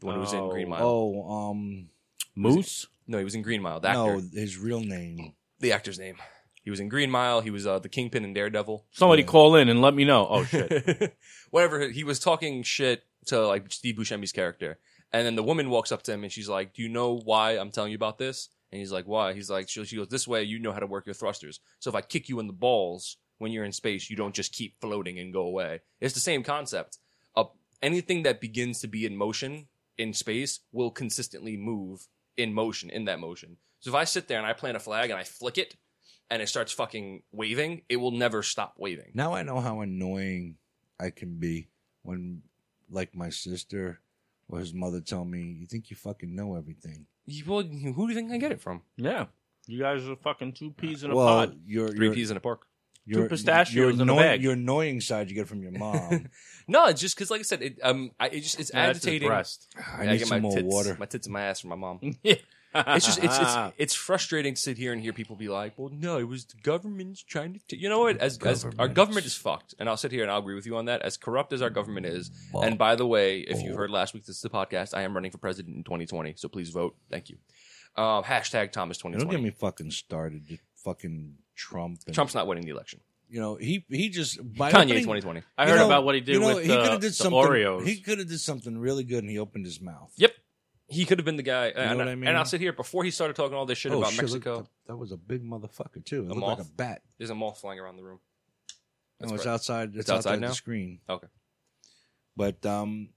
[SPEAKER 3] the one who was in Green
[SPEAKER 2] Oh.
[SPEAKER 3] Mile.
[SPEAKER 1] oh, um,
[SPEAKER 2] (laughs) Moose.
[SPEAKER 3] No, he was in Green Mile. The actor,
[SPEAKER 1] no, his real name.
[SPEAKER 3] the actor's name. He was in Green Mile. He was uh, the Kingpin in Daredevil.
[SPEAKER 2] Somebody
[SPEAKER 1] Yeah.
[SPEAKER 2] call in and let me know. Oh shit.
[SPEAKER 3] (laughs) Whatever. He was talking shit to like Steve Buscemi's character, and then the woman walks up to him and she's like, "Do you know why I'm telling you about this?" And he's like, "Why?" He's like, "She, she goes this way. You know how to work your thrusters. So if I kick you in the balls when you're in space, you don't just keep floating and go away. It's the same concept. Uh, anything that begins to be in motion in space will consistently move in motion in that motion. So if I sit there and I plant a flag and I flick it." And it starts fucking waving, it will never stop waving.
[SPEAKER 1] Now I know how annoying I can be when, like, my sister or his mother tell me, "You think you fucking know everything."
[SPEAKER 3] You, well, who do you think I get it from?
[SPEAKER 2] (laughs) Yeah. You guys are fucking two peas in a
[SPEAKER 1] well,
[SPEAKER 2] pod.
[SPEAKER 1] You're,
[SPEAKER 3] 3
[SPEAKER 1] you're,
[SPEAKER 3] peas in a pork.
[SPEAKER 1] you're,
[SPEAKER 2] pistachios
[SPEAKER 1] you're
[SPEAKER 2] in a
[SPEAKER 1] annoying,
[SPEAKER 2] bag.
[SPEAKER 1] Your annoying side you get from your mom.
[SPEAKER 3] No, it's just because, like I said, it, um, I, it just it's
[SPEAKER 2] Yeah, that's his
[SPEAKER 3] agitating.
[SPEAKER 2] breast.
[SPEAKER 1] I need
[SPEAKER 3] get
[SPEAKER 1] some
[SPEAKER 3] my
[SPEAKER 1] more
[SPEAKER 3] tits,
[SPEAKER 1] water.
[SPEAKER 3] My tits and my ass from my (laughs) mom.
[SPEAKER 2] (laughs) it's
[SPEAKER 3] It's just it's, it's it's frustrating to sit here and hear people be like, "Well, no, it was the government's trying to." T-. You know what? As, as our
[SPEAKER 1] Government.
[SPEAKER 3] government is fucked, and I'll sit here and I'll agree with you on that. As corrupt as our government is, and by the way, if you
[SPEAKER 1] Oh.
[SPEAKER 3] heard last week, this is the podcast. I am running for president in 2020, so please vote. Thank you. Uh, hashtag Thomas
[SPEAKER 1] Don't
[SPEAKER 3] 2020.
[SPEAKER 1] get me fucking started. Just fucking Trump. And,
[SPEAKER 3] Trump's not winning the election.
[SPEAKER 1] You know he he just by
[SPEAKER 3] Kanye
[SPEAKER 1] opening-
[SPEAKER 3] 2020.
[SPEAKER 2] I
[SPEAKER 1] you
[SPEAKER 2] heard
[SPEAKER 1] know-
[SPEAKER 2] about what he did
[SPEAKER 1] you know,
[SPEAKER 2] with
[SPEAKER 1] he
[SPEAKER 2] the,
[SPEAKER 1] coulda
[SPEAKER 2] the
[SPEAKER 1] did something,
[SPEAKER 2] Oreos.
[SPEAKER 1] He could have did something really good, and he opened his mouth.
[SPEAKER 3] Yep. He could have been the guy. and,
[SPEAKER 1] what
[SPEAKER 3] I
[SPEAKER 1] I mean?
[SPEAKER 3] and I'll sit here before he started talking all this shit
[SPEAKER 1] Oh,
[SPEAKER 3] about
[SPEAKER 1] shit, look,
[SPEAKER 3] Mexico.
[SPEAKER 1] that, that was a big motherfucker too. It looked like
[SPEAKER 3] moth?
[SPEAKER 1] a bat.
[SPEAKER 3] There's a moth flying around the room.
[SPEAKER 1] No,
[SPEAKER 3] That's
[SPEAKER 1] Oh, it's
[SPEAKER 3] right.
[SPEAKER 1] outside. It's,
[SPEAKER 3] outside
[SPEAKER 1] outside,
[SPEAKER 3] now?
[SPEAKER 1] the screen.
[SPEAKER 3] Okay.
[SPEAKER 1] But um,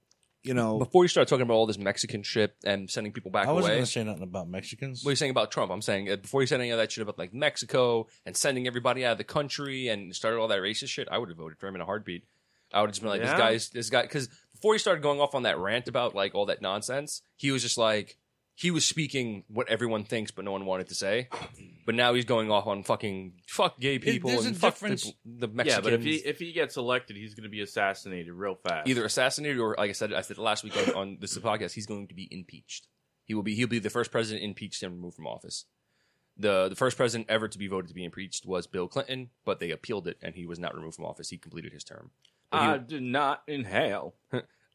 [SPEAKER 1] you know,
[SPEAKER 3] Before you start talking about all this Mexican shit and sending people back
[SPEAKER 1] I wasn't
[SPEAKER 3] away,
[SPEAKER 1] gonna say nothing about Mexicans.
[SPEAKER 3] what are you saying about Trump? I'm saying uh, before you said any of that shit about like Mexico and sending everybody out of the country and started all that racist shit, I would have voted for him in a heartbeat. I would have just been like,
[SPEAKER 2] Yeah.
[SPEAKER 3] this guy's this guy because before he started going off on that rant about like all that nonsense, he was just like he was speaking what everyone thinks, but no one wanted to say. But now he's going off on fucking fuck gay people
[SPEAKER 1] there's
[SPEAKER 3] and
[SPEAKER 1] a
[SPEAKER 3] fuck
[SPEAKER 1] difference-
[SPEAKER 3] people- the
[SPEAKER 2] yeah,
[SPEAKER 3] Mexicans.
[SPEAKER 2] but if he if he gets elected, he's going to be assassinated real fast.
[SPEAKER 3] either assassinated or like I said, I said last week on, on this podcast, he's going to be impeached. He will be he'll be the first president impeached and removed from office. The the first president ever to be voted to be impeached was Bill Clinton, but they appealed it and he was not removed from office. He completed his term. But he-
[SPEAKER 2] I did not
[SPEAKER 1] (laughs)
[SPEAKER 2] inhale.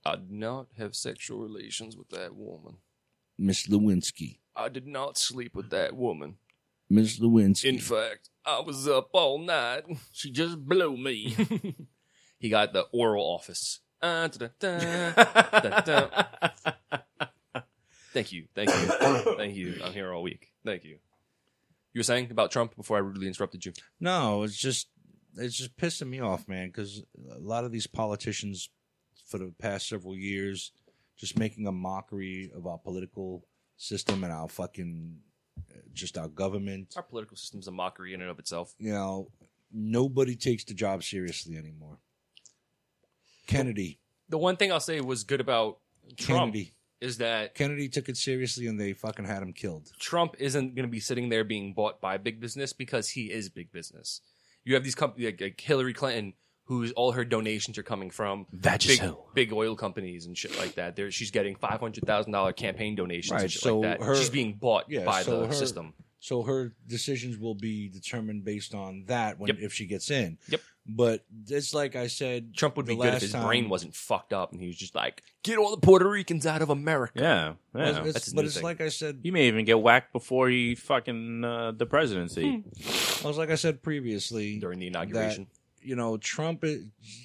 [SPEAKER 3] I did not have sexual relations with that woman.
[SPEAKER 1] Miss Lewinsky.
[SPEAKER 3] I did not sleep with that woman.
[SPEAKER 1] Miss Lewinsky.
[SPEAKER 3] In fact, I was up all night.
[SPEAKER 2] She just blew
[SPEAKER 3] (laughs)
[SPEAKER 2] me.
[SPEAKER 3] He got the oral office. Uh, da-da-da. Thank you.
[SPEAKER 1] (coughs)
[SPEAKER 3] Thank you. Thank you. I'm here all week. Thank you. You were saying about Trump before I rudely interrupted you.
[SPEAKER 1] No, it's just it's just pissing me off, man. Because a lot of these politicians, for the past several years, just making a mockery of our political system and our fucking uh, just our government.
[SPEAKER 3] Our political system's a mockery in and of itself.
[SPEAKER 1] You know, nobody takes the job seriously anymore. Kennedy,
[SPEAKER 3] The one thing I'll say was good about Trump
[SPEAKER 1] Kennedy,
[SPEAKER 3] is that
[SPEAKER 1] Kennedy took it seriously, and they fucking had him killed.
[SPEAKER 3] Trump isn't going to be sitting there being bought by big business because he is big business. You have these companies like, like Hillary Clinton, whose all her donations are coming from big, big oil companies and shit like that. There, she's getting five hundred thousand dollar campaign donations
[SPEAKER 1] Right,
[SPEAKER 3] and shit
[SPEAKER 1] so
[SPEAKER 3] like that.
[SPEAKER 1] her-
[SPEAKER 3] she's being bought
[SPEAKER 1] yeah,
[SPEAKER 3] by
[SPEAKER 1] so
[SPEAKER 3] the
[SPEAKER 1] her-
[SPEAKER 3] system.
[SPEAKER 1] So her decisions will be determined based on that when
[SPEAKER 3] Yep.
[SPEAKER 1] if she gets in.
[SPEAKER 3] Yep.
[SPEAKER 1] But it's like I said,
[SPEAKER 3] Trump would
[SPEAKER 1] the
[SPEAKER 3] be good if
[SPEAKER 1] last
[SPEAKER 3] his
[SPEAKER 1] time-
[SPEAKER 3] brain wasn't fucked up and he was just like, "Get all the Puerto Ricans out of America."
[SPEAKER 2] Yeah,
[SPEAKER 1] Well,
[SPEAKER 2] yeah.
[SPEAKER 1] it's-
[SPEAKER 3] that's his
[SPEAKER 1] but
[SPEAKER 3] new
[SPEAKER 1] it's
[SPEAKER 3] thing.
[SPEAKER 1] like I said.
[SPEAKER 2] He may even get whacked before he fucking uh, the
[SPEAKER 1] Hmm.
[SPEAKER 2] presidency.
[SPEAKER 1] I was like I said previously.
[SPEAKER 3] During the inauguration,
[SPEAKER 1] You know, Trump is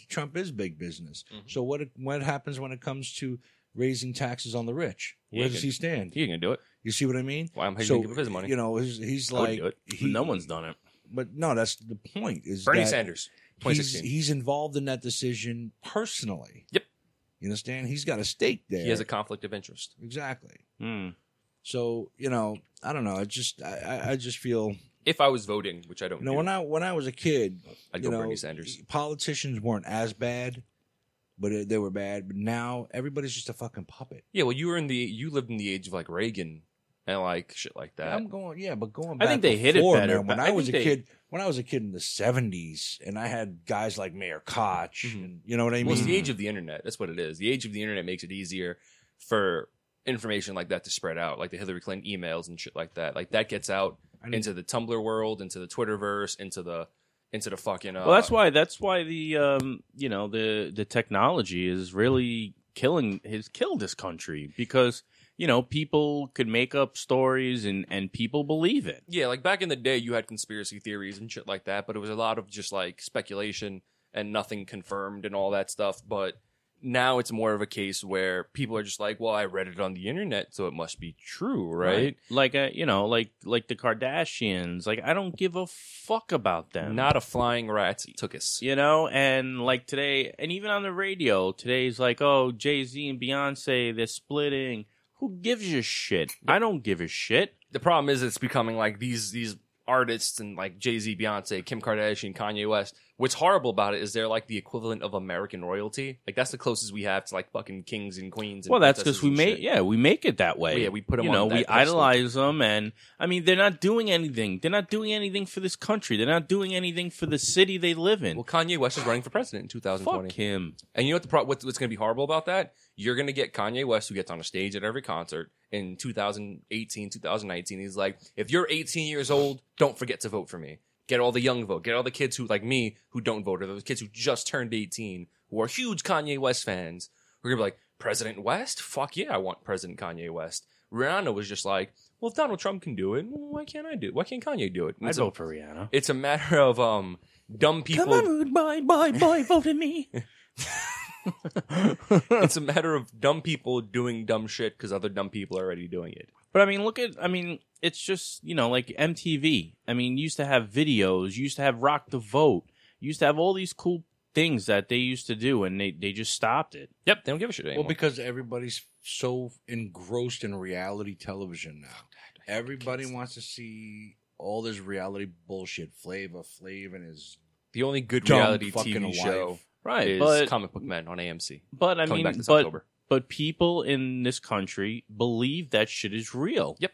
[SPEAKER 1] Trump is big business.
[SPEAKER 3] Mm-hmm.
[SPEAKER 1] So what what happens when it comes to raising taxes on the rich? Where
[SPEAKER 3] Yeah,
[SPEAKER 1] does
[SPEAKER 3] good.
[SPEAKER 1] he stand?
[SPEAKER 3] he ain't gonna do it.
[SPEAKER 1] You see what I mean?
[SPEAKER 3] Why am I
[SPEAKER 1] So
[SPEAKER 3] gonna give up his money?
[SPEAKER 1] you know, he's, he's
[SPEAKER 3] Oh,
[SPEAKER 2] I would
[SPEAKER 1] like
[SPEAKER 3] uh,
[SPEAKER 2] do it.
[SPEAKER 1] he-
[SPEAKER 2] Oh, uh, no one's done it.
[SPEAKER 1] But no, that's the point. Is
[SPEAKER 3] Bernie
[SPEAKER 1] that
[SPEAKER 3] Sanders, twenty
[SPEAKER 1] He's,
[SPEAKER 3] sixteen.
[SPEAKER 1] he's involved in that decision personally.
[SPEAKER 3] Yep.
[SPEAKER 1] You understand? He's got a stake there.
[SPEAKER 3] He has a conflict of interest.
[SPEAKER 1] exactly.
[SPEAKER 2] Hmm.
[SPEAKER 1] So you know, I don't know. I just I, I- I just feel
[SPEAKER 3] If I was voting, which I don't,
[SPEAKER 1] you know
[SPEAKER 3] do,
[SPEAKER 1] when I when I was a kid,
[SPEAKER 3] I'd
[SPEAKER 1] you
[SPEAKER 3] go
[SPEAKER 1] know,
[SPEAKER 3] Bernie Sanders.
[SPEAKER 1] Politicians weren't as bad, but it, they were bad. But now everybody's just a fucking puppet.
[SPEAKER 3] Yeah, well, you were in the you lived in the age of like Reagan and like shit like that.
[SPEAKER 1] I'm going, yeah, but going.
[SPEAKER 2] I
[SPEAKER 1] Back
[SPEAKER 2] think they hit it
[SPEAKER 1] before,
[SPEAKER 2] better,
[SPEAKER 1] Man, when
[SPEAKER 2] but
[SPEAKER 1] I,
[SPEAKER 2] I
[SPEAKER 1] was a
[SPEAKER 2] think they-
[SPEAKER 1] kid, when I was a kid in the '70s, and I had guys like Mayor Koch,
[SPEAKER 3] Mhm.
[SPEAKER 1] and you know what I mean.
[SPEAKER 3] Well, it's the age of the internet. That's what it is. The age of the internet makes it easier for information like that to spread out, like the Hillary Clinton emails and shit like that. Like that gets out
[SPEAKER 1] I mean-
[SPEAKER 3] into the Tumblr world, into the Twitterverse, into the into the fucking. Uh,
[SPEAKER 2] Well, that's why that's why the um, you know the the technology is really killing has killed this country because you know people could make up stories and and people believe it.
[SPEAKER 3] Yeah, like back in the day, you had conspiracy theories and shit like that, but it was a lot of just like speculation and nothing confirmed and all that stuff. But now it's more of a case where people are just like, "Well, I read it on the internet, so it must be true, right?"
[SPEAKER 2] Like uh, you know, like like the Kardashians. Like I don't give a fuck about them.
[SPEAKER 3] Not a flying rat took us.
[SPEAKER 2] you know, and like today, and even on the radio, today's like, oh, Jay Z and Beyonce, they're splitting. Who gives a shit? I don't give a shit.
[SPEAKER 3] the problem is it's becoming like these these artists and like Jay Z, Beyonce, Kim Kardashian, Kanye West. What's horrible about it is they're like the equivalent of American royalty. Like that's the closest we have to like fucking kings and queens. And
[SPEAKER 2] Well, that's
[SPEAKER 3] princesses
[SPEAKER 2] because we
[SPEAKER 3] and
[SPEAKER 2] make
[SPEAKER 3] shit.
[SPEAKER 2] yeah we make it that way.
[SPEAKER 3] Yeah, we put 'em
[SPEAKER 2] You
[SPEAKER 3] on
[SPEAKER 2] know,
[SPEAKER 3] that
[SPEAKER 2] we
[SPEAKER 3] pedestal.
[SPEAKER 2] idolize them, and I mean, they're not doing anything. They're not doing anything for this country. They're not doing anything for the city they live in.
[SPEAKER 3] Well, Kanye West is running for president in 2020,
[SPEAKER 2] Fuck him.
[SPEAKER 3] and you know what the pro- what's, what's going to be horrible about that? You're going to get Kanye West who gets on a stage at every concert in 2018, 2019. He's like, if you're 18 years old, don't forget to vote for me. Get all the young vote. Get all the kids who like me who don't vote, or those kids who just turned 18 who are huge Kanye West fans. We're gonna be like, President West? Fuck yeah, I want President Kanye West. Rihanna was just like, well, if Donald Trump can do it, well, why can't I do it? Why can't Kanye do it?
[SPEAKER 2] I
[SPEAKER 3] It's a,
[SPEAKER 2] vote for Rihanna.
[SPEAKER 3] it's a matter of um dumb people.
[SPEAKER 2] Come on, rude boy, boy, boy, vote in me.
[SPEAKER 3] (laughs) it's a matter of dumb people doing dumb shit because other dumb people are already doing it.
[SPEAKER 2] But I mean, look at I mean, it's just you know like MTV. I mean, used to have videos, used to have Rock the Vote, used to have all these cool things that they used to do, and they they just stopped it.
[SPEAKER 3] Yep, they don't give a shit anymore.
[SPEAKER 1] Well, because everybody's so engrossed in reality television now. Everybody wants to see all this reality bullshit. Flavor Flav and his
[SPEAKER 3] the only good
[SPEAKER 1] dumb
[SPEAKER 3] reality
[SPEAKER 1] fucking
[SPEAKER 3] TV
[SPEAKER 1] wife.
[SPEAKER 3] show
[SPEAKER 2] right?
[SPEAKER 3] is
[SPEAKER 2] but
[SPEAKER 3] Comic Book Men on AMC.
[SPEAKER 2] but I
[SPEAKER 3] coming
[SPEAKER 2] mean,
[SPEAKER 3] back this
[SPEAKER 2] but
[SPEAKER 3] October.
[SPEAKER 2] but people in this country believe that shit is real.
[SPEAKER 3] Yep.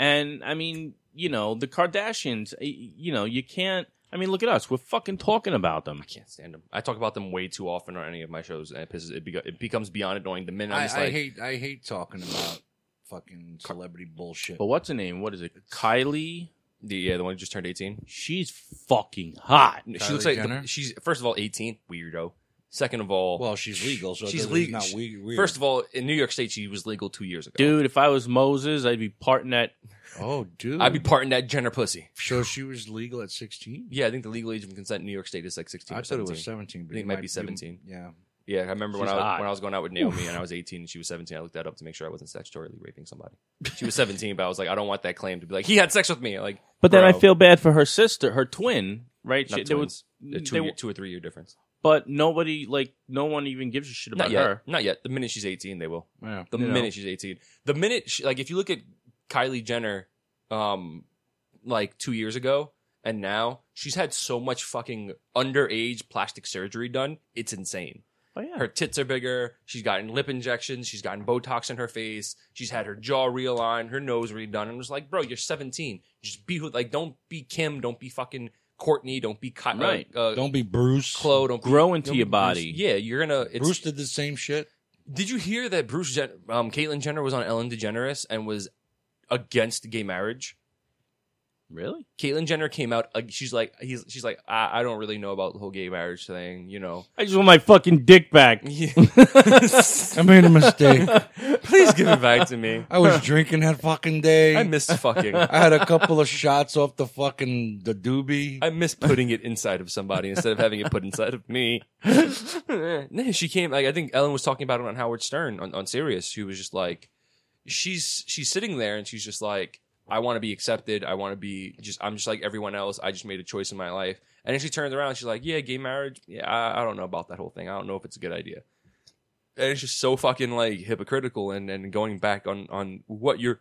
[SPEAKER 2] And I mean, you know, the Kardashians. y- You know, you can't. I mean, look at us. We're fucking talking about them.
[SPEAKER 3] I can't stand them. I talk about them way too often on any of my shows, and it pisses. It, beco- it becomes beyond annoying the minute I'm
[SPEAKER 1] I,
[SPEAKER 3] just
[SPEAKER 1] I
[SPEAKER 3] like,
[SPEAKER 1] hate I hate talking about fucking celebrity bullshit.
[SPEAKER 2] But what's her name? What is it? Kylie.
[SPEAKER 3] the, yeah, the one who just turned 18.
[SPEAKER 2] She's fucking hot.
[SPEAKER 3] she
[SPEAKER 1] Kylie
[SPEAKER 3] looks like the-
[SPEAKER 1] Jenner?
[SPEAKER 3] she's first of all 18, weirdo. Second of all,
[SPEAKER 1] Well, she's legal, so
[SPEAKER 3] She's
[SPEAKER 1] she's
[SPEAKER 3] legal.
[SPEAKER 1] legal. Not we- weird.
[SPEAKER 3] first of all, in New York State, she was legal two years ago.
[SPEAKER 2] Dude, if I was Moses, I'd be parting that.
[SPEAKER 1] oh, dude,
[SPEAKER 3] I'd be parting that Jenner pussy.
[SPEAKER 1] so she was legal at sixteen.
[SPEAKER 3] Yeah, I think the legal age of consent in New York State is like 16.
[SPEAKER 1] I
[SPEAKER 3] or
[SPEAKER 1] thought it
[SPEAKER 3] 17.
[SPEAKER 1] was seventeen. But
[SPEAKER 3] I think it
[SPEAKER 1] you
[SPEAKER 3] might be
[SPEAKER 1] you-
[SPEAKER 3] 17.
[SPEAKER 1] yeah,
[SPEAKER 3] Yeah, I remember when
[SPEAKER 2] She's
[SPEAKER 3] I was,
[SPEAKER 2] hot.
[SPEAKER 3] when I was going out with Naomi and I was 18 and she was 17. I looked that up to make sure I wasn't statutorily raping somebody. She was 17, but I was like, I don't want that claim to be like he had sex with me. Like,
[SPEAKER 2] But then I
[SPEAKER 3] Bro.
[SPEAKER 2] feel bad for her sister, her twin, right?
[SPEAKER 3] not
[SPEAKER 2] She- there was-
[SPEAKER 3] twins. A two,
[SPEAKER 2] they
[SPEAKER 3] year,
[SPEAKER 2] were-
[SPEAKER 3] two or three year difference.
[SPEAKER 2] but nobody, like, no one even gives a shit about
[SPEAKER 3] Not yet.
[SPEAKER 2] her.
[SPEAKER 3] Not yet. The minute she's 18, they will.
[SPEAKER 1] yeah.
[SPEAKER 3] The
[SPEAKER 2] You know.
[SPEAKER 3] minute she's 18. The minute she, like if you look at Kylie Jenner, um, like two years ago and now she's had so much fucking underage plastic surgery done. It's insane.
[SPEAKER 2] Oh yeah,
[SPEAKER 3] her tits are bigger. She's gotten lip injections. She's gotten Botox in her face. She's had her jaw realigned, her nose redone. I'm just like, bro, you're 17. Just be who, like, don't be Kim. Don't be fucking Courtney. Don't be Ky-
[SPEAKER 2] Right.
[SPEAKER 3] Uh, uh,
[SPEAKER 1] Don't be Bruce.
[SPEAKER 3] Chloe. Don't be-
[SPEAKER 2] grow into
[SPEAKER 3] don't be
[SPEAKER 2] your
[SPEAKER 3] Bruce.
[SPEAKER 2] body.
[SPEAKER 3] Yeah, you're gonna. It's,
[SPEAKER 1] Bruce did the same
[SPEAKER 3] (laughs)
[SPEAKER 1] shit.
[SPEAKER 3] did you hear that Bruce Jen- um, Caitlyn Jenner was on Ellen DeGeneres and was against gay marriage?
[SPEAKER 2] Really?
[SPEAKER 3] Caitlyn Jenner came out. Uh, she's like, he's, she's like, I, I don't really know about the whole gay marriage thing.
[SPEAKER 2] (laughs)
[SPEAKER 3] You know, (laughs)
[SPEAKER 2] I just want my fucking dick back.
[SPEAKER 1] I made a mistake.
[SPEAKER 3] please give it back to me.
[SPEAKER 1] (laughs) I was drinking that fucking day.
[SPEAKER 3] I miss fucking.
[SPEAKER 1] I had a couple of shots off the fucking the doobie.
[SPEAKER 3] I miss putting it inside of somebody instead of having it put inside of me. no, she came. Like, I think Ellen was talking about it on Howard Stern on, on Sirius. She was just like, she's she's sitting there and she's just like, I want to be accepted. I want to be just. I'm just like everyone else. I just made a choice in my life. And then she turns around. And she's like, Yeah, gay marriage. Yeah, I, I don't know about that whole thing. I don't know if it's a good idea. And it's just so fucking like hypocritical and and going back on on what you're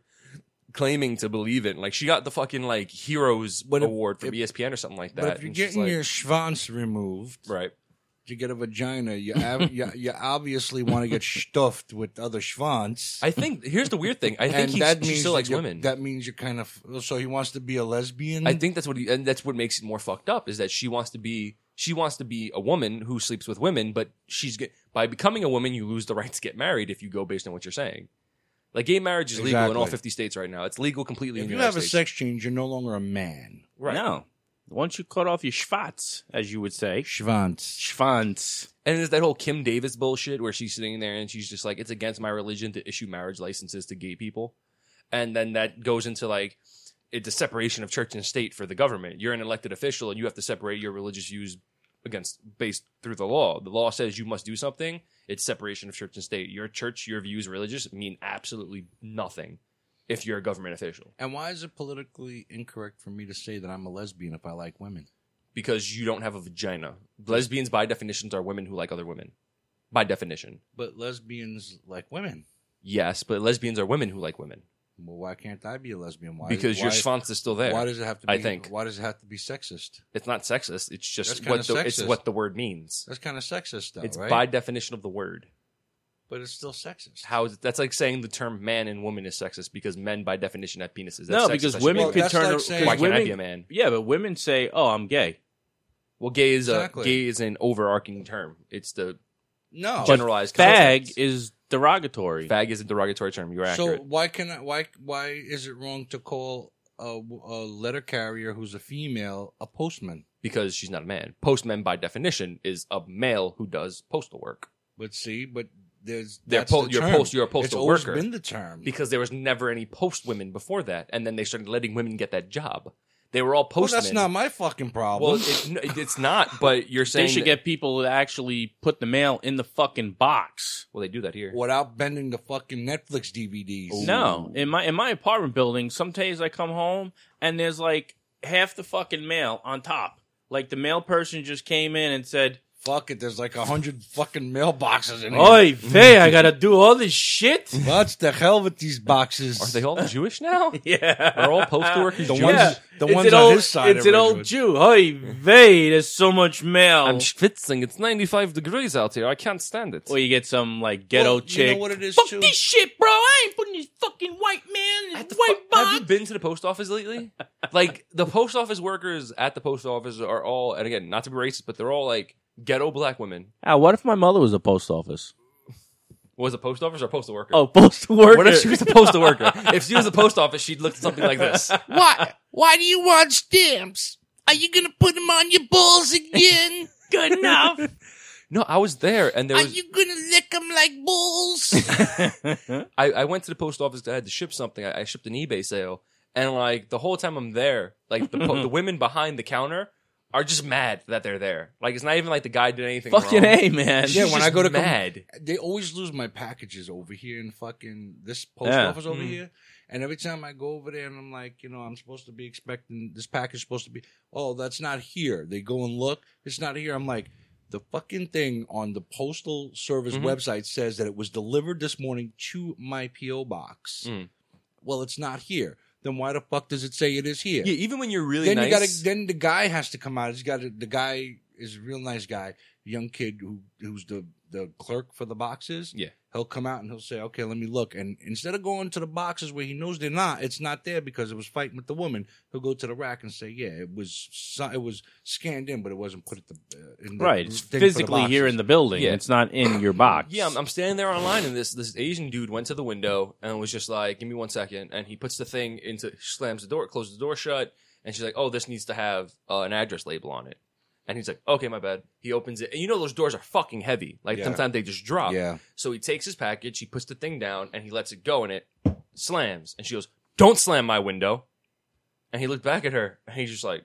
[SPEAKER 3] claiming to believe in. Like she got the fucking like heroes
[SPEAKER 1] But if-
[SPEAKER 3] award from
[SPEAKER 1] if-
[SPEAKER 3] ESPN or something like that.
[SPEAKER 1] but if you're
[SPEAKER 3] And she's
[SPEAKER 1] getting
[SPEAKER 3] like-
[SPEAKER 1] your schwanz removed
[SPEAKER 3] right,
[SPEAKER 1] to get a vagina, you av- you, you obviously want to
[SPEAKER 3] (laughs)
[SPEAKER 1] get stuffed with other schwanz.
[SPEAKER 3] I think here's the weird thing. I think
[SPEAKER 1] and
[SPEAKER 3] he,
[SPEAKER 1] that
[SPEAKER 3] she
[SPEAKER 1] means
[SPEAKER 3] still
[SPEAKER 1] that
[SPEAKER 3] likes
[SPEAKER 1] you're-
[SPEAKER 3] women.
[SPEAKER 1] That means you're kind of so he wants to be a lesbian.
[SPEAKER 3] I think that's what he, and that's what makes it more fucked up is that she wants to be she wants to be a woman who sleeps with women, but she's get, by becoming a woman you lose the right to get married if you go based on what you're saying. Like gay marriage is legal in all
[SPEAKER 1] Exactly.
[SPEAKER 3] 50 states right now. It's legal completely in
[SPEAKER 1] if
[SPEAKER 3] the
[SPEAKER 1] you
[SPEAKER 3] United
[SPEAKER 1] have a
[SPEAKER 3] States.
[SPEAKER 1] sex change, you're no longer a man.
[SPEAKER 3] right.
[SPEAKER 2] No. Once you cut off your schwatz, as you would say,
[SPEAKER 1] Schwanz.
[SPEAKER 2] schwanz.
[SPEAKER 3] And there's that whole Kim Davis bullshit where she's sitting there and she's just like, it's against my religion to issue marriage licenses to gay people. And then that goes into like, it's a separation of church and state for the government. You're an elected official and you have to separate your religious views against based through the law. The law says you must do something. It's separation of church and state. Your church, your views, religious mean absolutely nothing if you're a government official
[SPEAKER 1] And why is it politically incorrect for me to say that I'm a lesbian if I like women?
[SPEAKER 3] because you don't have a vagina. Lesbians, by definitions, are women who like other women. By definition.
[SPEAKER 1] But lesbians like women.
[SPEAKER 3] Yes, but lesbians are women who like women.
[SPEAKER 1] Well, why can't I be a lesbian? Why
[SPEAKER 3] because
[SPEAKER 1] why,
[SPEAKER 3] your schwanz is still there.
[SPEAKER 1] Why does it have to? Be,
[SPEAKER 3] I think.
[SPEAKER 1] Why does it have to be sexist?
[SPEAKER 3] it's not sexist. It's
[SPEAKER 1] That's
[SPEAKER 3] just
[SPEAKER 1] kinda
[SPEAKER 3] what the, it's
[SPEAKER 1] sexist.
[SPEAKER 3] what the word means.
[SPEAKER 1] That's kind of sexist, though,
[SPEAKER 3] it's
[SPEAKER 1] right?
[SPEAKER 3] by definition of the word.
[SPEAKER 1] but it's still sexist.
[SPEAKER 3] How is it, that's like saying the term man and woman is sexist because men by definition have penises. That's
[SPEAKER 2] No,
[SPEAKER 3] sexist.
[SPEAKER 2] because
[SPEAKER 3] I should
[SPEAKER 2] women
[SPEAKER 3] be a
[SPEAKER 1] Well,
[SPEAKER 2] could
[SPEAKER 1] that's
[SPEAKER 2] turn.
[SPEAKER 1] like
[SPEAKER 2] ar-
[SPEAKER 1] saying-
[SPEAKER 3] man.
[SPEAKER 2] 'cause
[SPEAKER 3] Why can't
[SPEAKER 2] women,
[SPEAKER 3] I be a man?
[SPEAKER 2] Yeah, but women say, "Oh, I'm gay."
[SPEAKER 3] Well, gay is
[SPEAKER 1] Exactly.
[SPEAKER 3] a gay is an overarching term. It's the
[SPEAKER 1] No.
[SPEAKER 2] But
[SPEAKER 3] generalized
[SPEAKER 2] Fag
[SPEAKER 3] concept.
[SPEAKER 2] is derogatory.
[SPEAKER 3] fag is a derogatory term. You're
[SPEAKER 1] so
[SPEAKER 3] accurate.
[SPEAKER 1] why can I, why why is it wrong to call a, w- a letter carrier who's a female a postman?
[SPEAKER 3] because she's not a man. Postman by definition is a male who does postal work.
[SPEAKER 1] But see, but there's
[SPEAKER 3] They're
[SPEAKER 1] that's
[SPEAKER 3] po-
[SPEAKER 1] the
[SPEAKER 3] you're
[SPEAKER 1] term.
[SPEAKER 3] post- you're a
[SPEAKER 1] it's
[SPEAKER 3] postal
[SPEAKER 1] always
[SPEAKER 3] worker.
[SPEAKER 1] Been the term.
[SPEAKER 3] because there was never any post women before that, and then they started letting women get that job. They were all
[SPEAKER 1] well,
[SPEAKER 3] postmen.
[SPEAKER 1] Oh, that's not my fucking
[SPEAKER 3] Well,
[SPEAKER 1] problem.
[SPEAKER 3] it's, no, it's not.
[SPEAKER 1] (laughs)
[SPEAKER 3] But you're saying
[SPEAKER 2] They should
[SPEAKER 3] that-
[SPEAKER 2] get people to actually put the mail in the fucking box.
[SPEAKER 3] Well, they do that here. Oh.
[SPEAKER 1] without bending the fucking Netflix DVDs.
[SPEAKER 2] No, in my in my apartment building, some days I come home and there's like half the fucking mail on top. Like the mail person just came in and said,
[SPEAKER 1] Fuck it. There's like a hundred fucking mailboxes in here. (laughs)
[SPEAKER 2] Oi, Faye, I gotta do all this shit.
[SPEAKER 1] What's the hell with these boxes?
[SPEAKER 3] Are they
[SPEAKER 1] (laughs)
[SPEAKER 3] all Jewish now?
[SPEAKER 2] (laughs) yeah,
[SPEAKER 3] Are all postal workers
[SPEAKER 1] The
[SPEAKER 3] Jewish?
[SPEAKER 1] ones- the
[SPEAKER 2] it's
[SPEAKER 1] ones
[SPEAKER 2] an
[SPEAKER 1] on
[SPEAKER 2] old,
[SPEAKER 1] his side
[SPEAKER 2] It's
[SPEAKER 1] are
[SPEAKER 2] an old
[SPEAKER 1] Ridgewood.
[SPEAKER 2] Jew. Hey, they, there's so much mail.
[SPEAKER 3] I'm schwitzing. It's 95 degrees out here. I can't stand it.
[SPEAKER 2] or you get some like ghetto
[SPEAKER 1] Well,
[SPEAKER 2] chick.
[SPEAKER 1] You know what it is
[SPEAKER 2] Fuck
[SPEAKER 1] too.
[SPEAKER 2] this shit, bro. I ain't putting this fucking white man in
[SPEAKER 3] At
[SPEAKER 2] this
[SPEAKER 3] the
[SPEAKER 2] white
[SPEAKER 3] fu-
[SPEAKER 2] box.
[SPEAKER 3] have you been to the post
[SPEAKER 1] (laughs)
[SPEAKER 3] office lately? like the post office workers at the post office are all, and again, not to be racist, but they're all like ghetto black women.
[SPEAKER 2] Ah, what if my mother was a post office?
[SPEAKER 3] Was a post office or a postal worker?
[SPEAKER 2] Oh, postal worker.
[SPEAKER 3] What if she was a postal worker? If she was a post office, she'd look something
[SPEAKER 1] (laughs)
[SPEAKER 3] like this.
[SPEAKER 5] Why? Why do you want stamps? Are you gonna put them on your balls again?
[SPEAKER 2] (laughs)
[SPEAKER 3] (laughs)
[SPEAKER 2] good enough?
[SPEAKER 3] No, I was there, and there
[SPEAKER 5] Are
[SPEAKER 3] was.
[SPEAKER 5] you gonna lick them like
[SPEAKER 3] (laughs)
[SPEAKER 5] bulls?
[SPEAKER 3] I, I went to the post office. 'cause I had to ship something. I, I shipped an eBay sale, and like the whole time I'm there, like the
[SPEAKER 1] (laughs)
[SPEAKER 3] po- the women behind the counter are just mad that they're there. Like it's not even like the guy did anything.
[SPEAKER 2] fucking
[SPEAKER 3] wrong.
[SPEAKER 2] a man.
[SPEAKER 3] She's
[SPEAKER 1] Yeah, when
[SPEAKER 3] just
[SPEAKER 1] I go to com-
[SPEAKER 3] mad.
[SPEAKER 1] they always lose my packages over here in fucking this post
[SPEAKER 2] Yeah.
[SPEAKER 1] office over
[SPEAKER 3] Mm.
[SPEAKER 1] here. And every time I go over there and I'm like, you know, I'm supposed to be expecting this package supposed to be oh, that's not here. They go and look, it's not here. I'm like, the fucking thing on the postal service
[SPEAKER 3] Mhm.
[SPEAKER 1] website says that it was delivered this morning to my PO box.
[SPEAKER 3] Mm.
[SPEAKER 1] Well, it's not here. Then why the fuck does it say it is here?
[SPEAKER 3] Yeah, even when you're really
[SPEAKER 1] then
[SPEAKER 3] nice.
[SPEAKER 1] you gotta then the guy has to come out. He's got to, the guy is a real nice guy, young kid who who's the the clerk for the boxes.
[SPEAKER 3] Yeah.
[SPEAKER 1] He'll come out and he'll say, "Okay, let me look." And instead of going to the boxes where he knows they're not, it's not there because it was fighting with the woman. He'll go to the rack and say, "Yeah, it was so- it was scanned in, but it wasn't put at the uh, in the
[SPEAKER 2] Right, it's
[SPEAKER 1] thing for the
[SPEAKER 2] physically here in
[SPEAKER 1] boxes."
[SPEAKER 2] the building.
[SPEAKER 3] Yeah.
[SPEAKER 2] It's not in your box.
[SPEAKER 3] yeah, I'm, I'm standing there online, and this this Asian dude went to the window and was just like, "Give me one second. and he puts the thing into, slams the door, closes the door shut, and she's like, "Oh, this needs to have uh, an address label on it." And he's like, "Okay, my bad." He opens it, and you know those doors are fucking heavy. Like
[SPEAKER 1] Yeah.
[SPEAKER 3] sometimes they just drop.
[SPEAKER 1] Yeah,
[SPEAKER 3] So he takes his package, he puts the thing down, and he lets it go, and it slams. And she goes, "Don't slam my window." And he looked back at her, and he's just like,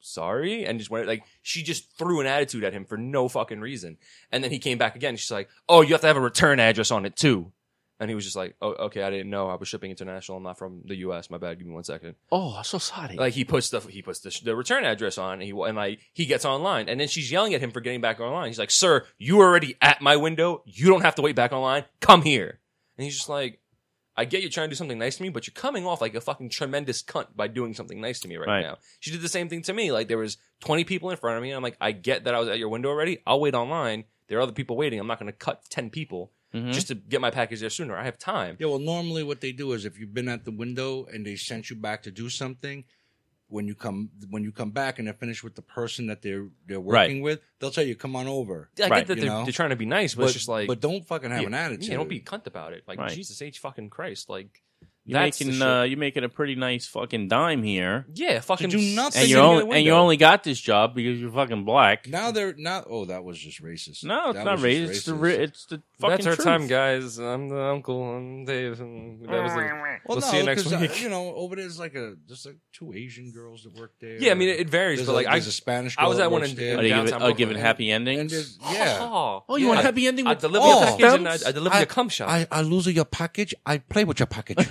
[SPEAKER 3] "Sorry," and just went like she just threw an attitude at him for no fucking reason. And then he came back again. And she's like, "Oh, you have to have a return address on it too." And he was just like, "Oh, okay, I didn't know. I was shipping international. I'm not from the U.S. My bad. Give me one second.
[SPEAKER 2] Oh, I'm so sorry.
[SPEAKER 3] Like he puts the he puts the, the return address on, and he and like he gets online, and then she's yelling at him for getting back online. He's like, "Sir, you were already at my window. You don't have to wait back online. Come here." And he's just like, "I get you're trying to do something nice to me, but you're coming off like a fucking tremendous cunt by doing something nice to me right,
[SPEAKER 2] Right.
[SPEAKER 3] now." She did the same thing to me. Like there was 20 people in front of me, and I'm like, "I get that I was at your window already. I'll wait online. There are other people waiting. I'm not going to cut 10 people
[SPEAKER 2] Mhm.
[SPEAKER 3] just to get my package there sooner. I have time."
[SPEAKER 1] yeah. Well, normally what they do is if you've been at the window and they sent you back to do something. When you come, when you come back and they're finished with the person that they're they're
[SPEAKER 2] Right.
[SPEAKER 1] working with, they'll tell you, "Come on over."
[SPEAKER 3] I
[SPEAKER 2] Right,
[SPEAKER 3] get that
[SPEAKER 1] you
[SPEAKER 3] they're,
[SPEAKER 1] know?
[SPEAKER 3] they're trying to be nice, but, it's just like
[SPEAKER 1] but don't fucking have
[SPEAKER 3] yeah,
[SPEAKER 1] an attitude.
[SPEAKER 3] Yeah, don't be a cunt about it. Like
[SPEAKER 2] Right.
[SPEAKER 3] Jesus H fucking Christ. Like
[SPEAKER 2] you're
[SPEAKER 3] that's the
[SPEAKER 2] making
[SPEAKER 3] shit.
[SPEAKER 2] uh, you're making a pretty nice fucking dime here,
[SPEAKER 3] yeah, fucking
[SPEAKER 1] do nothing.
[SPEAKER 2] and
[SPEAKER 1] Sitting
[SPEAKER 2] you
[SPEAKER 1] in
[SPEAKER 2] only and you only got this job because you're fucking black.
[SPEAKER 1] Now they're not. Oh, that was just racist.
[SPEAKER 2] No, it's
[SPEAKER 1] That
[SPEAKER 2] not
[SPEAKER 1] was just
[SPEAKER 2] racist. It's the re- it's the fucking
[SPEAKER 3] That's our
[SPEAKER 2] truth.
[SPEAKER 3] time, guys. I'm the uncle. I'm Dave. And that was the,
[SPEAKER 1] Well,
[SPEAKER 3] we'll
[SPEAKER 1] no,
[SPEAKER 3] see you next
[SPEAKER 1] 'cause, uh,
[SPEAKER 3] week.
[SPEAKER 1] you know, over there's like a there's like two Asian girls that work there.
[SPEAKER 3] yeah, I mean it, it varies,
[SPEAKER 1] There's a-
[SPEAKER 3] but like I
[SPEAKER 1] there's a Spanish.
[SPEAKER 3] I
[SPEAKER 1] Girl
[SPEAKER 3] was
[SPEAKER 1] that
[SPEAKER 3] at one
[SPEAKER 1] works
[SPEAKER 3] in-
[SPEAKER 1] there.
[SPEAKER 2] Are Oh, you giving,
[SPEAKER 3] Downtown
[SPEAKER 2] are you giving
[SPEAKER 3] Brooklyn.
[SPEAKER 2] happy
[SPEAKER 1] and
[SPEAKER 2] endings?
[SPEAKER 1] there's
[SPEAKER 3] (laughs)
[SPEAKER 1] yeah.
[SPEAKER 2] Oh, you want a happy ending
[SPEAKER 3] I, I
[SPEAKER 2] with
[SPEAKER 3] delivered
[SPEAKER 1] Oh.
[SPEAKER 3] the package and I,
[SPEAKER 2] stamps?
[SPEAKER 3] I delivered a cum shot.
[SPEAKER 1] I lose your package. I play with your (laughs) package.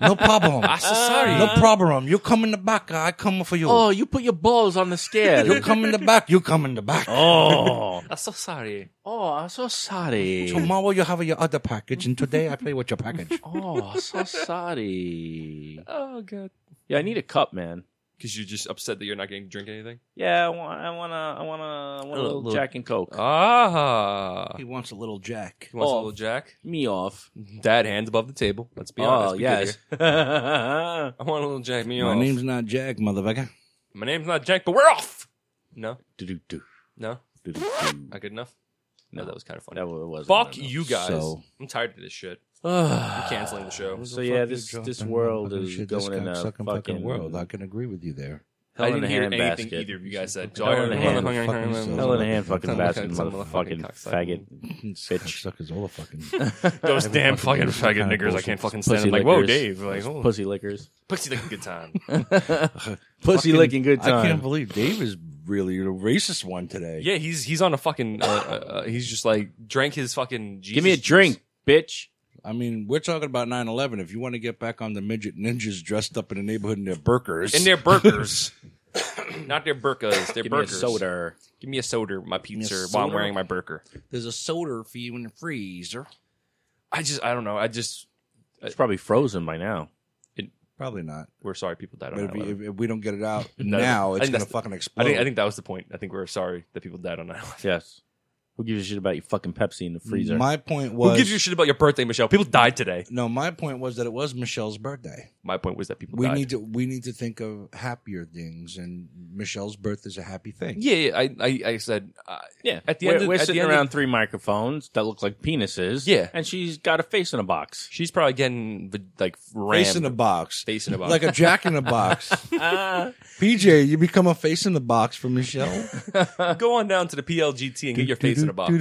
[SPEAKER 1] no problem.
[SPEAKER 3] I'm so sorry.
[SPEAKER 1] No problem. You come in the back. I come for you.
[SPEAKER 2] Oh, you put your balls on the
[SPEAKER 1] You
[SPEAKER 2] scale.
[SPEAKER 3] (laughs)
[SPEAKER 1] come in the back. You come in the back.
[SPEAKER 2] oh,
[SPEAKER 3] I'm so sorry.
[SPEAKER 2] oh, I'm so sorry.
[SPEAKER 1] Tomorrow you have your other package, and today I play with your package.
[SPEAKER 2] Oh, I'm so sorry.
[SPEAKER 3] (laughs) Oh god.
[SPEAKER 2] Yeah, I need a cup, man.
[SPEAKER 3] Because you're just upset that you're not getting to drink anything.
[SPEAKER 2] Yeah, I want, I want to, I want to, I want a
[SPEAKER 3] A
[SPEAKER 2] little
[SPEAKER 3] little-
[SPEAKER 2] Jack and Coke.
[SPEAKER 3] Ah.
[SPEAKER 1] (laughs) he
[SPEAKER 3] You
[SPEAKER 1] wants a little jack.
[SPEAKER 3] want
[SPEAKER 2] Oh.
[SPEAKER 3] a little Jack?
[SPEAKER 2] Me off.
[SPEAKER 3] Dad, hands above the table. Let's be honest.
[SPEAKER 2] Oh
[SPEAKER 3] We get
[SPEAKER 2] yes.
[SPEAKER 3] here.
[SPEAKER 2] (laughs) yeah,
[SPEAKER 3] I want a little Jack. Me
[SPEAKER 1] My
[SPEAKER 3] off.
[SPEAKER 1] name's not Jack, motherfucker.
[SPEAKER 3] My name's not Jack, but we're off. No, no, not good enough. No,
[SPEAKER 2] No.
[SPEAKER 3] that was kind of funny.
[SPEAKER 2] that was
[SPEAKER 3] Fuck you guys.
[SPEAKER 1] So-
[SPEAKER 3] I'm tired of this (sighs) shit. I'm
[SPEAKER 2] so
[SPEAKER 3] canceling the show.
[SPEAKER 2] yeah, this this world is going in a fucking,
[SPEAKER 1] world. I can agree with you (laughs) there.
[SPEAKER 2] hell
[SPEAKER 3] I
[SPEAKER 2] in
[SPEAKER 3] didn't
[SPEAKER 2] a
[SPEAKER 3] hear
[SPEAKER 2] handbasket.
[SPEAKER 3] anything either of you guys said.
[SPEAKER 2] Hell in a hand.
[SPEAKER 1] (laughs)
[SPEAKER 2] Hell in a
[SPEAKER 1] Motherfucking
[SPEAKER 2] hand, fucking
[SPEAKER 3] Motherfucking
[SPEAKER 2] bastard,
[SPEAKER 3] cocksucker.
[SPEAKER 2] motherfucking faggot. Bitch.
[SPEAKER 1] Suckers all the fucking.
[SPEAKER 3] (laughs) Those damn
[SPEAKER 1] fucking
[SPEAKER 3] fucking faggot
[SPEAKER 1] kind of
[SPEAKER 3] niggers. I
[SPEAKER 1] bullshit.
[SPEAKER 3] can't fucking stand
[SPEAKER 2] Pussy
[SPEAKER 3] them. Like, whoa,
[SPEAKER 2] lickers.
[SPEAKER 3] Dave. Like,
[SPEAKER 2] (laughs)
[SPEAKER 3] oh,
[SPEAKER 2] Pussy lickers.
[SPEAKER 3] pussy looking
[SPEAKER 2] (laughs)
[SPEAKER 3] good time.
[SPEAKER 2] Pussy licking good
[SPEAKER 1] I can't
[SPEAKER 2] time.
[SPEAKER 1] believe Dave is really the racist one today.
[SPEAKER 3] Yeah, he's he's on a fucking. Uh, uh, uh, he's just like drank his fucking. Jesus
[SPEAKER 2] Give me a drink, bitch.
[SPEAKER 1] I mean, we're talking about 9-11. If you want to get back on the midget ninjas dressed up in the neighborhood in their burkers,
[SPEAKER 2] (laughs)
[SPEAKER 3] juice. in their burgers. (coughs) Not their burkas. Their
[SPEAKER 2] Give me a
[SPEAKER 3] burkers.
[SPEAKER 2] soda.
[SPEAKER 3] Give me a soda. My pizza
[SPEAKER 1] a
[SPEAKER 3] while I'm
[SPEAKER 1] soda?
[SPEAKER 3] wearing my burker.
[SPEAKER 1] There's a soda for you in the freezer.
[SPEAKER 3] I just. I don't know. I just.
[SPEAKER 2] It's probably frozen by now.
[SPEAKER 1] Probably not.
[SPEAKER 3] We're sorry people died on
[SPEAKER 1] But if,
[SPEAKER 3] 9
[SPEAKER 1] we-
[SPEAKER 3] 11.
[SPEAKER 1] if, if we don't get it out
[SPEAKER 3] (laughs) No,
[SPEAKER 1] now,
[SPEAKER 3] I
[SPEAKER 1] it's
[SPEAKER 3] think
[SPEAKER 1] gonna
[SPEAKER 3] that's-
[SPEAKER 1] fucking
[SPEAKER 3] I
[SPEAKER 1] explode.
[SPEAKER 3] think. I think that was the point. I think we are sorry that people died on 9 11.
[SPEAKER 2] Yes. Who gives a shit about your fucking Pepsi in the freezer?
[SPEAKER 1] My point (laughs) was.
[SPEAKER 3] Who gives you shit about your birthday, Michelle? People died today.
[SPEAKER 1] no, my point was that it was Michelle's birthday.
[SPEAKER 3] My point was that people
[SPEAKER 1] We
[SPEAKER 3] died.
[SPEAKER 1] need to we need to think of happier things, and Michelle's birth is a happy thing.
[SPEAKER 3] Yeah, yeah. I, I, I said. Uh,
[SPEAKER 2] yeah.
[SPEAKER 3] At the
[SPEAKER 2] we're,
[SPEAKER 3] end of-
[SPEAKER 2] we're
[SPEAKER 3] at the
[SPEAKER 2] sitting
[SPEAKER 3] end of-
[SPEAKER 2] around three microphones that look like penises.
[SPEAKER 3] Yeah.
[SPEAKER 2] And she's got a face in a box.
[SPEAKER 3] (laughs) she's probably getting the, like rammed.
[SPEAKER 1] Face in a box,
[SPEAKER 3] Face
[SPEAKER 1] (laughs)
[SPEAKER 3] in a box.
[SPEAKER 1] like a jack in a box.
[SPEAKER 3] (laughs) Ah.
[SPEAKER 1] PJ, you become a face in the box for Michelle.
[SPEAKER 3] (laughs) Go on down to the PLGT and get your face in
[SPEAKER 1] (laughs)
[SPEAKER 3] a box.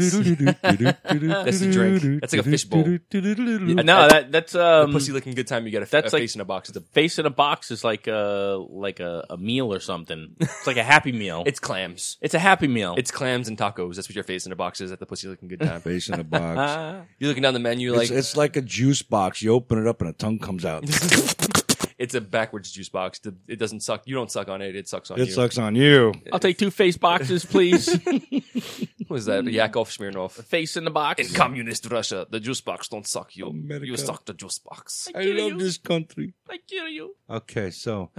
[SPEAKER 1] That's
[SPEAKER 3] the drink. That's like a fishbowl.
[SPEAKER 2] no, that that's um
[SPEAKER 3] Pussy looking good time. You got a,
[SPEAKER 2] that's
[SPEAKER 3] a
[SPEAKER 2] like-
[SPEAKER 3] face in a box. It's, a,
[SPEAKER 2] face in a box is like a like a, a meal or something. It's like a happy meal.
[SPEAKER 3] it's clams.
[SPEAKER 2] it's a happy meal.
[SPEAKER 3] It's clams and tacos. That's what your face in a box is at the pussy looking
[SPEAKER 1] (laughs)
[SPEAKER 3] good time.
[SPEAKER 1] Face in a box.
[SPEAKER 2] Uh,
[SPEAKER 3] You're looking down the menu
[SPEAKER 1] It's,
[SPEAKER 3] (laughs) like it's,
[SPEAKER 1] it's like a juice box. You open it up and a tongue comes out.
[SPEAKER 3] a backwards juice box. The- It doesn't suck. You don't suck on it. It sucks on
[SPEAKER 1] It
[SPEAKER 3] you.
[SPEAKER 1] sucks on you.
[SPEAKER 2] I'll take two face boxes, (laughs) please.
[SPEAKER 3] What was
[SPEAKER 1] Mm.
[SPEAKER 3] that? Yakov Smirnov.
[SPEAKER 2] face in the box.
[SPEAKER 3] In communist Russia, the juice box don't suck you.
[SPEAKER 1] America.
[SPEAKER 3] You suck the juice (laughs) box.
[SPEAKER 1] I love this country.
[SPEAKER 2] I kill you.
[SPEAKER 1] Okay,
[SPEAKER 3] (laughs)
[SPEAKER 1] so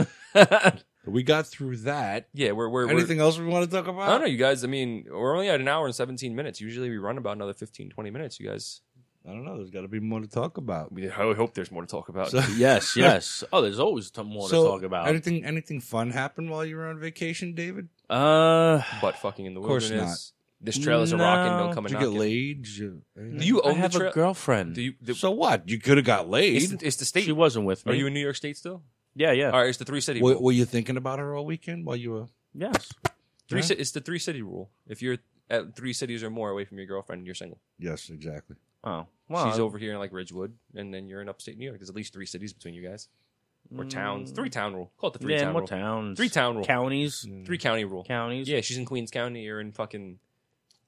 [SPEAKER 1] we got through that.
[SPEAKER 3] Yeah, we're we're, we're
[SPEAKER 1] Anything else we want to talk
[SPEAKER 3] I don't
[SPEAKER 1] about?
[SPEAKER 3] know, you guys. I mean, we're only at an hour and 17 minutes. Usually we run about another 15, 20 minutes, you guys.
[SPEAKER 1] I don't know. There's got to be more to talk about.
[SPEAKER 3] We, I hope there's more to talk about. (laughs)
[SPEAKER 1] So-
[SPEAKER 2] Yes, yes. Oh, there's always some more
[SPEAKER 1] So,
[SPEAKER 2] to talk about.
[SPEAKER 1] Anything anything fun happened while you were on vacation, David?
[SPEAKER 2] uh,
[SPEAKER 3] but fucking in the
[SPEAKER 1] Of course
[SPEAKER 3] wilderness. This trailer's a rockin',
[SPEAKER 2] No.
[SPEAKER 3] don't come
[SPEAKER 1] Did
[SPEAKER 3] and
[SPEAKER 1] you
[SPEAKER 3] knock
[SPEAKER 1] get
[SPEAKER 3] it.
[SPEAKER 1] laid? Did you- eh?
[SPEAKER 3] Do you
[SPEAKER 2] I
[SPEAKER 3] own
[SPEAKER 2] have
[SPEAKER 3] the
[SPEAKER 2] a
[SPEAKER 3] trail?
[SPEAKER 2] girlfriend.
[SPEAKER 3] Do you? The,
[SPEAKER 1] so what? You could have got
[SPEAKER 3] it's,
[SPEAKER 1] laid.
[SPEAKER 3] the, it's the state.
[SPEAKER 2] she wasn't with me.
[SPEAKER 3] Are you in New York State still?
[SPEAKER 2] yeah, yeah.
[SPEAKER 3] All right, it's the three city.
[SPEAKER 1] Were,
[SPEAKER 3] rule.
[SPEAKER 1] were you thinking about her all weekend while you were?
[SPEAKER 2] Yes.
[SPEAKER 3] Three ci- it's the three city rule. If you're at three cities or more away from your girlfriend, you're single.
[SPEAKER 1] Yes, exactly.
[SPEAKER 2] Oh, well,
[SPEAKER 3] She's over here in like Ridgewood, and then you're in upstate New York. There's at least three cities between you guys or towns. Three town rule. Call it the three
[SPEAKER 2] mm, yeah,
[SPEAKER 3] town
[SPEAKER 2] more
[SPEAKER 3] rule.
[SPEAKER 2] towns.
[SPEAKER 3] Three town rule.
[SPEAKER 2] Counties.
[SPEAKER 3] Three county rule.
[SPEAKER 2] Counties.
[SPEAKER 3] Yeah, she's in Queens County or in fucking.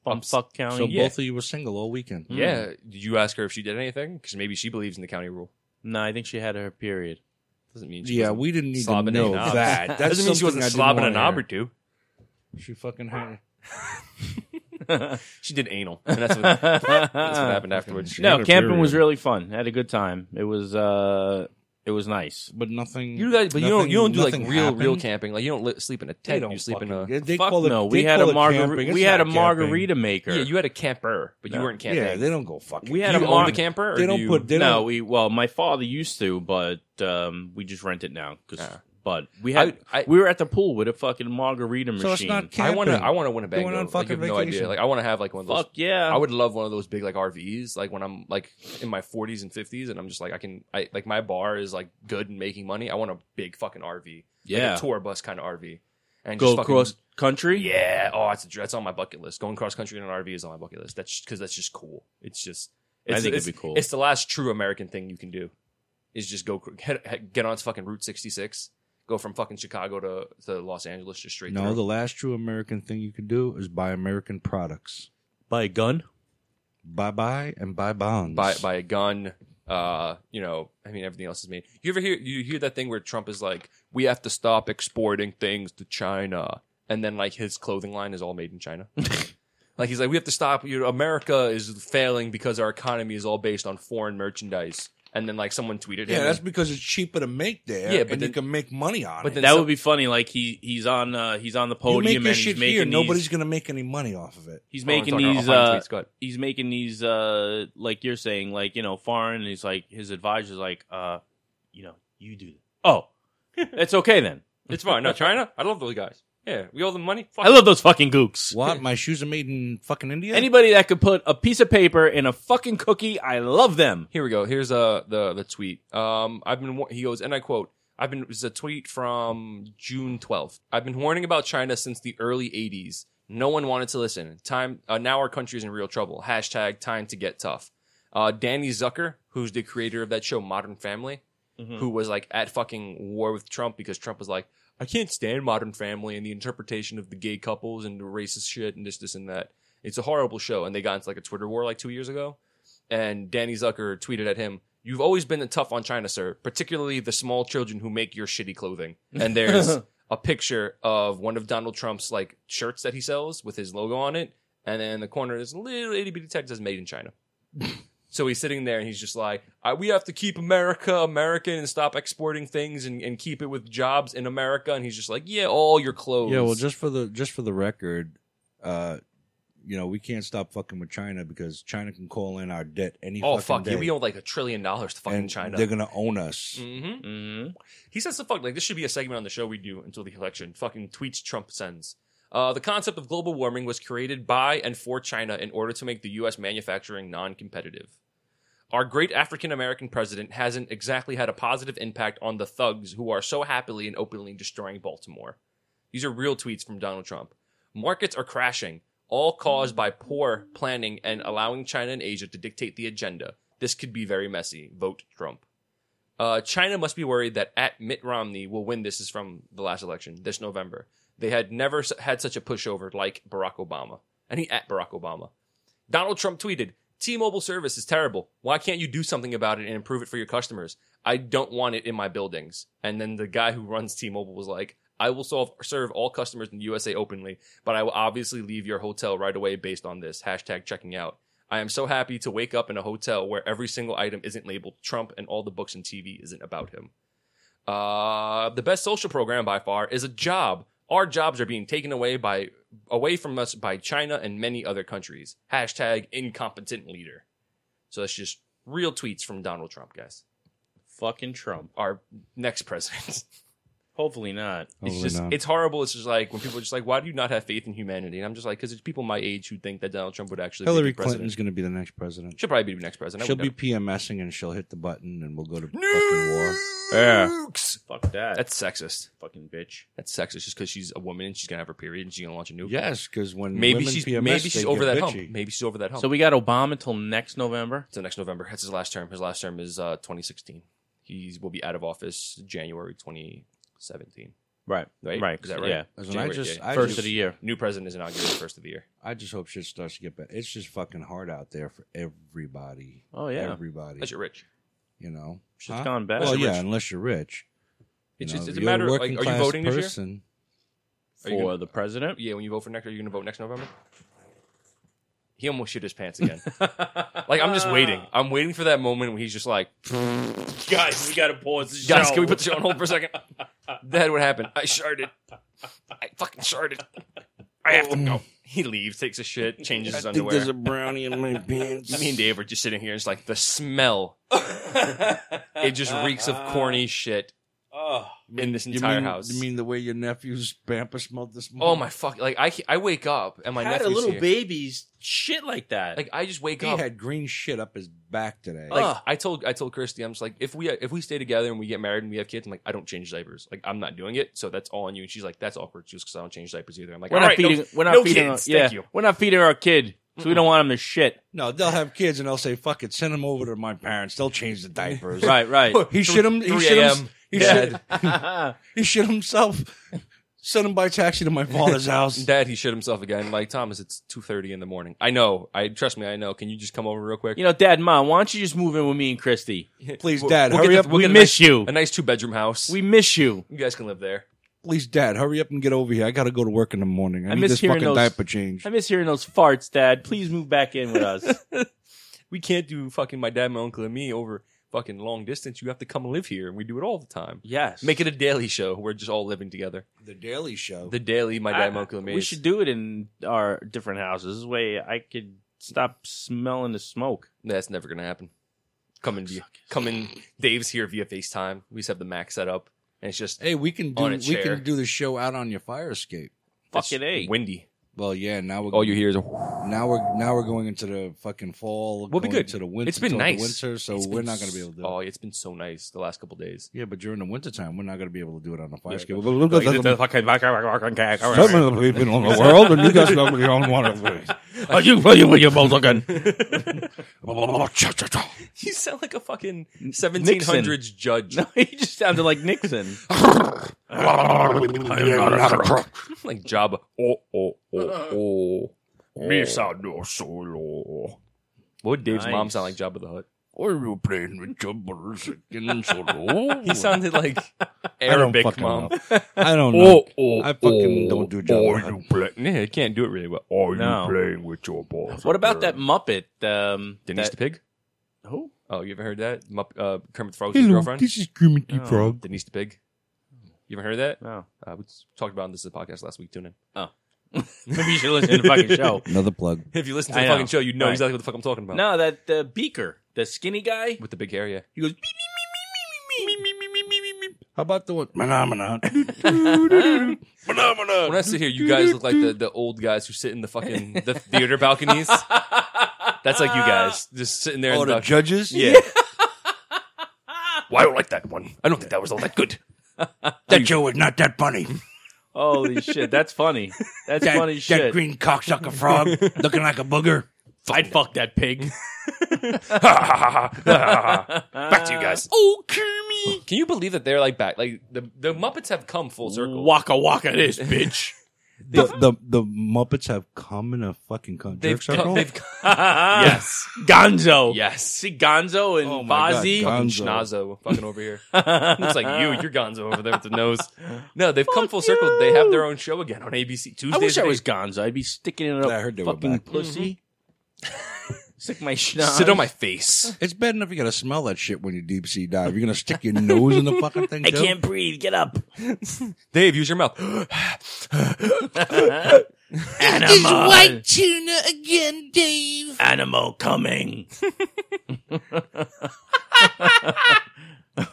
[SPEAKER 2] Fuck, fuck county.
[SPEAKER 1] So
[SPEAKER 2] yeah.
[SPEAKER 1] both of you were single all weekend.
[SPEAKER 2] Mm.
[SPEAKER 3] Yeah, did you ask her if she did anything? Because maybe she believes in the county rule.
[SPEAKER 2] No, I think she had her period. (laughs)
[SPEAKER 3] Doesn't mean she
[SPEAKER 1] Yeah,
[SPEAKER 3] wasn't
[SPEAKER 1] we didn't need to
[SPEAKER 3] slobbing a
[SPEAKER 1] know
[SPEAKER 3] knob. (laughs)
[SPEAKER 1] that. That's
[SPEAKER 3] Doesn't mean she
[SPEAKER 1] something
[SPEAKER 3] wasn't
[SPEAKER 1] I didn't
[SPEAKER 3] slobbing a
[SPEAKER 1] wanna
[SPEAKER 3] knob
[SPEAKER 1] hear.
[SPEAKER 3] or two.
[SPEAKER 1] She fucking had.
[SPEAKER 3] She did
[SPEAKER 1] (laughs)
[SPEAKER 3] anal, and that's what,
[SPEAKER 2] (laughs)
[SPEAKER 3] that's what happened afterwards.
[SPEAKER 1] shit.
[SPEAKER 2] No,
[SPEAKER 1] Had a
[SPEAKER 2] camping was
[SPEAKER 1] period.
[SPEAKER 2] really fun. Had a good time. It was uh, it was nice.
[SPEAKER 1] But nothing.
[SPEAKER 3] You guys, but you don't
[SPEAKER 1] nothing-
[SPEAKER 3] you don't do like
[SPEAKER 1] nothing
[SPEAKER 3] real real
[SPEAKER 1] happened.
[SPEAKER 3] camping. Like you don't li- sleep in a
[SPEAKER 1] They
[SPEAKER 3] tent.
[SPEAKER 1] don't
[SPEAKER 3] You sleep in a
[SPEAKER 1] fucking- They
[SPEAKER 2] Fuck
[SPEAKER 1] call it.
[SPEAKER 2] no,
[SPEAKER 1] they
[SPEAKER 2] we had a
[SPEAKER 1] call it
[SPEAKER 2] margarita.
[SPEAKER 1] camping.
[SPEAKER 2] We
[SPEAKER 1] It's
[SPEAKER 2] had a
[SPEAKER 1] not camping.
[SPEAKER 2] margarita maker.
[SPEAKER 3] yeah. You had a camper, but you weren't camping.
[SPEAKER 1] Yeah, they don't go fucking.
[SPEAKER 2] We had
[SPEAKER 1] You
[SPEAKER 2] a
[SPEAKER 3] you
[SPEAKER 1] own
[SPEAKER 2] mar-
[SPEAKER 3] own the camper. Or
[SPEAKER 1] They
[SPEAKER 3] do
[SPEAKER 1] don't
[SPEAKER 3] you,
[SPEAKER 1] put. They
[SPEAKER 2] no,
[SPEAKER 1] don't.
[SPEAKER 2] we well, my father used to, but um, we just rent it now. 'cause-
[SPEAKER 3] Ah.
[SPEAKER 2] but we had
[SPEAKER 3] I- I-
[SPEAKER 2] we were at the pool with a fucking margarita
[SPEAKER 1] So
[SPEAKER 2] machine.
[SPEAKER 1] it's not
[SPEAKER 3] I
[SPEAKER 1] camping.
[SPEAKER 3] want to. I want to Winnebago.
[SPEAKER 1] They went on
[SPEAKER 3] like, you
[SPEAKER 1] fucking
[SPEAKER 3] have no idea.
[SPEAKER 1] vacation.
[SPEAKER 3] Like I want to have like one of those.
[SPEAKER 2] Fuck yeah!
[SPEAKER 3] I would love one of those big like RVs. Like when I'm like in my 40s and 50s, and I'm just like I can. I like my bar is like good and making money. I want a big fucking RV.
[SPEAKER 2] Yeah.
[SPEAKER 3] like a tour bus kind of RV. And
[SPEAKER 2] go
[SPEAKER 3] just fucking-
[SPEAKER 2] across country.
[SPEAKER 3] Yeah. Oh, it's that's on my bucket list. Going cross country in an RV is on my bucket list. That's because that's just cool. It's just.
[SPEAKER 2] I
[SPEAKER 3] It's,
[SPEAKER 2] think it'd
[SPEAKER 3] it's-
[SPEAKER 2] be cool.
[SPEAKER 3] It's the last true American thing you can do, is just go cr- (laughs) get, get on fucking Route 66, go from fucking Chicago to, to Los Angeles, just straight.
[SPEAKER 1] No,
[SPEAKER 3] through.
[SPEAKER 1] the last true American thing you can do is buy American products.
[SPEAKER 2] Buy a gun.
[SPEAKER 1] Bye bye and buy bonds.
[SPEAKER 3] by by a gun. Uh, you know, I mean, everything else is made. You ever hear you hear that thing where Trump is like, "We have to stop exporting things to China," and then like his clothing line is all made in China. like he's like, "We have to stop. You know, America is failing because our economy is all based on foreign merchandise." And then like someone tweeted,
[SPEAKER 1] Yeah,
[SPEAKER 3] him,
[SPEAKER 1] that's because it's cheaper to make there.
[SPEAKER 3] Yeah,
[SPEAKER 1] Yeah,
[SPEAKER 3] but
[SPEAKER 1] but and
[SPEAKER 3] then-
[SPEAKER 1] you can make money on
[SPEAKER 3] but
[SPEAKER 1] it.
[SPEAKER 3] then
[SPEAKER 2] That
[SPEAKER 3] some-
[SPEAKER 2] would be funny. Like he he's on uh, he's on the
[SPEAKER 1] you
[SPEAKER 2] podium
[SPEAKER 1] make
[SPEAKER 2] and
[SPEAKER 1] this shit
[SPEAKER 2] he's making
[SPEAKER 1] here.
[SPEAKER 2] these,
[SPEAKER 1] Nobody's gonna make any money off of it.
[SPEAKER 2] he's
[SPEAKER 3] Oh, I'm
[SPEAKER 2] making
[SPEAKER 3] sorry, I'll
[SPEAKER 2] these
[SPEAKER 3] find
[SPEAKER 2] uh,
[SPEAKER 3] tweets. Go ahead.
[SPEAKER 2] he's making these uh like you're saying like you know foreign and he's like his advisor's like uh you know you do oh (laughs) it's okay then
[SPEAKER 3] It's fine. No, China. I love those guys. Yeah, we owe them money.
[SPEAKER 2] (laughs)
[SPEAKER 3] Fuck
[SPEAKER 2] I love those fucking
[SPEAKER 1] (laughs)
[SPEAKER 2] gooks
[SPEAKER 1] What? My shoes are made in fucking India.
[SPEAKER 2] anybody that could put a piece of paper in a fucking cookie I love them
[SPEAKER 3] Here we go. Here's uh the the tweet. Um, I've been wa- he goes and I quote. I've been it's a tweet from June 12th. I've been warning about China since the early 80s. No one wanted to listen. Time uh, now our country is in real trouble. Hashtag time to get tough. Uh, Danny Zucker, who's the creator of that show Modern Family, who was like at fucking war with Trump because Trump was like, I can't stand Modern Family and the interpretation of the gay couples and the racist shit and this this and that. It's a horrible show. And they got into like a Twitter war like two years ago and Danny Zucker tweeted at him, "You've always been tough on China, sir, particularly the small children who make your shitty clothing." And there's a picture of one of Donald Trump's like shirts that he sells with his logo on it, and then in the corner is a little itty bitty text that says "Made in
[SPEAKER 1] (laughs)
[SPEAKER 3] China." so he's sitting there and he's just like, I, "We have to keep America American and stop exporting things and, and keep it with jobs in America." And he's just like, "Yeah, all your clothes."
[SPEAKER 1] Yeah, well, just for the just for the record, uh, you know, we can't stop fucking with China because China can call in our debt any
[SPEAKER 3] oh
[SPEAKER 1] fucking
[SPEAKER 3] fuck,
[SPEAKER 1] day.
[SPEAKER 3] yeah, we owe like a trillion dollars to fucking
[SPEAKER 1] and
[SPEAKER 3] China.
[SPEAKER 1] They're gonna own us.
[SPEAKER 3] hmm
[SPEAKER 2] Mm-hmm.
[SPEAKER 3] He says the fuck like this should be a segment on the show we do until the election. Fucking tweets Trump sends. Uh, the concept of global warming was created by and for China in order to make the U.S. manufacturing non-competitive. Our great African American president hasn't exactly had a positive impact on the thugs who are so happily and openly destroying Baltimore. These are real tweets from Donald Trump. Markets are crashing, all caused by poor planning and allowing China and Asia to dictate the agenda. This could be very messy. Vote Trump. Uh, China must be worried that at Mitt Romney will win. This is from the last election, this November. They had never s- had such a pushover like Barack Obama. And he at Barack Obama. Donald Trump tweeted, T-Mobile service is terrible. Why can't you do something about it and improve it for your customers? I don't want it in my buildings. And then the guy who runs T-Mobile was like, I will solve, serve all customers in the USA openly, but I will obviously leave your hotel right away based on this. Hashtag checking out. I am so happy to wake up in a hotel where every single item isn't labeled Trump and all the books and TV isn't about him. Uh, the best social program by far is a job. Our jobs are being taken away by away from us by China and many other countries. Hashtag incompetent leader. So that's just real tweets from Donald Trump, guys.
[SPEAKER 2] Fucking Trump.
[SPEAKER 3] Our next president. (laughs)
[SPEAKER 2] Hopefully not.
[SPEAKER 3] it's
[SPEAKER 1] Hopefully
[SPEAKER 3] just
[SPEAKER 1] not.
[SPEAKER 3] it's horrible. It's just like when people are just like, why do you not have faith in humanity? And I'm just like, because it's people my age who think that Donald Trump would actually
[SPEAKER 1] Hillary
[SPEAKER 3] be the president.
[SPEAKER 1] Clinton's gonna be the next president.
[SPEAKER 3] She'll probably be the next president. I
[SPEAKER 1] She'll
[SPEAKER 3] wouldn't
[SPEAKER 1] be PMSing and she'll hit the button and we'll go to fucking war.
[SPEAKER 2] Yeah. Fuck that. That's
[SPEAKER 3] That's sexist.
[SPEAKER 2] fucking bitch.
[SPEAKER 3] That's sexist just because she's a woman and she's gonna have her period and she's gonna launch a nuke.
[SPEAKER 1] Yes, because when
[SPEAKER 3] Maybe
[SPEAKER 1] women
[SPEAKER 3] she's
[SPEAKER 1] PMS,
[SPEAKER 3] maybe she's
[SPEAKER 1] they
[SPEAKER 3] over
[SPEAKER 1] get
[SPEAKER 3] that
[SPEAKER 1] bitchy.
[SPEAKER 3] hump. Maybe she's over that hump.
[SPEAKER 2] So we got Obama until next November.
[SPEAKER 3] So next November. That's his last term. His last term is uh, 2016. He will be out of office January 2017.
[SPEAKER 2] Right.
[SPEAKER 3] Right?
[SPEAKER 2] Right.
[SPEAKER 3] Is that right?
[SPEAKER 2] Yeah.
[SPEAKER 1] That's when I
[SPEAKER 3] January,
[SPEAKER 1] just,
[SPEAKER 3] yeah.
[SPEAKER 1] I
[SPEAKER 2] First
[SPEAKER 1] just,
[SPEAKER 2] of the year.
[SPEAKER 3] New president is inaugurated first of the year.
[SPEAKER 1] I just hope shit starts to get better. It's just fucking hard out there for everybody.
[SPEAKER 2] Oh, yeah.
[SPEAKER 1] everybody.
[SPEAKER 3] Unless you're rich.
[SPEAKER 1] You know,
[SPEAKER 2] Shit's
[SPEAKER 1] Huh?
[SPEAKER 2] gone bad.
[SPEAKER 1] Well,
[SPEAKER 2] Rich
[SPEAKER 1] yeah, unless you're rich. You
[SPEAKER 3] It's
[SPEAKER 1] know, if
[SPEAKER 3] just it's a
[SPEAKER 1] you're
[SPEAKER 3] matter of like,
[SPEAKER 1] working
[SPEAKER 3] are you
[SPEAKER 1] class
[SPEAKER 3] voting this year?
[SPEAKER 1] person,
[SPEAKER 3] Are you
[SPEAKER 2] For
[SPEAKER 3] gonna-
[SPEAKER 2] the (laughs) president.
[SPEAKER 3] Yeah, when you vote for next, are you gonna vote next November? He almost shit his pants again. like I'm just waiting. I'm waiting for that moment when he's just like, (laughs)
[SPEAKER 2] Guys, we got to pause the
[SPEAKER 3] guys, can we put the show on hold for a second? that would happen. I sharded. I fucking sharded. I have to go. He leaves, takes a shit, changes his underwear.
[SPEAKER 1] there's a brownie in
[SPEAKER 3] (laughs)
[SPEAKER 1] my pants.
[SPEAKER 3] Me and Dave are just sitting here. It's like the smell. (laughs) It just reeks of corny shit
[SPEAKER 2] Oh.
[SPEAKER 3] in this
[SPEAKER 1] you
[SPEAKER 3] entire
[SPEAKER 1] mean,
[SPEAKER 3] house.
[SPEAKER 1] You mean the way your nephew's bamper smelled this morning?
[SPEAKER 3] oh my fuck! Like I, I wake up and my
[SPEAKER 2] How do
[SPEAKER 3] nephew's
[SPEAKER 2] little
[SPEAKER 3] here.
[SPEAKER 2] babies shit like that?
[SPEAKER 3] Like I just wake
[SPEAKER 1] He
[SPEAKER 3] up.
[SPEAKER 1] had green shit up his back today.
[SPEAKER 3] like
[SPEAKER 2] Ugh.
[SPEAKER 3] I told, I told Christy, I'm just like, if we if we stay together and we get married and we have kids, I'm like, I don't change diapers. Like I'm not doing it. So that's all on you. And she's like, that's awkward, just because I don't change diapers either. I'm like,
[SPEAKER 2] we're
[SPEAKER 3] all
[SPEAKER 2] not
[SPEAKER 3] right, no-
[SPEAKER 2] feeding. we're not
[SPEAKER 3] no
[SPEAKER 2] feeding.
[SPEAKER 3] kids,
[SPEAKER 2] our, yeah,
[SPEAKER 3] thank you.
[SPEAKER 2] we're not feeding our kid, so we don't want him to shit.
[SPEAKER 1] no, they'll have kids and they'll say, "Fuck it, send them over to my parents. They'll change the diapers."
[SPEAKER 2] Right. Right.
[SPEAKER 1] (laughs) He shit him. He
[SPEAKER 3] 3
[SPEAKER 1] shit
[SPEAKER 3] a.m.
[SPEAKER 1] him. He shit, he shit himself. Send him by taxi to my
[SPEAKER 3] (laughs)
[SPEAKER 1] father's house.
[SPEAKER 3] Dad, he shit himself again. Like Thomas, it's two thirty in the morning. I know. I trust me. I know. Can you just come over real quick?
[SPEAKER 2] (laughs) you know, Dad, Mom, why don't you just move in with me and Christy?
[SPEAKER 1] Please,
[SPEAKER 3] We'll-
[SPEAKER 1] Dad,
[SPEAKER 3] we'll get
[SPEAKER 1] hurry
[SPEAKER 3] the-
[SPEAKER 1] up.
[SPEAKER 3] we'll
[SPEAKER 2] we
[SPEAKER 3] get a
[SPEAKER 2] miss
[SPEAKER 3] nice-
[SPEAKER 2] you.
[SPEAKER 3] A nice two bedroom house.
[SPEAKER 2] We miss you.
[SPEAKER 3] you guys can live there.
[SPEAKER 1] Please, Dad, hurry up and get over here. I got to go to work in the morning. I,
[SPEAKER 2] I
[SPEAKER 1] need
[SPEAKER 2] miss
[SPEAKER 1] this
[SPEAKER 2] hearing
[SPEAKER 1] fucking
[SPEAKER 2] those-
[SPEAKER 1] diaper change.
[SPEAKER 2] I miss hearing those farts, Dad. Please move back in with us.
[SPEAKER 3] we can't do fucking my dad, my uncle, and me over fucking long distance. You have to come live here, and we do it all the time.
[SPEAKER 2] yes.
[SPEAKER 3] Make it a daily show. We're just all living together.
[SPEAKER 1] The Daily Show.
[SPEAKER 3] The daily, my dad, my uncle, and me.
[SPEAKER 2] We should do it in our different houses. This way I could stop smelling the smoke.
[SPEAKER 3] That's never gonna happen. Come in, via, come in. Dave's here via FaceTime. We just have the Mac set up, and it's just
[SPEAKER 1] hey, we can do
[SPEAKER 3] On a
[SPEAKER 1] we
[SPEAKER 3] chair.
[SPEAKER 1] can do the show out on your fire escape.
[SPEAKER 3] it's
[SPEAKER 2] Fucking A.
[SPEAKER 3] windy.
[SPEAKER 1] Well, yeah. Now we're
[SPEAKER 3] All Oh, you hear is a
[SPEAKER 1] now we're now we're going into the fucking fall.
[SPEAKER 3] We'll be
[SPEAKER 1] going
[SPEAKER 3] good.
[SPEAKER 1] to the winter.
[SPEAKER 3] It's been
[SPEAKER 1] to the
[SPEAKER 3] nice.
[SPEAKER 1] winter, so
[SPEAKER 3] It's
[SPEAKER 1] we're
[SPEAKER 3] been
[SPEAKER 1] not going to be able to. do it.
[SPEAKER 3] Oh, it's been so nice the last couple days.
[SPEAKER 1] Yeah, but during the wintertime, we're not going to be able to do it on the fire
[SPEAKER 3] Yeah,
[SPEAKER 1] escape.
[SPEAKER 3] but-
[SPEAKER 1] But look at the-
[SPEAKER 2] Fucking
[SPEAKER 1] Some of the people in the world, and you guys know what you don't want
[SPEAKER 3] (laughs)
[SPEAKER 1] to
[SPEAKER 2] Are you ready with your balls again?
[SPEAKER 1] do.
[SPEAKER 3] (laughs) You sound like a fucking 1700s
[SPEAKER 2] (laughs)
[SPEAKER 3] judge. (laughs)
[SPEAKER 2] No, he just sounded like Nixon.
[SPEAKER 3] like Jabba. Oh, oh, oh, oh.
[SPEAKER 2] Me sound
[SPEAKER 3] What would Dave's mom
[SPEAKER 2] Nice.
[SPEAKER 3] sound like Jabba the Hutt?
[SPEAKER 5] I were playing with your balls again,
[SPEAKER 1] (laughs)
[SPEAKER 5] so no.
[SPEAKER 3] (laughs) He sounded (laughs) like
[SPEAKER 1] I don't
[SPEAKER 3] Arabic
[SPEAKER 1] fucking
[SPEAKER 3] mom.
[SPEAKER 1] know. I don't know.
[SPEAKER 3] (laughs)
[SPEAKER 5] Oh, oh,
[SPEAKER 1] I fucking
[SPEAKER 5] oh,
[SPEAKER 1] don't do
[SPEAKER 5] Are
[SPEAKER 1] John
[SPEAKER 5] you
[SPEAKER 1] Lennon.
[SPEAKER 5] play-
[SPEAKER 3] Yeah, he can't do it really well. Oh,
[SPEAKER 5] Are you
[SPEAKER 2] No.
[SPEAKER 5] playing with your balls?
[SPEAKER 2] What about that Muppet? Um, that-
[SPEAKER 3] Denise the pig.
[SPEAKER 2] who?
[SPEAKER 3] Oh, you ever heard that? Mupp- uh, Kermit the Frog's girlfriend.
[SPEAKER 1] is Kermit the
[SPEAKER 2] Oh.
[SPEAKER 1] Frog.
[SPEAKER 3] Denise the pig. You ever heard that?
[SPEAKER 2] No.
[SPEAKER 3] Uh, we talked about this in the podcast last week. Tune in.
[SPEAKER 2] Maybe you should listen to the fucking
[SPEAKER 3] Oh.
[SPEAKER 2] show.
[SPEAKER 1] Another plug.
[SPEAKER 3] If you listen to
[SPEAKER 2] I
[SPEAKER 3] the
[SPEAKER 2] know.
[SPEAKER 3] fucking show, you know
[SPEAKER 2] Right.
[SPEAKER 3] exactly what the fuck I'm talking
[SPEAKER 2] (laughs)
[SPEAKER 3] about.
[SPEAKER 2] No, that the Beaker, the skinny guy.
[SPEAKER 3] With the big hair, yeah.
[SPEAKER 2] He goes. "Beep."
[SPEAKER 1] How about the one? (laughs) Phenomena.
[SPEAKER 3] When I sit here, you guys look like the, the old guys who sit in the fucking the theater balconies.
[SPEAKER 5] (laughs)
[SPEAKER 3] That's like you guys just sitting there. in
[SPEAKER 1] Oh,
[SPEAKER 3] the
[SPEAKER 1] the
[SPEAKER 3] balcony.
[SPEAKER 1] judges?
[SPEAKER 3] yeah.
[SPEAKER 5] Well, I don't like that one. I don't think that was all that good.
[SPEAKER 1] That show was not that funny.
[SPEAKER 2] Holy shit, that's funny. That's
[SPEAKER 1] That,
[SPEAKER 2] funny
[SPEAKER 1] that
[SPEAKER 2] shit.
[SPEAKER 1] green cocksucker frog
[SPEAKER 3] (laughs)
[SPEAKER 1] looking like a booger.
[SPEAKER 2] I'd fuck that pig.
[SPEAKER 5] Back to you guys.
[SPEAKER 2] oh, Kermit.
[SPEAKER 3] Can you believe that they're like back? Like the the Muppets have come full circle.
[SPEAKER 2] Waka waka this bitch.
[SPEAKER 1] The, the the Muppets have come in a fucking con-
[SPEAKER 3] They've
[SPEAKER 1] jerk
[SPEAKER 3] come,
[SPEAKER 1] circle.
[SPEAKER 3] they've come,
[SPEAKER 5] (laughs)
[SPEAKER 2] yes. Gonzo.
[SPEAKER 3] yes.
[SPEAKER 2] See Gonzo and
[SPEAKER 1] Oh my God,
[SPEAKER 2] Fozzie.
[SPEAKER 1] Gonzo.
[SPEAKER 3] Fucking Schnazo fucking over
[SPEAKER 5] (laughs)
[SPEAKER 3] here. Looks like you. You're Gonzo over there with the nose. No, they've come full circle. They have their own show again on ABC Tuesdays.
[SPEAKER 2] I wish I
[SPEAKER 3] at
[SPEAKER 2] was
[SPEAKER 3] eight.
[SPEAKER 2] Gonzo. I'd be sticking it up.
[SPEAKER 1] I heard they were
[SPEAKER 2] fucking
[SPEAKER 1] back.
[SPEAKER 2] pussy. (laughs) Stick my schnoz.
[SPEAKER 3] Sit on my face.
[SPEAKER 1] (laughs) it's bad enough you gotta smell that shit when you deep sea dive. You're gonna stick
[SPEAKER 3] (laughs)
[SPEAKER 1] your nose in the fucking thing.
[SPEAKER 2] I
[SPEAKER 1] too?
[SPEAKER 2] can't breathe. Get up.
[SPEAKER 3] Dave, use your (laughs) mouth.
[SPEAKER 5] Is
[SPEAKER 2] Animal.
[SPEAKER 5] white tuna again, Dave?
[SPEAKER 2] Animal coming.
[SPEAKER 5] (laughs)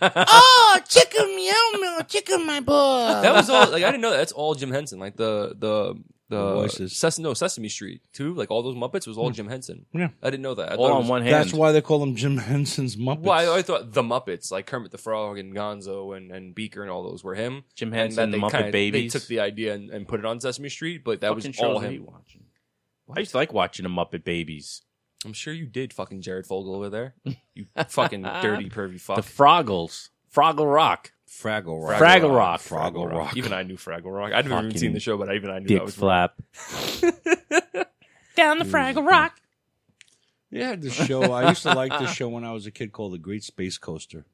[SPEAKER 5] Oh, chicken meow meow, chicken my boy.
[SPEAKER 3] that was all. Like I didn't know that. That's all Jim Henson. Like the the the
[SPEAKER 1] The voices.
[SPEAKER 3] Ses- no Sesame Street too. Like all those Muppets was all Jim Henson.
[SPEAKER 1] Yeah.
[SPEAKER 3] I didn't know that. I
[SPEAKER 2] All
[SPEAKER 3] thought it
[SPEAKER 2] on
[SPEAKER 3] was-
[SPEAKER 2] one hand.
[SPEAKER 1] That's why they call them Jim Henson's Muppets.
[SPEAKER 3] Well, I, I thought the Muppets, like Kermit the Frog and Gonzo and, and Beaker and all those, were him.
[SPEAKER 2] Jim
[SPEAKER 3] And
[SPEAKER 2] Henson,
[SPEAKER 3] that
[SPEAKER 2] Muppet
[SPEAKER 3] kinda-
[SPEAKER 2] Babies.
[SPEAKER 3] They took the idea and, and put it on Sesame Street, but that
[SPEAKER 2] Fucking
[SPEAKER 3] was all
[SPEAKER 2] shows I hate
[SPEAKER 3] him.
[SPEAKER 2] watching. I used to like watching the Muppet Babies.
[SPEAKER 3] I'm sure you did, fucking Jared Fogle over
[SPEAKER 2] (laughs)
[SPEAKER 3] there. You fucking dirty pervy fuck.
[SPEAKER 2] The Froggles. Froggle Rock.
[SPEAKER 1] Fraggle Rock.
[SPEAKER 2] Fraggle Rock.
[SPEAKER 1] Fraggle Rock.
[SPEAKER 3] Even I knew Fraggle Rock. I'd never even
[SPEAKER 2] Fucking
[SPEAKER 3] seen the show, but I even I knew that
[SPEAKER 2] Dick
[SPEAKER 3] was
[SPEAKER 2] Flap. Down the Fraggle Rock.
[SPEAKER 1] Yeah, the show. I used to like this show when I was a kid called The Great Space
[SPEAKER 3] (laughs)
[SPEAKER 1] Coaster.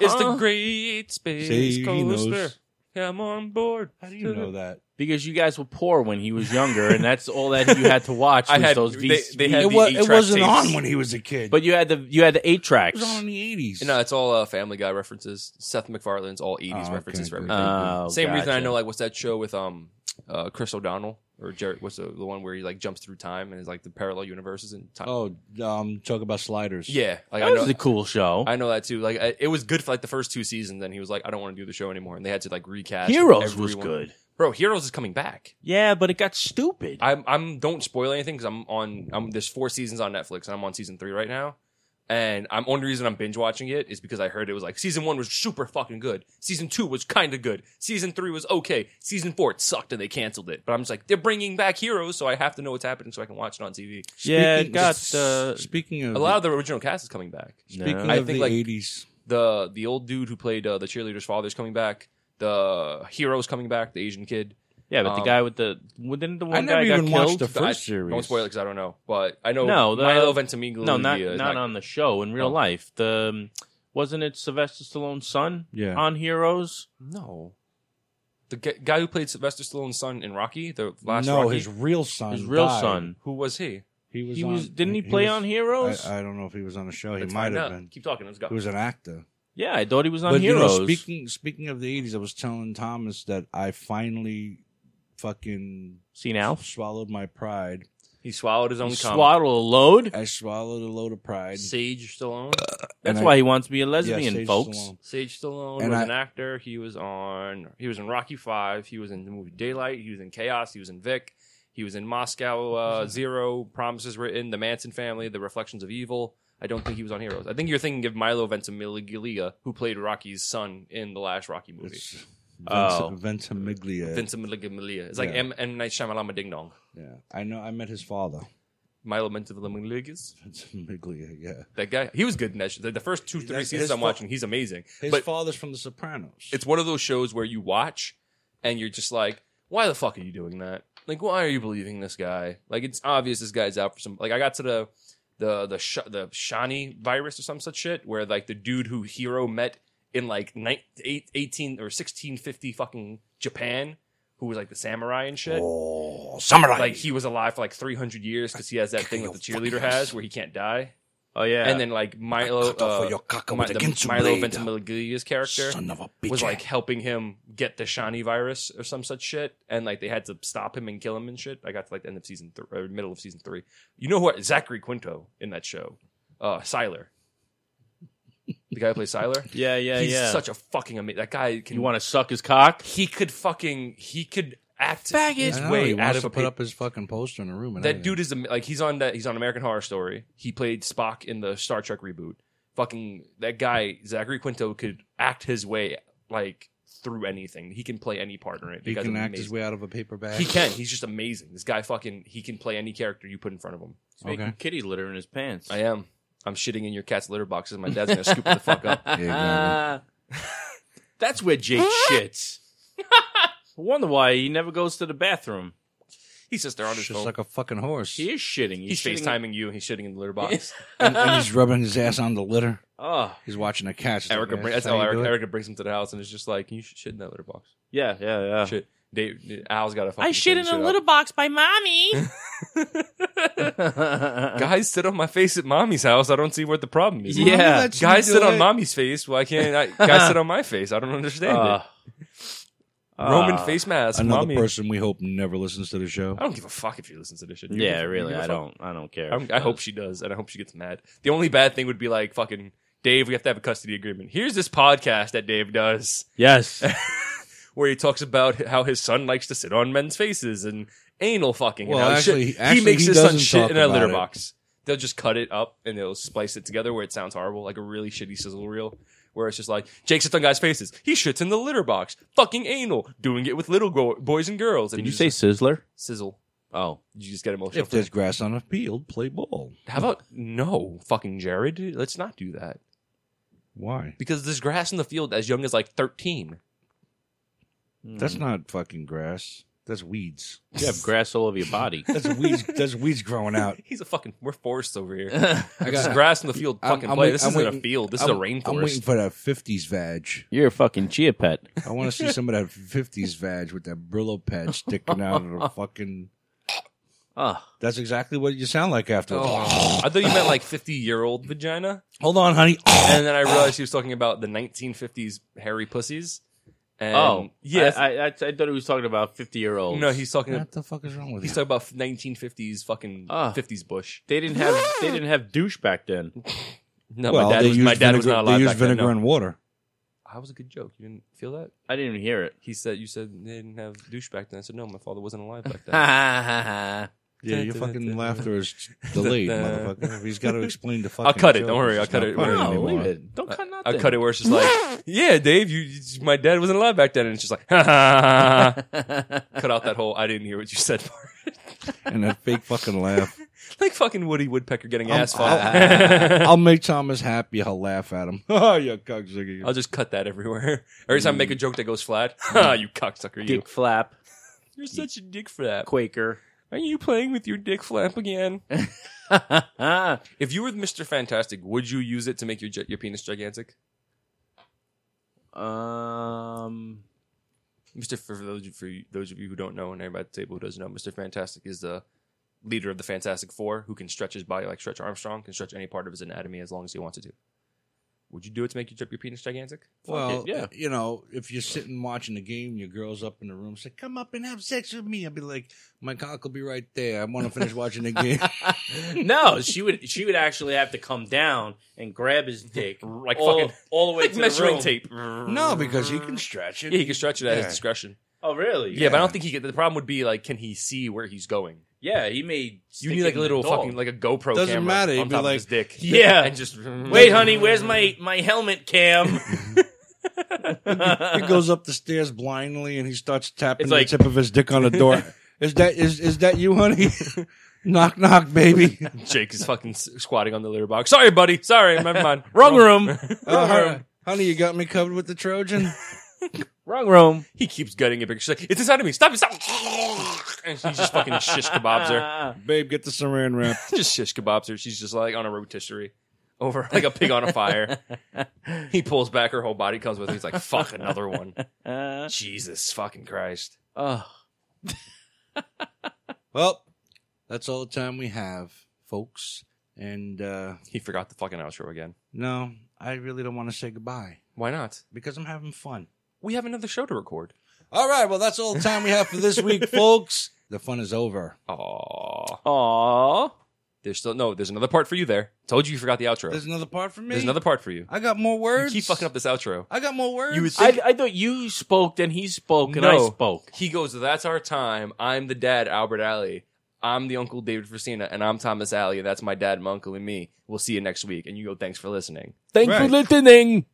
[SPEAKER 3] It's the
[SPEAKER 2] Huh?
[SPEAKER 3] Great Space
[SPEAKER 1] See, he
[SPEAKER 3] Coaster.
[SPEAKER 1] knows.
[SPEAKER 3] Come on board.
[SPEAKER 1] How do you know that?
[SPEAKER 2] Because you guys were poor when he was younger, and that's all that you had to watch was
[SPEAKER 3] I had-
[SPEAKER 2] those VCs.
[SPEAKER 3] they- they had-
[SPEAKER 1] It,
[SPEAKER 3] the
[SPEAKER 1] was,
[SPEAKER 3] eight-track
[SPEAKER 1] it wasn't
[SPEAKER 3] tapes.
[SPEAKER 1] on when he was a kid.
[SPEAKER 2] but you had the you had the eight
[SPEAKER 1] it
[SPEAKER 2] tracks.
[SPEAKER 1] was on in the 80s.
[SPEAKER 3] No, it's all uh, Family Guy references. Seth MacFarlane's all '80s
[SPEAKER 1] Oh, okay,
[SPEAKER 3] references for
[SPEAKER 1] good.
[SPEAKER 3] everything.
[SPEAKER 2] Oh,
[SPEAKER 3] Same reason I
[SPEAKER 2] gotcha.
[SPEAKER 3] know like what's that show with um uh Chris O'Donnell or Jared? What's the, the one where he like jumps through time and is like the parallel universes and time?
[SPEAKER 1] Oh, um, talk about sliders.
[SPEAKER 3] yeah, like I
[SPEAKER 2] That was
[SPEAKER 3] know.
[SPEAKER 2] a cool show.
[SPEAKER 3] I know that too. Like I, it was good for like the first two seasons. Then he was like, I don't want to do the show anymore, and they had to like recast.
[SPEAKER 2] Heroes was
[SPEAKER 3] everyone.
[SPEAKER 2] good.
[SPEAKER 3] bro. Heroes is coming back.
[SPEAKER 2] Yeah, but it got stupid.
[SPEAKER 3] I'm I'm don't spoil anything because I'm on. I'm there's four seasons on Netflix and I'm on season three right now. And I'm only reason I'm binge watching it is because I heard it was like season one was super fucking good, season two was kind of good, season three was okay, season four it sucked and they canceled it. But I'm just like they're bringing back heroes, so I have to know what's happening so I can watch it on TV.
[SPEAKER 2] yeah, it
[SPEAKER 1] Speaking-
[SPEAKER 2] got uh,
[SPEAKER 1] Speaking of
[SPEAKER 3] A lot of the original cast is coming back.
[SPEAKER 1] speaking
[SPEAKER 2] No.
[SPEAKER 1] of
[SPEAKER 3] I think,
[SPEAKER 1] the
[SPEAKER 3] like-
[SPEAKER 1] 80s,
[SPEAKER 3] The the old dude who played uh, the cheerleader's father is coming back. The hero's coming back. The Asian kid.
[SPEAKER 2] yeah, but the
[SPEAKER 3] um,
[SPEAKER 2] guy with the well, didn't the one
[SPEAKER 1] I never
[SPEAKER 2] guy got
[SPEAKER 1] even watched
[SPEAKER 2] killed?
[SPEAKER 1] the first
[SPEAKER 3] I-
[SPEAKER 1] series.
[SPEAKER 3] Don't spoil it because I don't know, but I know
[SPEAKER 2] No, the-
[SPEAKER 3] Milo Ventimiglia. uh,
[SPEAKER 2] no, not
[SPEAKER 3] is
[SPEAKER 2] not, on the show in real
[SPEAKER 3] Oh.
[SPEAKER 2] life. The um, wasn't it Sylvester Stallone's son
[SPEAKER 1] Yeah.
[SPEAKER 2] on Heroes?
[SPEAKER 3] No. The g- guy who played Sylvester Stallone's son in Rocky, the last
[SPEAKER 1] no,
[SPEAKER 3] Rocky,
[SPEAKER 1] his real son.
[SPEAKER 2] His real
[SPEAKER 1] died.
[SPEAKER 2] son.
[SPEAKER 3] who was he?
[SPEAKER 1] He was.
[SPEAKER 2] He
[SPEAKER 1] on-
[SPEAKER 2] was didn't he play
[SPEAKER 1] was-
[SPEAKER 2] on Heroes?
[SPEAKER 1] I, I don't know if he was on the show. He
[SPEAKER 3] Let's
[SPEAKER 1] might
[SPEAKER 3] find
[SPEAKER 1] have
[SPEAKER 3] out.
[SPEAKER 1] been.
[SPEAKER 3] Keep talking. Let's go.
[SPEAKER 1] He was an actor.
[SPEAKER 2] yeah, I thought he was on
[SPEAKER 1] but you know,
[SPEAKER 2] Heroes.
[SPEAKER 1] speaking speaking of the 80s, I was telling Thomas that I finally fucking
[SPEAKER 2] See now,
[SPEAKER 1] swallowed my pride.
[SPEAKER 3] he swallowed his own
[SPEAKER 2] You
[SPEAKER 3] cum.
[SPEAKER 2] swaddle a load.
[SPEAKER 1] I swallowed a load of pride.
[SPEAKER 3] Sage Stallone.
[SPEAKER 2] That's
[SPEAKER 1] I-
[SPEAKER 2] why he wants to be a
[SPEAKER 1] Yeah,
[SPEAKER 2] lesbian,
[SPEAKER 1] Sage
[SPEAKER 2] folks.
[SPEAKER 1] Stallone.
[SPEAKER 3] Sage Stallone
[SPEAKER 1] And
[SPEAKER 3] was
[SPEAKER 1] I-
[SPEAKER 3] an actor. He was on. He was in Rocky Five. He was in the movie Daylight. He was in Chaos. He was in Vic. He was in Moscow uh, Zero. Promises Written. The Manson Family. The Reflections of Evil. I don't think he was on Heroes. I think you're thinking of Milo Ventimiglia, who played Rocky's son in the last Rocky movie. Uh,
[SPEAKER 1] It's Vince,
[SPEAKER 2] Oh.
[SPEAKER 1] Ventimiglia.
[SPEAKER 3] Ventimiglia. It's like
[SPEAKER 1] Yeah.
[SPEAKER 3] M. M. Night Shyamalama Ding Dong.
[SPEAKER 1] Yeah, I know. I met his father. (laughs)
[SPEAKER 3] Milo Ventimiglia.
[SPEAKER 1] Ventimiglia. Yeah,
[SPEAKER 3] That guy. He was good in that. Show. The, the first two, three
[SPEAKER 1] That's
[SPEAKER 3] seasons
[SPEAKER 1] his
[SPEAKER 3] I'm
[SPEAKER 1] fault.
[SPEAKER 3] watching, he's amazing.
[SPEAKER 1] his
[SPEAKER 3] but
[SPEAKER 1] father's from The Sopranos.
[SPEAKER 3] it's one of those shows where you watch and you're just like, why the fuck are you doing that? Like, why are you believing this guy? Like, it's obvious this guy's out for some. Like, I got to the the the Sh- the Shani virus or some such shit, where like the dude who Hero met in like nine eight eighteen or sixteen fifty fucking Japan, who was like the samurai and shit.
[SPEAKER 1] Oh, samurai.
[SPEAKER 3] Like he was alive for like three hundred years because he has that thing that the cheerleader has where he can't die.
[SPEAKER 2] Oh yeah,
[SPEAKER 3] And then like Milo,
[SPEAKER 1] cut off
[SPEAKER 3] uh,
[SPEAKER 1] your cock
[SPEAKER 3] Mi-
[SPEAKER 1] with a
[SPEAKER 3] the
[SPEAKER 1] Ginsu
[SPEAKER 3] Milo
[SPEAKER 1] blade.
[SPEAKER 3] Ventimiglia's character
[SPEAKER 1] Son of a bitch.
[SPEAKER 3] was like helping him get the Shani virus or some such shit, and like they had to stop him and kill him and shit. I got to like the end of season three, or middle of season three. You know what? Zachary Quinto in that show, uh, Siler, the guy who
[SPEAKER 1] (laughs)
[SPEAKER 3] plays Siler.
[SPEAKER 2] yeah, yeah,
[SPEAKER 3] He's
[SPEAKER 2] yeah.
[SPEAKER 3] such a fucking amazing. That guy can.
[SPEAKER 2] you want to suck his cock?
[SPEAKER 3] he could fucking. He could act
[SPEAKER 2] Faggot.
[SPEAKER 3] his
[SPEAKER 1] I know,
[SPEAKER 3] way
[SPEAKER 1] he
[SPEAKER 3] out
[SPEAKER 1] wants
[SPEAKER 3] of
[SPEAKER 1] to
[SPEAKER 3] a
[SPEAKER 1] put
[SPEAKER 3] pa-
[SPEAKER 1] up his fucking poster in a room. And
[SPEAKER 3] that
[SPEAKER 1] everything.
[SPEAKER 3] dude is am- like he's on that he's on American Horror Story. He played Spock in the Star Trek reboot. Fucking that guy Zachary Quinto could act his way like through anything. He can play any part in it.
[SPEAKER 1] He
[SPEAKER 3] That guy's
[SPEAKER 1] can act his
[SPEAKER 3] amazing.
[SPEAKER 1] way out of a paper bag.
[SPEAKER 3] He can. He's just amazing. This guy fucking he can play any character you put in front of him.
[SPEAKER 2] He's making
[SPEAKER 1] Okay.
[SPEAKER 2] kitty litter in his pants.
[SPEAKER 3] (laughs) I am. I'm shitting in your cat's litter boxes. My dad's gonna scoop it the fuck up.
[SPEAKER 1] Yeah,
[SPEAKER 2] (laughs) That's where
[SPEAKER 3] (laughs)
[SPEAKER 2] Jake shits. Wonder why he never goes to the bathroom.
[SPEAKER 3] He's just there on his
[SPEAKER 1] Just
[SPEAKER 3] phone.
[SPEAKER 1] like a fucking horse.
[SPEAKER 2] He is shitting.
[SPEAKER 3] he's
[SPEAKER 2] shitting-
[SPEAKER 3] FaceTiming you and he's shitting in the
[SPEAKER 1] (laughs)
[SPEAKER 3] litter (laughs) box.
[SPEAKER 1] and, and he's rubbing his ass on the litter.
[SPEAKER 2] Oh,
[SPEAKER 1] He's watching a cat. It's like,
[SPEAKER 3] Erica,
[SPEAKER 1] "Yeah,
[SPEAKER 3] bring, that's
[SPEAKER 1] how you
[SPEAKER 3] how
[SPEAKER 1] do
[SPEAKER 3] Erica,
[SPEAKER 1] it."
[SPEAKER 3] Erica brings him to the house and is just like, "Can you sh- shit in that litter box?"
[SPEAKER 2] yeah, yeah, yeah.
[SPEAKER 3] (laughs) Shit, Dave, Al's got a fucking.
[SPEAKER 6] I shit
[SPEAKER 3] clean
[SPEAKER 6] in a
[SPEAKER 3] up.
[SPEAKER 6] little box by mommy.
[SPEAKER 3] Uh-huh. Guys sit on my face at mommy's house. I don't see what the problem is.
[SPEAKER 2] Yeah.
[SPEAKER 1] Mommy lets you
[SPEAKER 3] Guys
[SPEAKER 1] do
[SPEAKER 3] sit on
[SPEAKER 1] it.
[SPEAKER 3] mommy's face. Why can't I, guys sit on my face? I don't understand
[SPEAKER 2] Uh,
[SPEAKER 3] it. Roman
[SPEAKER 2] uh,
[SPEAKER 3] face mask.
[SPEAKER 1] Another
[SPEAKER 3] mommy.
[SPEAKER 1] person we hope never listens to the show.
[SPEAKER 3] I don't give a fuck if she listens to this shit. Do you
[SPEAKER 2] Yeah,
[SPEAKER 3] give a-
[SPEAKER 2] really.
[SPEAKER 3] you give a
[SPEAKER 2] I
[SPEAKER 3] fuck?
[SPEAKER 2] don't. I don't care.
[SPEAKER 3] I'm, I hope she does, and I hope she gets mad. The only bad thing would be like fucking Dave. We have to have a custody agreement. Here's this podcast that Dave does
[SPEAKER 2] Yes.
[SPEAKER 3] where he talks about how his son likes to sit on men's faces and anal fucking. and
[SPEAKER 1] Well,
[SPEAKER 3] how
[SPEAKER 1] actually-
[SPEAKER 3] shit-
[SPEAKER 1] actually,
[SPEAKER 3] he makes
[SPEAKER 1] he
[SPEAKER 3] his son
[SPEAKER 1] doesn't
[SPEAKER 3] shit
[SPEAKER 1] talk
[SPEAKER 3] in a
[SPEAKER 1] about
[SPEAKER 3] litter
[SPEAKER 1] it.
[SPEAKER 3] box. They'll just cut it up and they'll splice it together where it sounds horrible, like a really shitty sizzle reel. Where it's just like Jake sits on guys' faces. He shits in the litter box. Fucking anal, doing it with little go- boys and girls. And
[SPEAKER 2] Did you
[SPEAKER 3] he's
[SPEAKER 2] say
[SPEAKER 3] just-
[SPEAKER 2] Sizzler?
[SPEAKER 3] sizzle?
[SPEAKER 2] Oh,
[SPEAKER 3] Did you just get emotional?
[SPEAKER 1] If
[SPEAKER 3] for that?
[SPEAKER 1] there's grass on a field, play ball.
[SPEAKER 3] How about no, fucking Jared? Let's not do that
[SPEAKER 1] Why?
[SPEAKER 3] because there's grass in the field as young as like thirteen.
[SPEAKER 2] Hmm.
[SPEAKER 1] That's not fucking grass. That's weeds.
[SPEAKER 2] you have grass all over your body.
[SPEAKER 1] That's weeds. that's weeds growing out.
[SPEAKER 3] He's a fucking. We're forests over
[SPEAKER 1] (laughs)
[SPEAKER 3] here.
[SPEAKER 1] Uh, I
[SPEAKER 3] There's
[SPEAKER 1] got-
[SPEAKER 3] grass in the field.
[SPEAKER 1] I'm-
[SPEAKER 3] Fucking
[SPEAKER 1] I'm
[SPEAKER 3] play.
[SPEAKER 1] wait-
[SPEAKER 3] this
[SPEAKER 1] I'm
[SPEAKER 3] isn't a
[SPEAKER 1] waiting-
[SPEAKER 3] field. This is a
[SPEAKER 1] I'm- I'm
[SPEAKER 3] rainforest.
[SPEAKER 1] waiting for that 50s vag.
[SPEAKER 2] You're a fucking chia pet.
[SPEAKER 1] I want (laughs) to see some of that 50s vag with that Brillo pad sticking out of the fucking.
[SPEAKER 2] Oh.
[SPEAKER 1] That's exactly what you sound like after.
[SPEAKER 3] Oh. I thought you meant like 50 year old vagina.
[SPEAKER 1] Hold on, honey.
[SPEAKER 3] And then I realized he was talking about the 1950s hairy pussies. And
[SPEAKER 2] oh, yeah.
[SPEAKER 3] yes.
[SPEAKER 2] I, I, I thought he was talking about fifty year olds.
[SPEAKER 3] no, he's talking
[SPEAKER 1] What the fuck is wrong with
[SPEAKER 3] he's
[SPEAKER 1] you?
[SPEAKER 3] talking about 1950s fucking
[SPEAKER 2] Ah.
[SPEAKER 3] 50s bush.
[SPEAKER 2] They didn't have.
[SPEAKER 3] (gasps)
[SPEAKER 2] They didn't have douche back then.
[SPEAKER 3] No, my dad, was, my dad was not
[SPEAKER 1] They
[SPEAKER 3] alive
[SPEAKER 1] use
[SPEAKER 3] back
[SPEAKER 1] vinegar
[SPEAKER 3] then. No.
[SPEAKER 1] and water.
[SPEAKER 3] That was a good joke. You didn't feel that?
[SPEAKER 2] I didn't even hear it.
[SPEAKER 3] He said, you said they didn't have douche back then. I said, no, my father wasn't alive back (laughs) then. Uh-huh.
[SPEAKER 2] That's
[SPEAKER 1] Yeah, your fucking laughter (laughs) is delayed, motherfucker. He's got to explain the fucking.
[SPEAKER 3] I'll cut it.
[SPEAKER 1] joke.
[SPEAKER 3] Don't worry. I'll
[SPEAKER 1] It's
[SPEAKER 3] cut
[SPEAKER 1] not
[SPEAKER 3] it.
[SPEAKER 1] funny
[SPEAKER 3] No,
[SPEAKER 1] anymore.
[SPEAKER 2] leave it. Don't cut nothing.
[SPEAKER 3] I cut it where it's just (laughs) like, yeah, Dave, you, you- my dad wasn't alive back then. And it's just like, (laughs) ha ha ha, ha. cut out that whole I didn't hear what you said (laughs) part.
[SPEAKER 1] And that fake fucking laugh.
[SPEAKER 3] like fucking Woody Woodpecker getting
[SPEAKER 1] I'm-
[SPEAKER 3] ass (laughs) fucked.
[SPEAKER 1] (laughs) I'll, I'll make Thomas happy. I'll laugh at him. (laughs) Oh, you cocksucker.
[SPEAKER 3] I'll just cut that everywhere. (laughs) Every time I make a joke that goes flat, (laughs) ah, you cocksucker, you.
[SPEAKER 2] Dick flap,
[SPEAKER 3] You're such a dick flap.
[SPEAKER 2] Quaker. (laughs)
[SPEAKER 3] Are you playing with your dick flap (laughs) again?
[SPEAKER 2] Why
[SPEAKER 3] If you were Mr. Fantastic, would you use it to make your gi- your penis gigantic?
[SPEAKER 2] um,
[SPEAKER 3] Mr. For those for you- those of you who don't know, and everybody at the table who doesn't know, Mr. Fantastic is the leader of the Fantastic Four, who can stretch his body like Stretch Armstrong, can stretch any part of his anatomy as long as he wants it to. Would you do it to make your, your penis gigantic?
[SPEAKER 1] Well,
[SPEAKER 2] it, yeah.
[SPEAKER 1] you know, if you're sitting watching the game, your girl's up in the room, say, "Come up and have sex with me." I'll be like, "My cock will be right there. I want to finish watching the
[SPEAKER 2] (laughs)
[SPEAKER 1] game."
[SPEAKER 2] no, she would. She would actually have to come down and grab his dick,
[SPEAKER 3] (laughs) Like
[SPEAKER 2] all,
[SPEAKER 3] fucking-
[SPEAKER 2] all the way
[SPEAKER 3] Like
[SPEAKER 2] to the
[SPEAKER 3] measuring
[SPEAKER 2] room.
[SPEAKER 3] tape.
[SPEAKER 1] no, because you can stretch it.
[SPEAKER 3] Yeah, he can stretch it at
[SPEAKER 1] Yeah.
[SPEAKER 3] his discretion.
[SPEAKER 2] Oh, really?
[SPEAKER 3] Yeah, but I don't think he could. The problem would be like, can he see where he's going?
[SPEAKER 2] Yeah, he made.
[SPEAKER 3] You need like a little fucking like a GoPro.
[SPEAKER 1] Doesn't
[SPEAKER 3] camera
[SPEAKER 1] matter,
[SPEAKER 3] On
[SPEAKER 1] he'd be
[SPEAKER 3] top of
[SPEAKER 1] like-
[SPEAKER 3] his dick.
[SPEAKER 2] Yeah.
[SPEAKER 3] (laughs) and just
[SPEAKER 2] Wait, honey, where's my my helmet cam? (laughs)
[SPEAKER 1] he goes up the stairs blindly and he starts tapping
[SPEAKER 2] It's like-
[SPEAKER 1] the tip of his dick on the
[SPEAKER 2] (laughs)
[SPEAKER 1] door. is that is is that you, honey? (laughs) knock knock,
[SPEAKER 2] (laughs)
[SPEAKER 1] baby.
[SPEAKER 3] (laughs) Jake is fucking s- squatting on the litter box. Sorry, buddy. Sorry, never mind.
[SPEAKER 2] (laughs) Wrong room.
[SPEAKER 1] Uh, Oh, hon- honey, you got me covered with the Trojan. (laughs)
[SPEAKER 2] Wrong room.
[SPEAKER 3] He keeps gutting it because she's like, it's inside of me. Stop it. Stop. (laughs) And she just fucking shish kebabs
[SPEAKER 2] (laughs)
[SPEAKER 3] her.
[SPEAKER 1] Babe, get the saran wrap.
[SPEAKER 3] Just shish kebabs her. She's just like on a rotisserie over like a pig on
[SPEAKER 2] (laughs)
[SPEAKER 3] a fire. He pulls back. Her whole body comes with it. He's like, fuck,
[SPEAKER 2] (laughs)
[SPEAKER 3] another one.
[SPEAKER 2] Uh,
[SPEAKER 3] Jesus fucking Christ.
[SPEAKER 2] oh.
[SPEAKER 1] well, that's all the time we have, folks. And uh,
[SPEAKER 3] He forgot the fucking outro again.
[SPEAKER 1] no, I really don't want to say goodbye
[SPEAKER 3] Why not?
[SPEAKER 1] because I'm having fun.
[SPEAKER 3] We have another show to record.
[SPEAKER 1] All right, well, that's all the time we have for this
[SPEAKER 3] (laughs)
[SPEAKER 1] week, folks. The fun is over.
[SPEAKER 3] Aww.
[SPEAKER 2] oh. Aw.
[SPEAKER 3] There's still no. There's another part for you. There. Told you you forgot the outro.
[SPEAKER 1] There's another part for me.
[SPEAKER 3] There's another part for you.
[SPEAKER 1] I got more
[SPEAKER 3] You
[SPEAKER 1] words.
[SPEAKER 3] keep fucking up this outro.
[SPEAKER 1] I got more words.
[SPEAKER 3] You would
[SPEAKER 2] I, I thought you spoke, then he spoke, and I
[SPEAKER 3] No.
[SPEAKER 2] spoke.
[SPEAKER 3] He goes, "That's our time. I'm the dad, Albert Alley. I'm the uncle, David Frasina, and I'm Thomas Alley. And that's my dad, my uncle, and me. We'll see you next week." And you go, "Thanks for listening."
[SPEAKER 2] Thank
[SPEAKER 1] Right.
[SPEAKER 2] listening.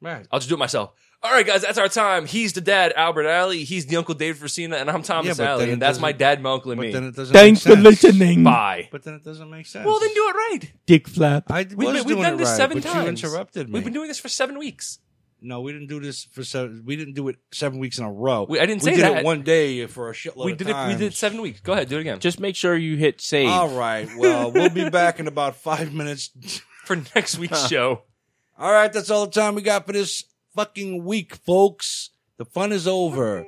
[SPEAKER 1] right.
[SPEAKER 3] I'll just do it myself. All right, guys, that's our time. He's the dad, Albert Alley. He's the uncle, David Frasina, and I'm Thomas
[SPEAKER 1] but
[SPEAKER 3] Alley.
[SPEAKER 1] then
[SPEAKER 3] And
[SPEAKER 1] it
[SPEAKER 3] that's my
[SPEAKER 1] doesn't-
[SPEAKER 3] dad, my uncle, and
[SPEAKER 1] But
[SPEAKER 3] me.
[SPEAKER 1] then it doesn't
[SPEAKER 4] Thanks
[SPEAKER 1] make
[SPEAKER 4] for
[SPEAKER 1] sense.
[SPEAKER 4] listening,
[SPEAKER 3] Bye.
[SPEAKER 1] But then it doesn't make sense.
[SPEAKER 3] Well, then do it right.
[SPEAKER 4] dick flap.
[SPEAKER 1] I
[SPEAKER 3] We've
[SPEAKER 1] was
[SPEAKER 3] been,
[SPEAKER 1] doing
[SPEAKER 3] we've done
[SPEAKER 1] it
[SPEAKER 3] this
[SPEAKER 1] right,
[SPEAKER 3] seven
[SPEAKER 1] but
[SPEAKER 3] times.
[SPEAKER 1] You interrupted me.
[SPEAKER 3] We've been doing this for seven weeks.
[SPEAKER 1] no, we didn't do this for seven. We didn't do it seven weeks in a row.
[SPEAKER 3] We- I didn't say
[SPEAKER 1] did
[SPEAKER 3] that.
[SPEAKER 1] it one day for a shitload.
[SPEAKER 3] we
[SPEAKER 1] of
[SPEAKER 3] did
[SPEAKER 1] times.
[SPEAKER 3] it. We did seven weeks. Go ahead, do it again.
[SPEAKER 2] Just make sure you hit save.
[SPEAKER 1] All right. Well, we'll
[SPEAKER 3] (laughs)
[SPEAKER 1] be back in about five minutes. (laughs)
[SPEAKER 3] for next week's show.
[SPEAKER 1] All right. That's all the time we got for this fucking week, folks. The fun is over.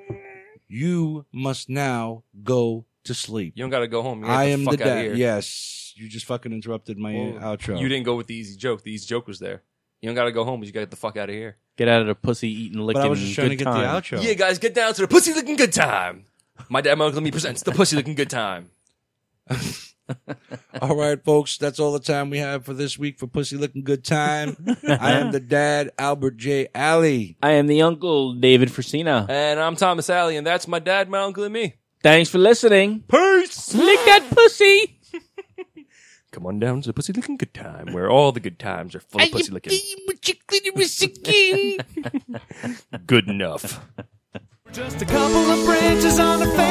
[SPEAKER 1] You must now go to sleep.
[SPEAKER 3] You don't got to go home. You gotta
[SPEAKER 1] I
[SPEAKER 3] get
[SPEAKER 1] am
[SPEAKER 3] the
[SPEAKER 1] the
[SPEAKER 3] fuck out
[SPEAKER 1] dad.
[SPEAKER 3] here.
[SPEAKER 1] Yes. You just fucking interrupted my
[SPEAKER 3] Well,
[SPEAKER 1] outro.
[SPEAKER 3] You didn't go with the easy joke. The easy joke was there. You don't got to go home, but you got to get the fuck out of here.
[SPEAKER 2] Get out of the pussy eating, licking.
[SPEAKER 1] But I was just trying to get the outro.
[SPEAKER 3] Yeah, guys, get down to the pussy looking good time. My dad, my uncle, and me presents the pussy looking good time.
[SPEAKER 1] All right, folks, that's all the time we have for this week for Pussy Looking Good Time.
[SPEAKER 2] (laughs)
[SPEAKER 3] (laughs)
[SPEAKER 1] I am the dad, Albert J. Alley.
[SPEAKER 2] I am the uncle, David Frasina.
[SPEAKER 3] And I'm Thomas Alley, and that's my dad, my uncle, and me.
[SPEAKER 2] Thanks for listening. Peace. Lick that pussy.
[SPEAKER 3] Come on down to the pussy looking good time, where all the good times are full
[SPEAKER 5] Are
[SPEAKER 3] of
[SPEAKER 5] you
[SPEAKER 3] pussy looking
[SPEAKER 5] being with your clitoris again?
[SPEAKER 3] good enough.
[SPEAKER 4] Just a couple of branches on a fence.